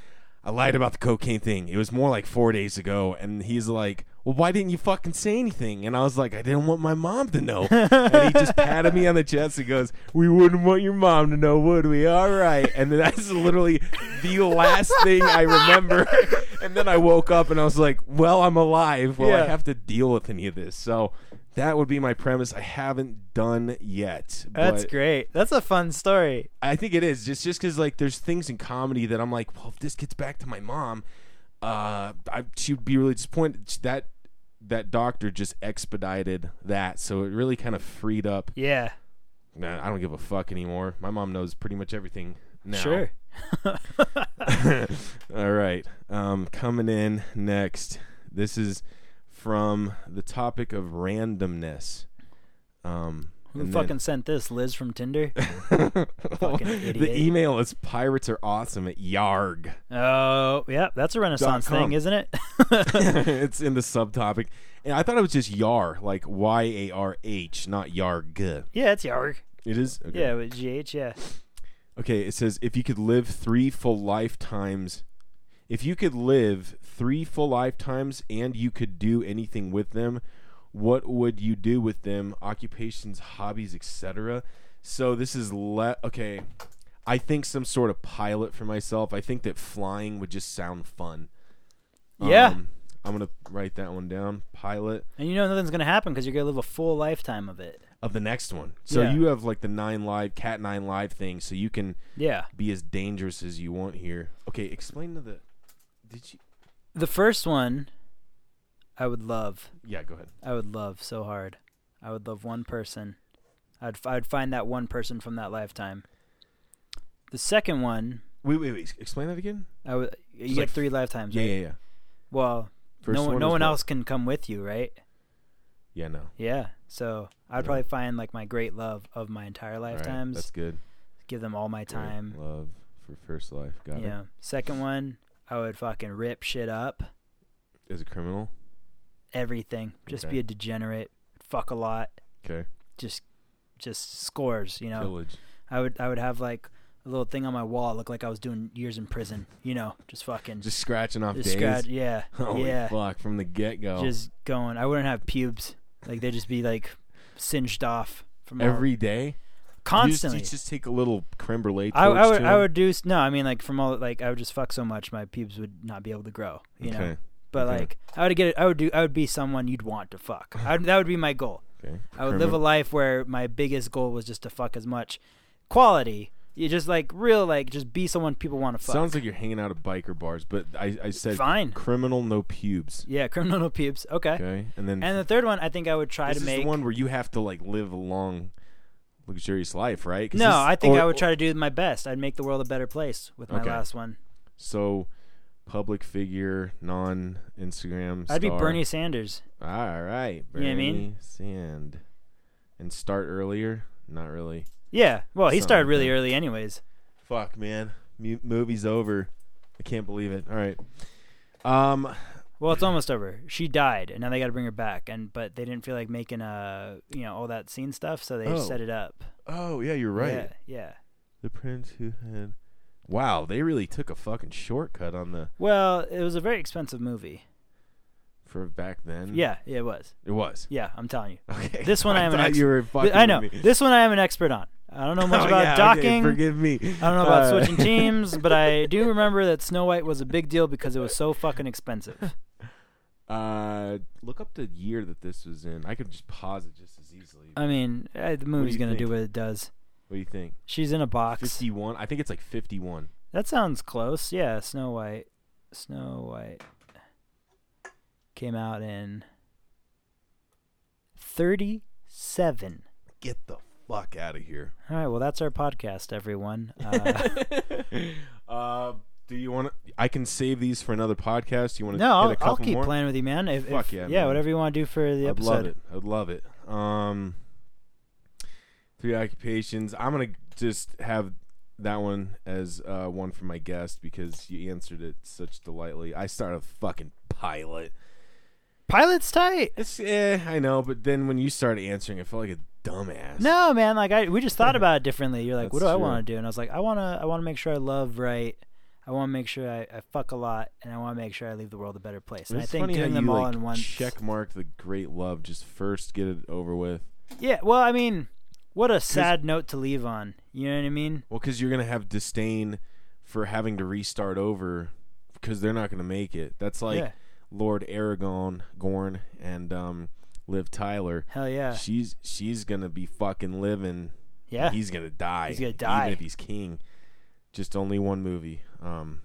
[SPEAKER 2] I lied about the cocaine thing. It was more like four days ago. And he's like, Well, why didn't you fucking say anything? And I was like, I didn't want my mom to know. and he just patted me on the chest and goes, We wouldn't want your mom to know, would we? All right. And then that's literally the last thing I remember. and then I woke up and I was like, Well, I'm alive. Well, I
[SPEAKER 4] Yeah.
[SPEAKER 2] have to deal with any of this. So that would be my premise. I haven't done yet.
[SPEAKER 4] That's
[SPEAKER 2] but-
[SPEAKER 4] great. That's a fun story.
[SPEAKER 2] I think it is just just because like there's things in comedy that I'm like, well, if this gets back to my mom, uh, I, she would be really disappointed. That that doctor just expedited that, so it really kind of freed up.
[SPEAKER 4] Yeah.
[SPEAKER 2] Nah, I don't give a fuck anymore. My mom knows pretty much everything now.
[SPEAKER 4] Sure.
[SPEAKER 2] All right. Um, coming in next. This is from the topic of randomness. Um,
[SPEAKER 4] Who
[SPEAKER 2] and then-
[SPEAKER 4] fucking sent this? Liz from Tinder?
[SPEAKER 2] the
[SPEAKER 4] idiot.
[SPEAKER 2] email is pirates are awesome at yarg.
[SPEAKER 4] Oh, yeah. That's a Renaissance
[SPEAKER 2] com.
[SPEAKER 4] thing, isn't it?
[SPEAKER 2] it's in the subtopic. And I thought it was just yar, like Y A R H, not yarg. It
[SPEAKER 4] yeah, it's Yarg.
[SPEAKER 2] is? Okay.
[SPEAKER 4] Yeah, with GH, yeah.
[SPEAKER 2] Okay, it says if you could live three full lifetimes, if you could live three full lifetimes and you could do anything with them, what would you do with them? Occupations, hobbies, etc. So this is le- okay. I think some sort of pilot for myself. I think that flying would just sound fun.
[SPEAKER 4] Yeah.
[SPEAKER 2] Um, I'm gonna write that one down. Pilot.
[SPEAKER 4] And you know nothing's going to happen because you're going to live a full lifetime of it.
[SPEAKER 2] of the next one. So
[SPEAKER 4] Yeah.
[SPEAKER 2] you have like the nine live cat nine live thing, so you can
[SPEAKER 4] Yeah.
[SPEAKER 2] be as dangerous as you want here. Okay, explain to the. Did you?
[SPEAKER 4] The first one, I would love.
[SPEAKER 2] Yeah, go ahead.
[SPEAKER 4] I would love so hard. I would love one person. I'd I'd find that one person from that lifetime. The second one,
[SPEAKER 2] Wait, wait, wait. Explain that again.
[SPEAKER 4] I would you
[SPEAKER 2] It's
[SPEAKER 4] get
[SPEAKER 2] like-
[SPEAKER 4] three lifetimes.
[SPEAKER 2] Yeah,
[SPEAKER 4] right?
[SPEAKER 2] yeah, yeah.
[SPEAKER 4] Well,
[SPEAKER 2] First
[SPEAKER 4] no one, no
[SPEAKER 2] is
[SPEAKER 4] one
[SPEAKER 2] what?
[SPEAKER 4] else can come with you, right?
[SPEAKER 2] Yeah, no.
[SPEAKER 4] Yeah. So I'd probably find like my great love of my entire
[SPEAKER 2] All right,
[SPEAKER 4] lifetimes.
[SPEAKER 2] that's good.
[SPEAKER 4] give them all my
[SPEAKER 2] Great
[SPEAKER 4] time.
[SPEAKER 2] Love for first life. Got
[SPEAKER 4] Yeah. Second one, I would fucking rip shit up.
[SPEAKER 2] it. As a criminal.
[SPEAKER 4] Everything. Just
[SPEAKER 2] Okay.
[SPEAKER 4] be a degenerate. Fuck a lot.
[SPEAKER 2] Okay.
[SPEAKER 4] Just just scores, you know.
[SPEAKER 2] Pillage.
[SPEAKER 4] I would I would have like a little thing on my wall, look like I was doing years in prison. You know, just fucking
[SPEAKER 2] Just scratching off
[SPEAKER 4] just
[SPEAKER 2] days.
[SPEAKER 4] scratch- yeah,
[SPEAKER 2] Holy
[SPEAKER 4] yeah,
[SPEAKER 2] fuck! From the get go.
[SPEAKER 4] just going. I wouldn't have pubes, like they'd just be like singed off from all-
[SPEAKER 2] Every day, You just-
[SPEAKER 4] constantly.
[SPEAKER 2] You just, take a little creme brulee.
[SPEAKER 4] I,
[SPEAKER 2] torch
[SPEAKER 4] I would
[SPEAKER 2] to
[SPEAKER 4] I
[SPEAKER 2] them?
[SPEAKER 4] would do s- no, I mean like from all like I would just fuck so much my pubes would not be able to grow. You know,
[SPEAKER 2] Okay.
[SPEAKER 4] but
[SPEAKER 2] okay.
[SPEAKER 4] like I would get it. I would do I would be someone you'd want to fuck. I would, that would be my goal.
[SPEAKER 2] Okay.
[SPEAKER 4] I would live a
[SPEAKER 2] Crimin-
[SPEAKER 4] life where my biggest goal was just to fuck as much quality. You just like real like just be someone people want to fuck.
[SPEAKER 2] Sounds like you're hanging out at biker bars, but I, I said
[SPEAKER 4] Fine.
[SPEAKER 2] criminal no pubes.
[SPEAKER 4] Yeah, criminal no pubes. Okay.
[SPEAKER 2] Okay, and then
[SPEAKER 4] And the third one, I think I would try
[SPEAKER 2] this
[SPEAKER 4] to
[SPEAKER 2] is
[SPEAKER 4] make.
[SPEAKER 2] the one where you have to like live a long, luxurious life, right? 'Cause
[SPEAKER 4] no,
[SPEAKER 2] this-
[SPEAKER 4] I think
[SPEAKER 2] or-
[SPEAKER 4] I would try to do my best. I'd make the world a better place with my
[SPEAKER 2] Okay.
[SPEAKER 4] last one.
[SPEAKER 2] So, public figure, non Instagram.
[SPEAKER 4] I'd be Bernie Sanders.
[SPEAKER 2] All right,
[SPEAKER 4] You know what I
[SPEAKER 2] Bernie
[SPEAKER 4] mean?
[SPEAKER 2] Sand. and start earlier. Not really.
[SPEAKER 4] Yeah. Well, he
[SPEAKER 2] Something
[SPEAKER 4] started
[SPEAKER 2] like
[SPEAKER 4] really
[SPEAKER 2] that.
[SPEAKER 4] early, anyways.
[SPEAKER 2] Fuck, man. Mu- movie's over. I can't believe it. All right. Um,
[SPEAKER 4] Well, it's almost over. She died, and now they got to bring her back. And but they didn't feel like making a you know all that scene stuff, so they
[SPEAKER 2] Oh.
[SPEAKER 4] set it up.
[SPEAKER 2] oh, yeah, you're right.
[SPEAKER 4] Yeah. yeah.
[SPEAKER 2] The prince who had. Wow, they really took a fucking shortcut on the
[SPEAKER 4] Well, it was a very expensive movie.
[SPEAKER 2] for back then.
[SPEAKER 4] Yeah, yeah, it was.
[SPEAKER 2] it was.
[SPEAKER 4] Yeah, I'm telling you.
[SPEAKER 2] Mm. Okay,
[SPEAKER 4] This one I am an
[SPEAKER 2] thought
[SPEAKER 4] ex-
[SPEAKER 2] you were
[SPEAKER 4] Th-
[SPEAKER 2] fucking
[SPEAKER 4] I know
[SPEAKER 2] with me.
[SPEAKER 4] this one I am an expert on. I don't know much
[SPEAKER 2] Oh,
[SPEAKER 4] about
[SPEAKER 2] yeah, okay,
[SPEAKER 4] docking.
[SPEAKER 2] forgive me.
[SPEAKER 4] I don't know about
[SPEAKER 2] Uh,
[SPEAKER 4] switching teams, but I do remember that Snow White was a big deal because it was so fucking expensive.
[SPEAKER 2] Uh, look up the year that this was in. I could just pause it just as easily.
[SPEAKER 4] I mean, eh, the movie's
[SPEAKER 2] you
[SPEAKER 4] gonna do
[SPEAKER 2] think?
[SPEAKER 4] what it does.
[SPEAKER 2] what do you think?
[SPEAKER 4] She's in a box.
[SPEAKER 2] Fifty-one. I think it's like fifty-one.
[SPEAKER 4] That sounds close. Yeah, Snow White. Snow White came out in 37.
[SPEAKER 2] Get the fuck out of here.
[SPEAKER 4] All right, well, that's our podcast, everyone. Uh,
[SPEAKER 2] uh, do you want to? I can save these for another podcast. You want to?
[SPEAKER 4] no,
[SPEAKER 2] get a
[SPEAKER 4] I'll,
[SPEAKER 2] couple
[SPEAKER 4] I'll keep
[SPEAKER 2] more?
[SPEAKER 4] playing with you, man. If,
[SPEAKER 2] Fuck
[SPEAKER 4] if-
[SPEAKER 2] yeah,
[SPEAKER 4] yeah,
[SPEAKER 2] man.
[SPEAKER 4] whatever you want to do for the
[SPEAKER 2] I'd
[SPEAKER 4] episode.
[SPEAKER 2] love it. I'd love it. Um, three occupations. I'm gonna just have that one as uh, one for my guest because you answered it such delightly. I started a fucking pilot.
[SPEAKER 4] Pilot's tight.
[SPEAKER 2] It's eh, I know, but then when you started answering, I felt like a dumbass.
[SPEAKER 4] No, man, like I we just thought about it differently. You're like, what do
[SPEAKER 2] That's
[SPEAKER 4] I
[SPEAKER 2] true.
[SPEAKER 4] want to do? And I was like, I want to I want to make sure I love right. I want to make sure I, I fuck a lot, and I want to make sure I leave the world a better place. And
[SPEAKER 2] It's
[SPEAKER 4] I think
[SPEAKER 2] funny how
[SPEAKER 4] doing
[SPEAKER 2] you
[SPEAKER 4] them all
[SPEAKER 2] like
[SPEAKER 4] in one
[SPEAKER 2] check mark the great love just first get it over with.
[SPEAKER 4] Yeah, well, I mean, what a sad note to leave on. You know what I mean?
[SPEAKER 2] Well, because you're gonna have disdain for having to restart over because they're not gonna make it. That's like
[SPEAKER 4] Yeah.
[SPEAKER 2] Lord Aragon, Gorn, and um, Liv Tyler.
[SPEAKER 4] Hell yeah.
[SPEAKER 2] She's she's gonna be fucking living.
[SPEAKER 4] Yeah.
[SPEAKER 2] he's gonna die.
[SPEAKER 4] He's gonna die.
[SPEAKER 2] even if he's king. Just only one movie. Um.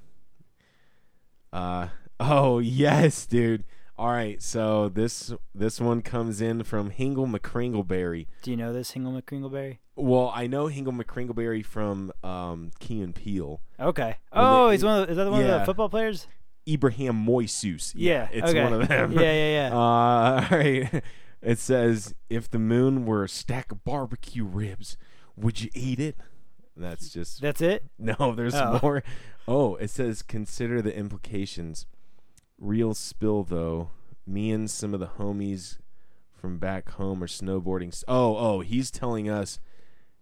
[SPEAKER 2] Uh oh yes, dude. All right, so this this one comes in from Hingle McCringleberry.
[SPEAKER 4] Do you know this Hingle McCringleberry?
[SPEAKER 2] Well, I know Hingle McCringleberry from um, Key and Peele.
[SPEAKER 4] Okay.
[SPEAKER 2] Well,
[SPEAKER 4] Oh,
[SPEAKER 2] they-
[SPEAKER 4] he's one of the, is that one of
[SPEAKER 2] yeah.
[SPEAKER 4] the football players?
[SPEAKER 2] Ibrahim Moisus. it's
[SPEAKER 4] okay.
[SPEAKER 2] one of them.
[SPEAKER 4] Yeah, yeah, yeah.
[SPEAKER 2] Uh, all right. It says, "If the moon were a stack of barbecue ribs, would you eat it?" That's just
[SPEAKER 4] That's it.
[SPEAKER 2] no. There's
[SPEAKER 4] Oh.
[SPEAKER 2] more. Oh, it says, "Consider the implications." Real spill though. Me and some of the homies from back home are snowboarding. s- Oh, oh, he's telling us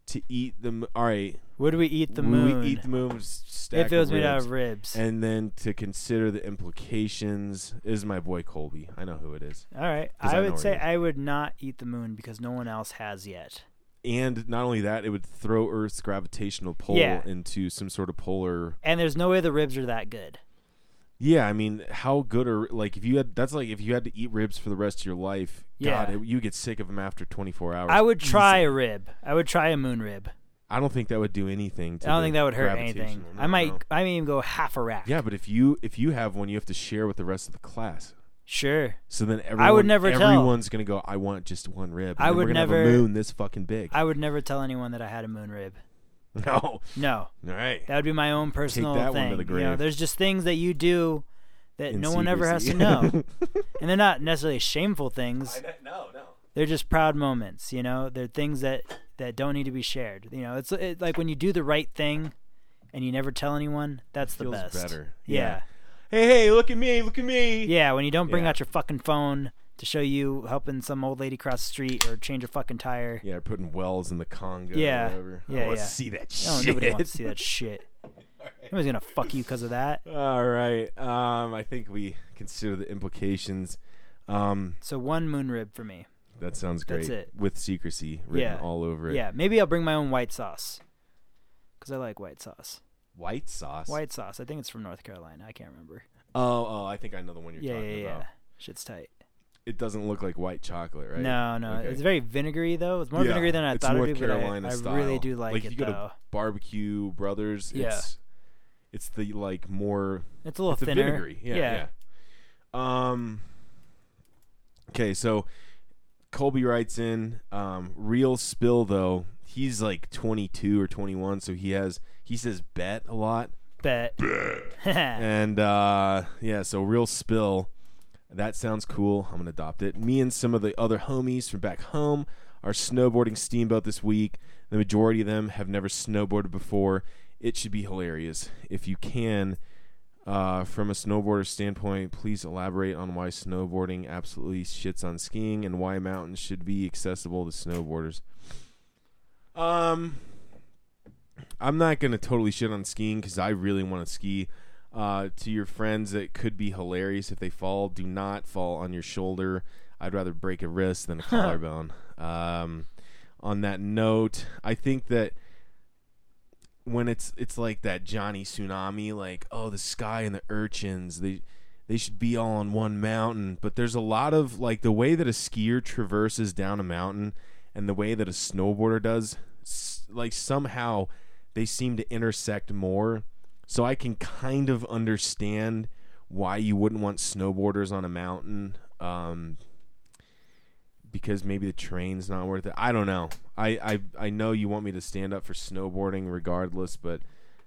[SPEAKER 2] to eat the. m- All right,
[SPEAKER 4] Would we eat the
[SPEAKER 2] we
[SPEAKER 4] moon
[SPEAKER 2] eat the moon s- stack
[SPEAKER 4] if it was
[SPEAKER 2] of
[SPEAKER 4] made out
[SPEAKER 2] ribs.
[SPEAKER 4] of ribs?
[SPEAKER 2] And then to consider the implications is my boy Colby. I know who it is.
[SPEAKER 4] All right.
[SPEAKER 2] 'Cause I
[SPEAKER 4] I
[SPEAKER 2] know
[SPEAKER 4] would
[SPEAKER 2] where
[SPEAKER 4] say
[SPEAKER 2] he is.
[SPEAKER 4] I would not eat the moon because no one else has yet.
[SPEAKER 2] And not only that, it would throw Earth's gravitational pull
[SPEAKER 4] Yeah.
[SPEAKER 2] into some sort of polar.
[SPEAKER 4] And there's no way the ribs are that good.
[SPEAKER 2] Yeah, I mean, how good are like if you had? That's like if you had to eat ribs for the rest of your life. God,
[SPEAKER 4] Yeah.
[SPEAKER 2] it, you get sick of them after 24 hours.
[SPEAKER 4] I would try
[SPEAKER 2] Easy.
[SPEAKER 4] a rib. I would try a moon rib.
[SPEAKER 2] I don't think that would do anything. To
[SPEAKER 4] I don't
[SPEAKER 2] the
[SPEAKER 4] think that would hurt anything.
[SPEAKER 2] gravitational-
[SPEAKER 4] I
[SPEAKER 2] no,
[SPEAKER 4] might
[SPEAKER 2] no.
[SPEAKER 4] I may even go half a rack.
[SPEAKER 2] Yeah, but if you if you have one, you have to share with the rest of the class.
[SPEAKER 4] Sure.
[SPEAKER 2] So then everyone,
[SPEAKER 4] I would never tell.
[SPEAKER 2] everyone's gonna go. I want just one rib. And
[SPEAKER 4] I
[SPEAKER 2] then
[SPEAKER 4] would
[SPEAKER 2] we're gonna have a
[SPEAKER 4] never-
[SPEAKER 2] moon this fucking big.
[SPEAKER 4] I would never tell anyone that I had a moon rib.
[SPEAKER 2] no, all
[SPEAKER 4] No,
[SPEAKER 2] right.
[SPEAKER 4] that would be my own personal
[SPEAKER 2] that
[SPEAKER 4] thing.
[SPEAKER 2] one to the
[SPEAKER 4] You know,
[SPEAKER 2] grave.
[SPEAKER 4] there's just things that you do that
[SPEAKER 2] in
[SPEAKER 4] no one ever has to
[SPEAKER 2] secrecy.
[SPEAKER 4] know, and they're not necessarily shameful things.
[SPEAKER 2] no, no.
[SPEAKER 4] They're just proud moments. You know, they're things that that don't need to be shared. You know, it's it, like when you do the right thing and you never tell anyone. That's the
[SPEAKER 2] Feels
[SPEAKER 4] best.
[SPEAKER 2] better.
[SPEAKER 4] Yeah.
[SPEAKER 2] Hey, hey, look at me, look at me.
[SPEAKER 4] yeah, When you don't bring
[SPEAKER 2] Yeah.
[SPEAKER 4] out your fucking phone to show you helping some old lady cross the street or change a fucking tire.
[SPEAKER 2] Yeah, putting wells in the Congo
[SPEAKER 4] Yeah.
[SPEAKER 2] or whatever.
[SPEAKER 4] Yeah,
[SPEAKER 2] I want
[SPEAKER 4] yeah.
[SPEAKER 2] to see that
[SPEAKER 4] No,
[SPEAKER 2] shit.
[SPEAKER 4] nobody wants to see that shit. Nobody's gonna fuck you because of that.
[SPEAKER 2] All right. Um, I think we consider the implications. Um,
[SPEAKER 4] So one moon rib for me.
[SPEAKER 2] that sounds great.
[SPEAKER 4] That's it.
[SPEAKER 2] With secrecy written
[SPEAKER 4] Yeah.
[SPEAKER 2] all over it.
[SPEAKER 4] Yeah, maybe I'll bring my own white sauce because I like white sauce.
[SPEAKER 2] White sauce.
[SPEAKER 4] White sauce. I think it's from North Carolina. I can't remember.
[SPEAKER 2] Oh, oh, I think I know the one you're
[SPEAKER 4] yeah, yeah,
[SPEAKER 2] talking
[SPEAKER 4] yeah.
[SPEAKER 2] about.
[SPEAKER 4] Shit's tight.
[SPEAKER 2] It doesn't look like white chocolate, right?
[SPEAKER 4] No, no,
[SPEAKER 2] Okay.
[SPEAKER 4] it's very vinegary though. It's more
[SPEAKER 2] Yeah,
[SPEAKER 4] vinegary than I
[SPEAKER 2] it's
[SPEAKER 4] thought
[SPEAKER 2] North
[SPEAKER 4] it'd be,
[SPEAKER 2] Carolina
[SPEAKER 4] but I, I
[SPEAKER 2] style.
[SPEAKER 4] really do like,
[SPEAKER 2] Like,
[SPEAKER 4] it
[SPEAKER 2] you gotta-
[SPEAKER 4] though.
[SPEAKER 2] Barbecue Brothers.
[SPEAKER 4] Yeah.
[SPEAKER 2] It's, it's the like more
[SPEAKER 4] It's a little
[SPEAKER 2] it's
[SPEAKER 4] thinner.
[SPEAKER 2] A vinegary. Yeah, yeah. Um. Okay, so Colby writes in um, real spill though. He's like 22 or 21, so he has he says bet a lot,
[SPEAKER 4] Bet.
[SPEAKER 2] and uh, yeah, so real spill. That sounds cool. I'm gonna adopt it. Me and some of the other homies from back home are snowboarding Steamboat this week. The majority of them have never snowboarded before. It should be hilarious. If you can, uh, from a snowboarder standpoint, please elaborate on why snowboarding absolutely shits on skiing and why mountains should be accessible to snowboarders. Um, I'm not gonna totally shit on skiing because I really want to ski. Uh, to your friends, it could be hilarious if they fall. Do not fall on your shoulder. I'd rather break a wrist than a collarbone. Um, on that note, I think that when it's it's like that Johnny tsunami, like oh the sky and the urchins, they they should be all on one mountain. But there's a lot of like the way that a skier traverses down a mountain and the way that a snowboarder does, s- like somehow they seem to intersect more. So I can kind of understand why you wouldn't want snowboarders on a mountain. Um, because maybe the train's not worth it. I don't know. I, I I know you want me to stand up for snowboarding regardless, but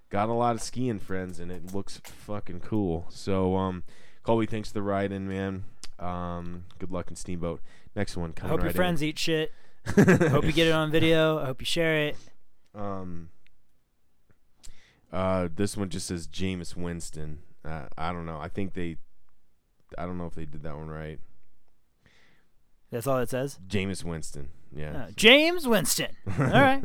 [SPEAKER 2] got a lot of skiing friends and it looks fucking cool. So um Colby, thanks for the ride in, man. Um good luck in Steamboat. Next one
[SPEAKER 4] I
[SPEAKER 2] coming
[SPEAKER 4] hope
[SPEAKER 2] right
[SPEAKER 4] your friends eat shit. I hope you get it on video. I hope you share it.
[SPEAKER 2] Um, uh, this one just says Jameis Winston. Uh, I don't know. I think they, I don't know if they did that one right.
[SPEAKER 4] That's all it says.
[SPEAKER 2] Jameis Winston. Yeah.
[SPEAKER 4] Uh, James Winston. All right.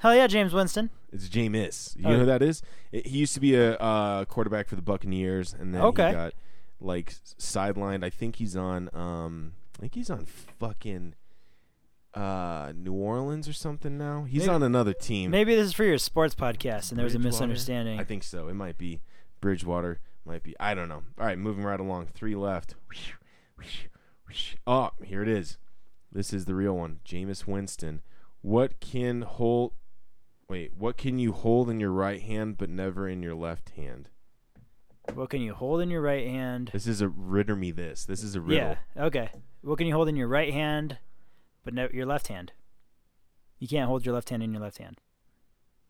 [SPEAKER 4] Hell yeah, James Winston.
[SPEAKER 2] It's Jameis. You
[SPEAKER 4] Oh,
[SPEAKER 2] know
[SPEAKER 4] yeah.
[SPEAKER 2] who that is? It, he used to be a uh, quarterback for the Buccaneers, and then
[SPEAKER 4] Okay.
[SPEAKER 2] he got like s- sidelined. I think he's on. Um, I think he's on fucking uh New Orleans or something now. He's
[SPEAKER 4] Maybe-
[SPEAKER 2] on another team.
[SPEAKER 4] Maybe this is for your sports podcast and there was a
[SPEAKER 2] Bridgewater?
[SPEAKER 4] misunderstanding.
[SPEAKER 2] I think so. It might be Bridgewater. Might be. I don't know. All right, moving right along. Three left. Oh, here it is. This is the real one. Jameis Winston. What can hold? Wait, what can you hold in your right hand but never in your left hand?
[SPEAKER 4] What can you hold in your right hand?
[SPEAKER 2] This is a riddle me. This. This is a riddle.
[SPEAKER 4] Yeah. Okay. What can you hold in your right hand, but never your left hand? You can't hold your left hand in your left hand.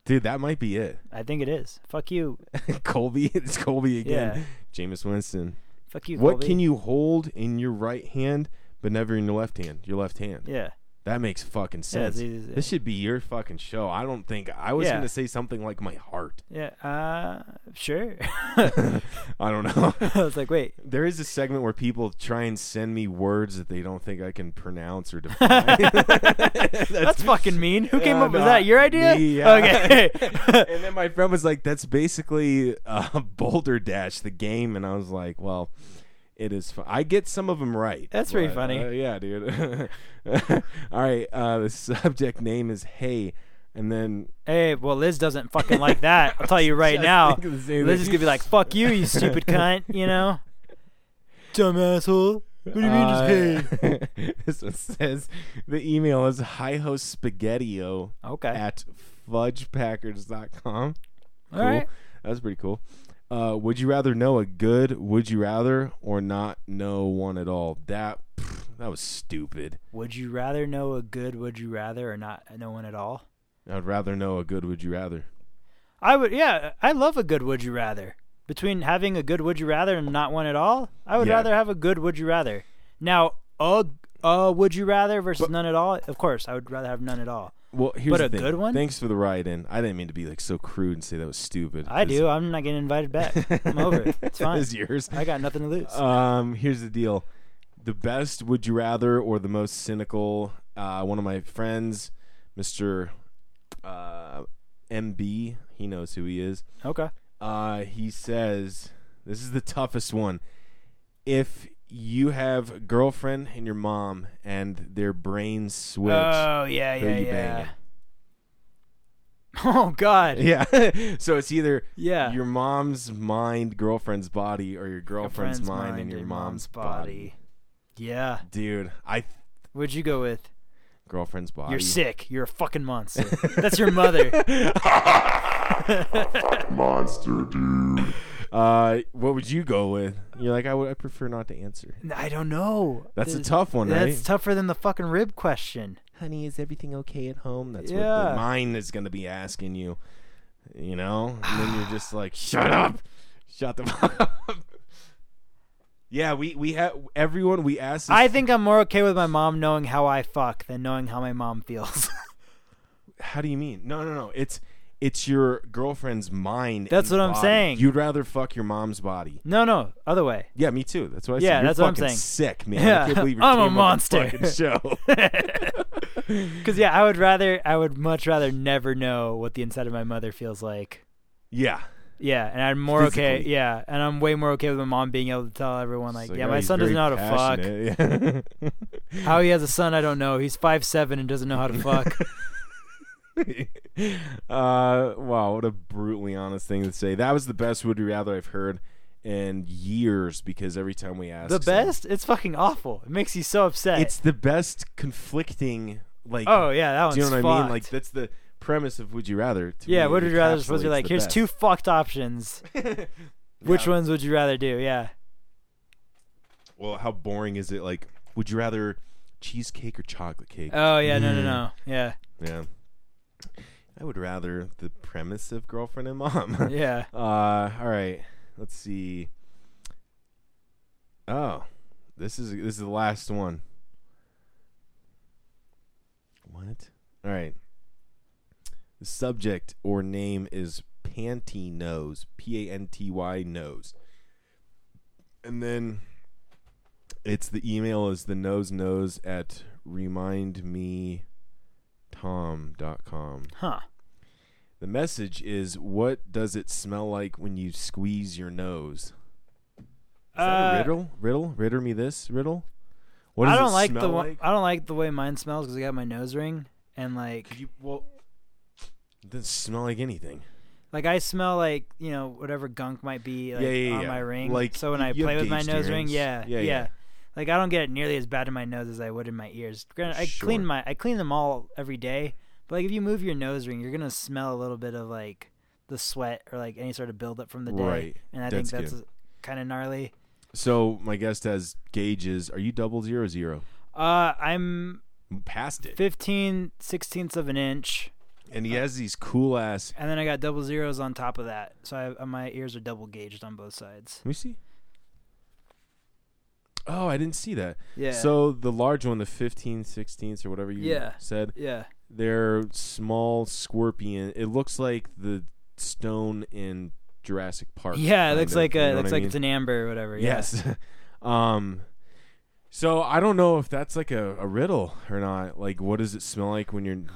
[SPEAKER 2] Dude, that might be it.
[SPEAKER 4] I think it is. Fuck you.
[SPEAKER 2] Colby, it's Colby again.
[SPEAKER 4] Yeah.
[SPEAKER 2] Jameis Winston.
[SPEAKER 4] Fuck you.
[SPEAKER 2] what
[SPEAKER 4] Colby.
[SPEAKER 2] can you hold in your right hand but never in your left hand? Your left hand.
[SPEAKER 4] Yeah.
[SPEAKER 2] That makes fucking
[SPEAKER 4] Yeah,
[SPEAKER 2] sense.
[SPEAKER 4] it's easy-
[SPEAKER 2] This should be your fucking show. I don't think I was
[SPEAKER 4] Yeah.
[SPEAKER 2] gonna say something like my heart.
[SPEAKER 4] Yeah. Uh. Sure.
[SPEAKER 2] I don't know.
[SPEAKER 4] I was like, wait.
[SPEAKER 2] there is a segment where people try and send me words that they don't think I can pronounce or define. that's,
[SPEAKER 4] That's fucking mean. Who came
[SPEAKER 2] Uh,
[SPEAKER 4] up with
[SPEAKER 2] no,
[SPEAKER 4] that? Your idea?
[SPEAKER 2] me, yeah.
[SPEAKER 4] Okay.
[SPEAKER 2] and then my friend was like, "That's basically uh, Boulder Dash, the game," and I was like, "Well." It is. Fun. I get some of them right.
[SPEAKER 4] That's pretty
[SPEAKER 2] but,
[SPEAKER 4] funny.
[SPEAKER 2] uh, yeah, dude. All right. Uh, the subject name is "Hey," and then
[SPEAKER 4] hey, well, Liz doesn't fucking like that. I'll tell you right
[SPEAKER 2] Just
[SPEAKER 4] now.
[SPEAKER 2] think of the same
[SPEAKER 4] Liz is
[SPEAKER 2] thing.
[SPEAKER 4] gonna be like, "Fuck you, you stupid cunt," you know. Dumb asshole. What do you mean, just hey?
[SPEAKER 2] Uh, this one says the email is highhostspaghettio
[SPEAKER 4] Okay.
[SPEAKER 2] at fudgepackers.com. Cool.
[SPEAKER 4] All right.
[SPEAKER 2] That's pretty cool. Uh, would you rather know a good would you rather or not know one at all? That pff, that was stupid.
[SPEAKER 4] Would you rather know a good would you rather or not know one at all?
[SPEAKER 2] I'd rather know a good would you rather.
[SPEAKER 4] I would yeah, I love a good would you rather. Between having a good would you rather and not one at all, I would
[SPEAKER 2] Yeah.
[SPEAKER 4] rather have a good would you rather. Now, a uh would you rather versus none at all? Of course, I would rather have none at all.
[SPEAKER 2] Well, here's
[SPEAKER 4] But
[SPEAKER 2] the
[SPEAKER 4] a
[SPEAKER 2] thing.
[SPEAKER 4] good one?
[SPEAKER 2] Thanks for the ride in. I didn't mean to be like so crude and say that was stupid.
[SPEAKER 4] I
[SPEAKER 2] This-
[SPEAKER 4] do. I'm not getting invited back. I'm over. it. It's fine.
[SPEAKER 2] This is yours.
[SPEAKER 4] I got nothing to lose.
[SPEAKER 2] Um, here's the deal: the best would you rather, or the most cynical. Uh, one of my friends, Mister uh, MB, he knows who he is.
[SPEAKER 4] okay.
[SPEAKER 2] Uh, he says this is the toughest one. If you have a girlfriend and your mom, and their brains switch,
[SPEAKER 4] Oh yeah,
[SPEAKER 2] who
[SPEAKER 4] yeah,
[SPEAKER 2] you
[SPEAKER 4] yeah. Oh god.
[SPEAKER 2] yeah. so it's either
[SPEAKER 4] Yeah.
[SPEAKER 2] your mom's mind, girlfriend's body, or your girlfriend's, mind, and your mom's, body.
[SPEAKER 4] Yeah.
[SPEAKER 2] Dude, I
[SPEAKER 4] What'd you go with?
[SPEAKER 2] girlfriend's body.
[SPEAKER 4] You're sick. You're a fucking monster. That's your mother.
[SPEAKER 3] Monster, dude.
[SPEAKER 2] Uh, what would you go with? You're like, I would. I prefer not to answer.
[SPEAKER 4] I don't know.
[SPEAKER 2] That's a
[SPEAKER 4] This-
[SPEAKER 2] tough one,
[SPEAKER 4] That's
[SPEAKER 2] right?
[SPEAKER 4] tougher than the fucking rib question.
[SPEAKER 2] Honey, is everything okay at home? That's what
[SPEAKER 4] Yeah.
[SPEAKER 2] the mind is gonna be asking you. You know, and then you're just like, shut up, shut the fuck up. Yeah, we we have everyone we asked. this-
[SPEAKER 4] I think I'm more okay with my mom knowing how I fuck than knowing how my mom feels.
[SPEAKER 2] How do you mean? No, no, no. It's it's your girlfriend's mind.
[SPEAKER 4] That's
[SPEAKER 2] and
[SPEAKER 4] what I'm
[SPEAKER 2] body.
[SPEAKER 4] saying.
[SPEAKER 2] You'd rather fuck your mom's body.
[SPEAKER 4] no, no, other way.
[SPEAKER 2] Yeah, me too. That's what I said.
[SPEAKER 4] Yeah,
[SPEAKER 2] You're
[SPEAKER 4] that's what I'm
[SPEAKER 2] fucking
[SPEAKER 4] saying.
[SPEAKER 2] Sick man. I
[SPEAKER 4] Yeah.
[SPEAKER 2] can't believe you
[SPEAKER 4] I'm a
[SPEAKER 2] came on the
[SPEAKER 4] monster.
[SPEAKER 2] fucking show.
[SPEAKER 4] Because yeah, I would rather, I would much rather never know what the inside of my mother feels like.
[SPEAKER 2] yeah.
[SPEAKER 4] Yeah, and I'm more okay.
[SPEAKER 2] Physically.
[SPEAKER 4] Yeah, and I'm way more okay with my mom being able to tell everyone like,
[SPEAKER 2] It's like,
[SPEAKER 4] yeah,
[SPEAKER 2] oh,
[SPEAKER 4] my
[SPEAKER 2] he's
[SPEAKER 4] son doesn't know
[SPEAKER 2] very
[SPEAKER 4] how to fuck.
[SPEAKER 2] passionate. Yeah.
[SPEAKER 4] How he has a son, I don't know. He's five seven and doesn't know how to fuck.
[SPEAKER 2] uh, wow, what a brutally honest thing to say. That was the best would you rather I've heard in years because every time we ask
[SPEAKER 4] the
[SPEAKER 2] some-
[SPEAKER 4] best? It's fucking awful. It makes you so upset.
[SPEAKER 2] it's the best conflicting like
[SPEAKER 4] oh yeah, that one's
[SPEAKER 2] do you know what I mean?
[SPEAKER 4] fucked.
[SPEAKER 2] Like that's the premise of would you rather. to
[SPEAKER 4] yeah,
[SPEAKER 2] me,
[SPEAKER 4] would
[SPEAKER 2] it
[SPEAKER 4] you rather supposed to be
[SPEAKER 2] encapsulates
[SPEAKER 4] like,
[SPEAKER 2] the
[SPEAKER 4] here's
[SPEAKER 2] best.
[SPEAKER 4] two fucked options. Which
[SPEAKER 2] Yeah.
[SPEAKER 4] ones would you rather do? Yeah.
[SPEAKER 2] Well, how boring is it like would you rather cheesecake or chocolate cake?
[SPEAKER 4] Oh yeah, no no
[SPEAKER 2] Mm.
[SPEAKER 4] no. Yeah.
[SPEAKER 2] yeah. I would rather the premise of girlfriend and mom.
[SPEAKER 4] Yeah.
[SPEAKER 2] Uh, all right. Let's see. Oh, this is this is the last one. What? All right. The subject or name is Panty Nose. P A N T Y Nose. And then it's the email is the nose nose at remindmetom.com.
[SPEAKER 4] Huh.
[SPEAKER 2] The message is what does it smell like when you squeeze your nose? Is that a
[SPEAKER 4] Uh,
[SPEAKER 2] riddle? Riddle? Riddle me this riddle? What
[SPEAKER 4] I
[SPEAKER 2] does
[SPEAKER 4] don't
[SPEAKER 2] it
[SPEAKER 4] like
[SPEAKER 2] smell
[SPEAKER 4] the one,
[SPEAKER 2] like?
[SPEAKER 4] I don't like the way mine smells because I got my nose ring and like
[SPEAKER 2] You, well, it doesn't smell like anything.
[SPEAKER 4] like I smell like you know whatever gunk might be like,
[SPEAKER 2] Yeah, yeah,
[SPEAKER 4] on
[SPEAKER 2] yeah.
[SPEAKER 4] my ring.
[SPEAKER 2] Like,
[SPEAKER 4] so when I
[SPEAKER 2] you have
[SPEAKER 4] play with my
[SPEAKER 2] gauged
[SPEAKER 4] nose ring,
[SPEAKER 2] earrings.
[SPEAKER 4] yeah,
[SPEAKER 2] Yeah,
[SPEAKER 4] yeah,
[SPEAKER 2] yeah.
[SPEAKER 4] Like I don't get it nearly as bad in my nose as I would in my ears. Granted, I
[SPEAKER 2] Sure.
[SPEAKER 4] clean my I clean them all every day, but like if you move your nose ring, you're gonna smell a little bit of like the sweat or like any sort of buildup from the day.
[SPEAKER 2] Right.
[SPEAKER 4] And I
[SPEAKER 2] That's
[SPEAKER 4] think that's
[SPEAKER 2] good.
[SPEAKER 4] kind of gnarly.
[SPEAKER 2] So my guest has gauges. Are you double zero zero?
[SPEAKER 4] Uh, I'm
[SPEAKER 2] Past it.
[SPEAKER 4] 15 sixteenths of an inch,
[SPEAKER 2] And he has these cool ass.
[SPEAKER 4] and then I got double zeros on top of that, so I, my ears are double gauged on both sides.
[SPEAKER 2] Let me see. Oh, I didn't see that.
[SPEAKER 4] Yeah.
[SPEAKER 2] So the large one, the 15 16ths or whatever you
[SPEAKER 4] Yeah.
[SPEAKER 2] said,
[SPEAKER 4] yeah.
[SPEAKER 2] they're small scorpion. It looks like the stone in Jurassic Park.
[SPEAKER 4] Yeah, it
[SPEAKER 2] kind
[SPEAKER 4] looks
[SPEAKER 2] of,
[SPEAKER 4] like
[SPEAKER 2] you
[SPEAKER 4] a,
[SPEAKER 2] know
[SPEAKER 4] it
[SPEAKER 2] what
[SPEAKER 4] looks
[SPEAKER 2] I
[SPEAKER 4] like
[SPEAKER 2] mean?
[SPEAKER 4] it's an amber or whatever. yeah.
[SPEAKER 2] Yes. um. So I don't know if that's like a, a riddle or not. Like, what does it smell like when you're n-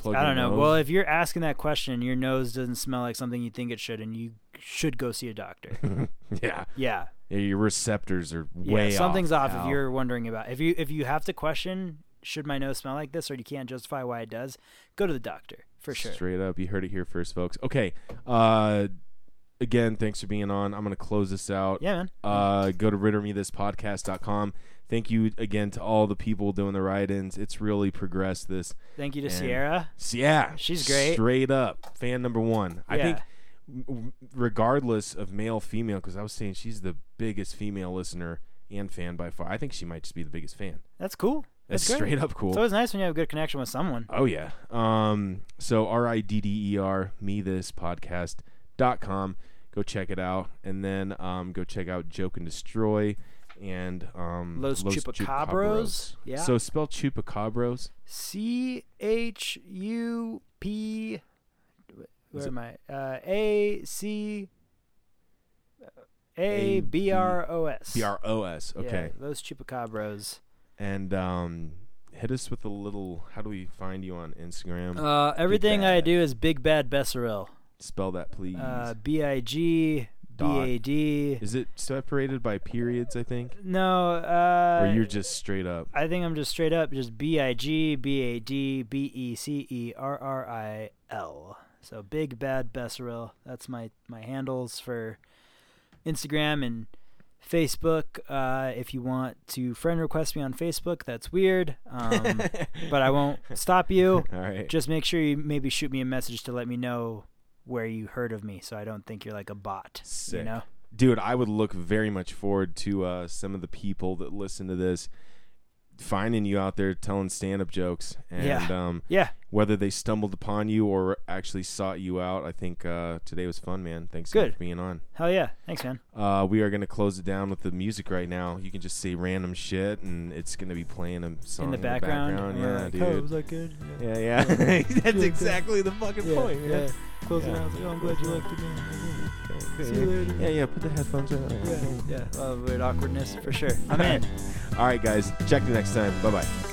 [SPEAKER 2] plugging?
[SPEAKER 4] I don't know.
[SPEAKER 2] Nose?
[SPEAKER 4] Well, if you're asking that question, your nose doesn't smell like something you think it should, and you should go see a doctor.
[SPEAKER 2] yeah.
[SPEAKER 4] yeah,
[SPEAKER 2] Yeah, your receptors are
[SPEAKER 4] yeah.
[SPEAKER 2] way off.
[SPEAKER 4] something's off.
[SPEAKER 2] pal.
[SPEAKER 4] if you're wondering about if you if you have to question, should my nose smell like this, or you can't justify why it does, go to the doctor for sure.
[SPEAKER 2] Straight up, you heard it here first, folks. Okay. Uh, again, thanks for being on. I'm gonna close this out.
[SPEAKER 4] Yeah, man.
[SPEAKER 2] Uh, go to rittermethispodcast.com. Thank you again to all the people doing the write-ins. It's really progressed this.
[SPEAKER 4] Thank you to
[SPEAKER 2] And-
[SPEAKER 4] Sierra.
[SPEAKER 2] So, yeah,
[SPEAKER 4] She's great.
[SPEAKER 2] Straight up, fan number one. I
[SPEAKER 4] Yeah.
[SPEAKER 2] think, w- w- regardless of male, female, because I was saying she's the biggest female listener and fan by far. I think she might just be the biggest fan.
[SPEAKER 4] That's cool.
[SPEAKER 2] That's,
[SPEAKER 4] That's, great.
[SPEAKER 2] straight up cool.
[SPEAKER 4] It's always nice when you have a good connection with someone.
[SPEAKER 2] Oh yeah. Um so R I D D E R me this podcast dot com. Go check it out. And then um go check out Joke and Destroy and um
[SPEAKER 4] Los Chupacabros. Yeah.
[SPEAKER 2] So spell chupacabros.
[SPEAKER 4] C H U
[SPEAKER 2] Is
[SPEAKER 4] P. Where
[SPEAKER 2] it-
[SPEAKER 4] am I? Uh, A C
[SPEAKER 2] A
[SPEAKER 4] A
[SPEAKER 2] B-
[SPEAKER 4] B R O S.
[SPEAKER 2] B R O S. Okay.
[SPEAKER 4] Yeah, those chupacabras.
[SPEAKER 2] And um hit us with a little how do we find you on Instagram?
[SPEAKER 4] Uh, everything I
[SPEAKER 2] bad.
[SPEAKER 4] do is Big Bad Besseril.
[SPEAKER 2] spell that please.
[SPEAKER 4] Uh, B I G B A D.
[SPEAKER 2] Is it separated by periods, I think?
[SPEAKER 4] No, uh,
[SPEAKER 2] Or you're just straight up.
[SPEAKER 4] I think I'm just straight up just B I G B A D B E C E R R I L. So big bad Besseril. That's my my handles for Instagram and Facebook. Uh, if you want to friend request me on Facebook, that's weird, um, but I won't stop you.
[SPEAKER 2] All right.
[SPEAKER 4] Just make sure you maybe shoot me a message to let me know where you heard of me, so I don't think you're like a bot.
[SPEAKER 2] Sick.
[SPEAKER 4] You know?
[SPEAKER 2] dude i would look very much forward to uh, some of the people that listen to this finding you out there telling stand-up jokes and
[SPEAKER 4] Yeah.
[SPEAKER 2] um
[SPEAKER 4] Yeah.
[SPEAKER 2] whether they stumbled upon you or actually sought you out. I think uh, today was fun, man. Thanks again
[SPEAKER 4] Good.
[SPEAKER 2] for being on.
[SPEAKER 4] Hell yeah. Thanks, man.
[SPEAKER 2] Uh, we are going to close it down with the music right now. You can just say random shit, and it's going to be playing a song
[SPEAKER 4] in the background.
[SPEAKER 2] Oh, background.
[SPEAKER 4] and we're
[SPEAKER 2] Yeah,
[SPEAKER 4] like,
[SPEAKER 2] dude.
[SPEAKER 4] Oh, was that good?
[SPEAKER 2] yeah, yeah. That's exactly the fucking
[SPEAKER 4] Yeah,
[SPEAKER 2] point.
[SPEAKER 4] yeah.
[SPEAKER 2] Yeah.
[SPEAKER 4] Closing
[SPEAKER 2] Yeah.
[SPEAKER 4] out. Like, oh, I'm glad you liked it, man. See you
[SPEAKER 2] Yeah.
[SPEAKER 4] later.
[SPEAKER 2] yeah, yeah. Put the headphones on.
[SPEAKER 4] Yeah, yeah. Well, weird awkwardness for sure. I'm in.
[SPEAKER 2] All right, guys. Check you next time. Bye bye.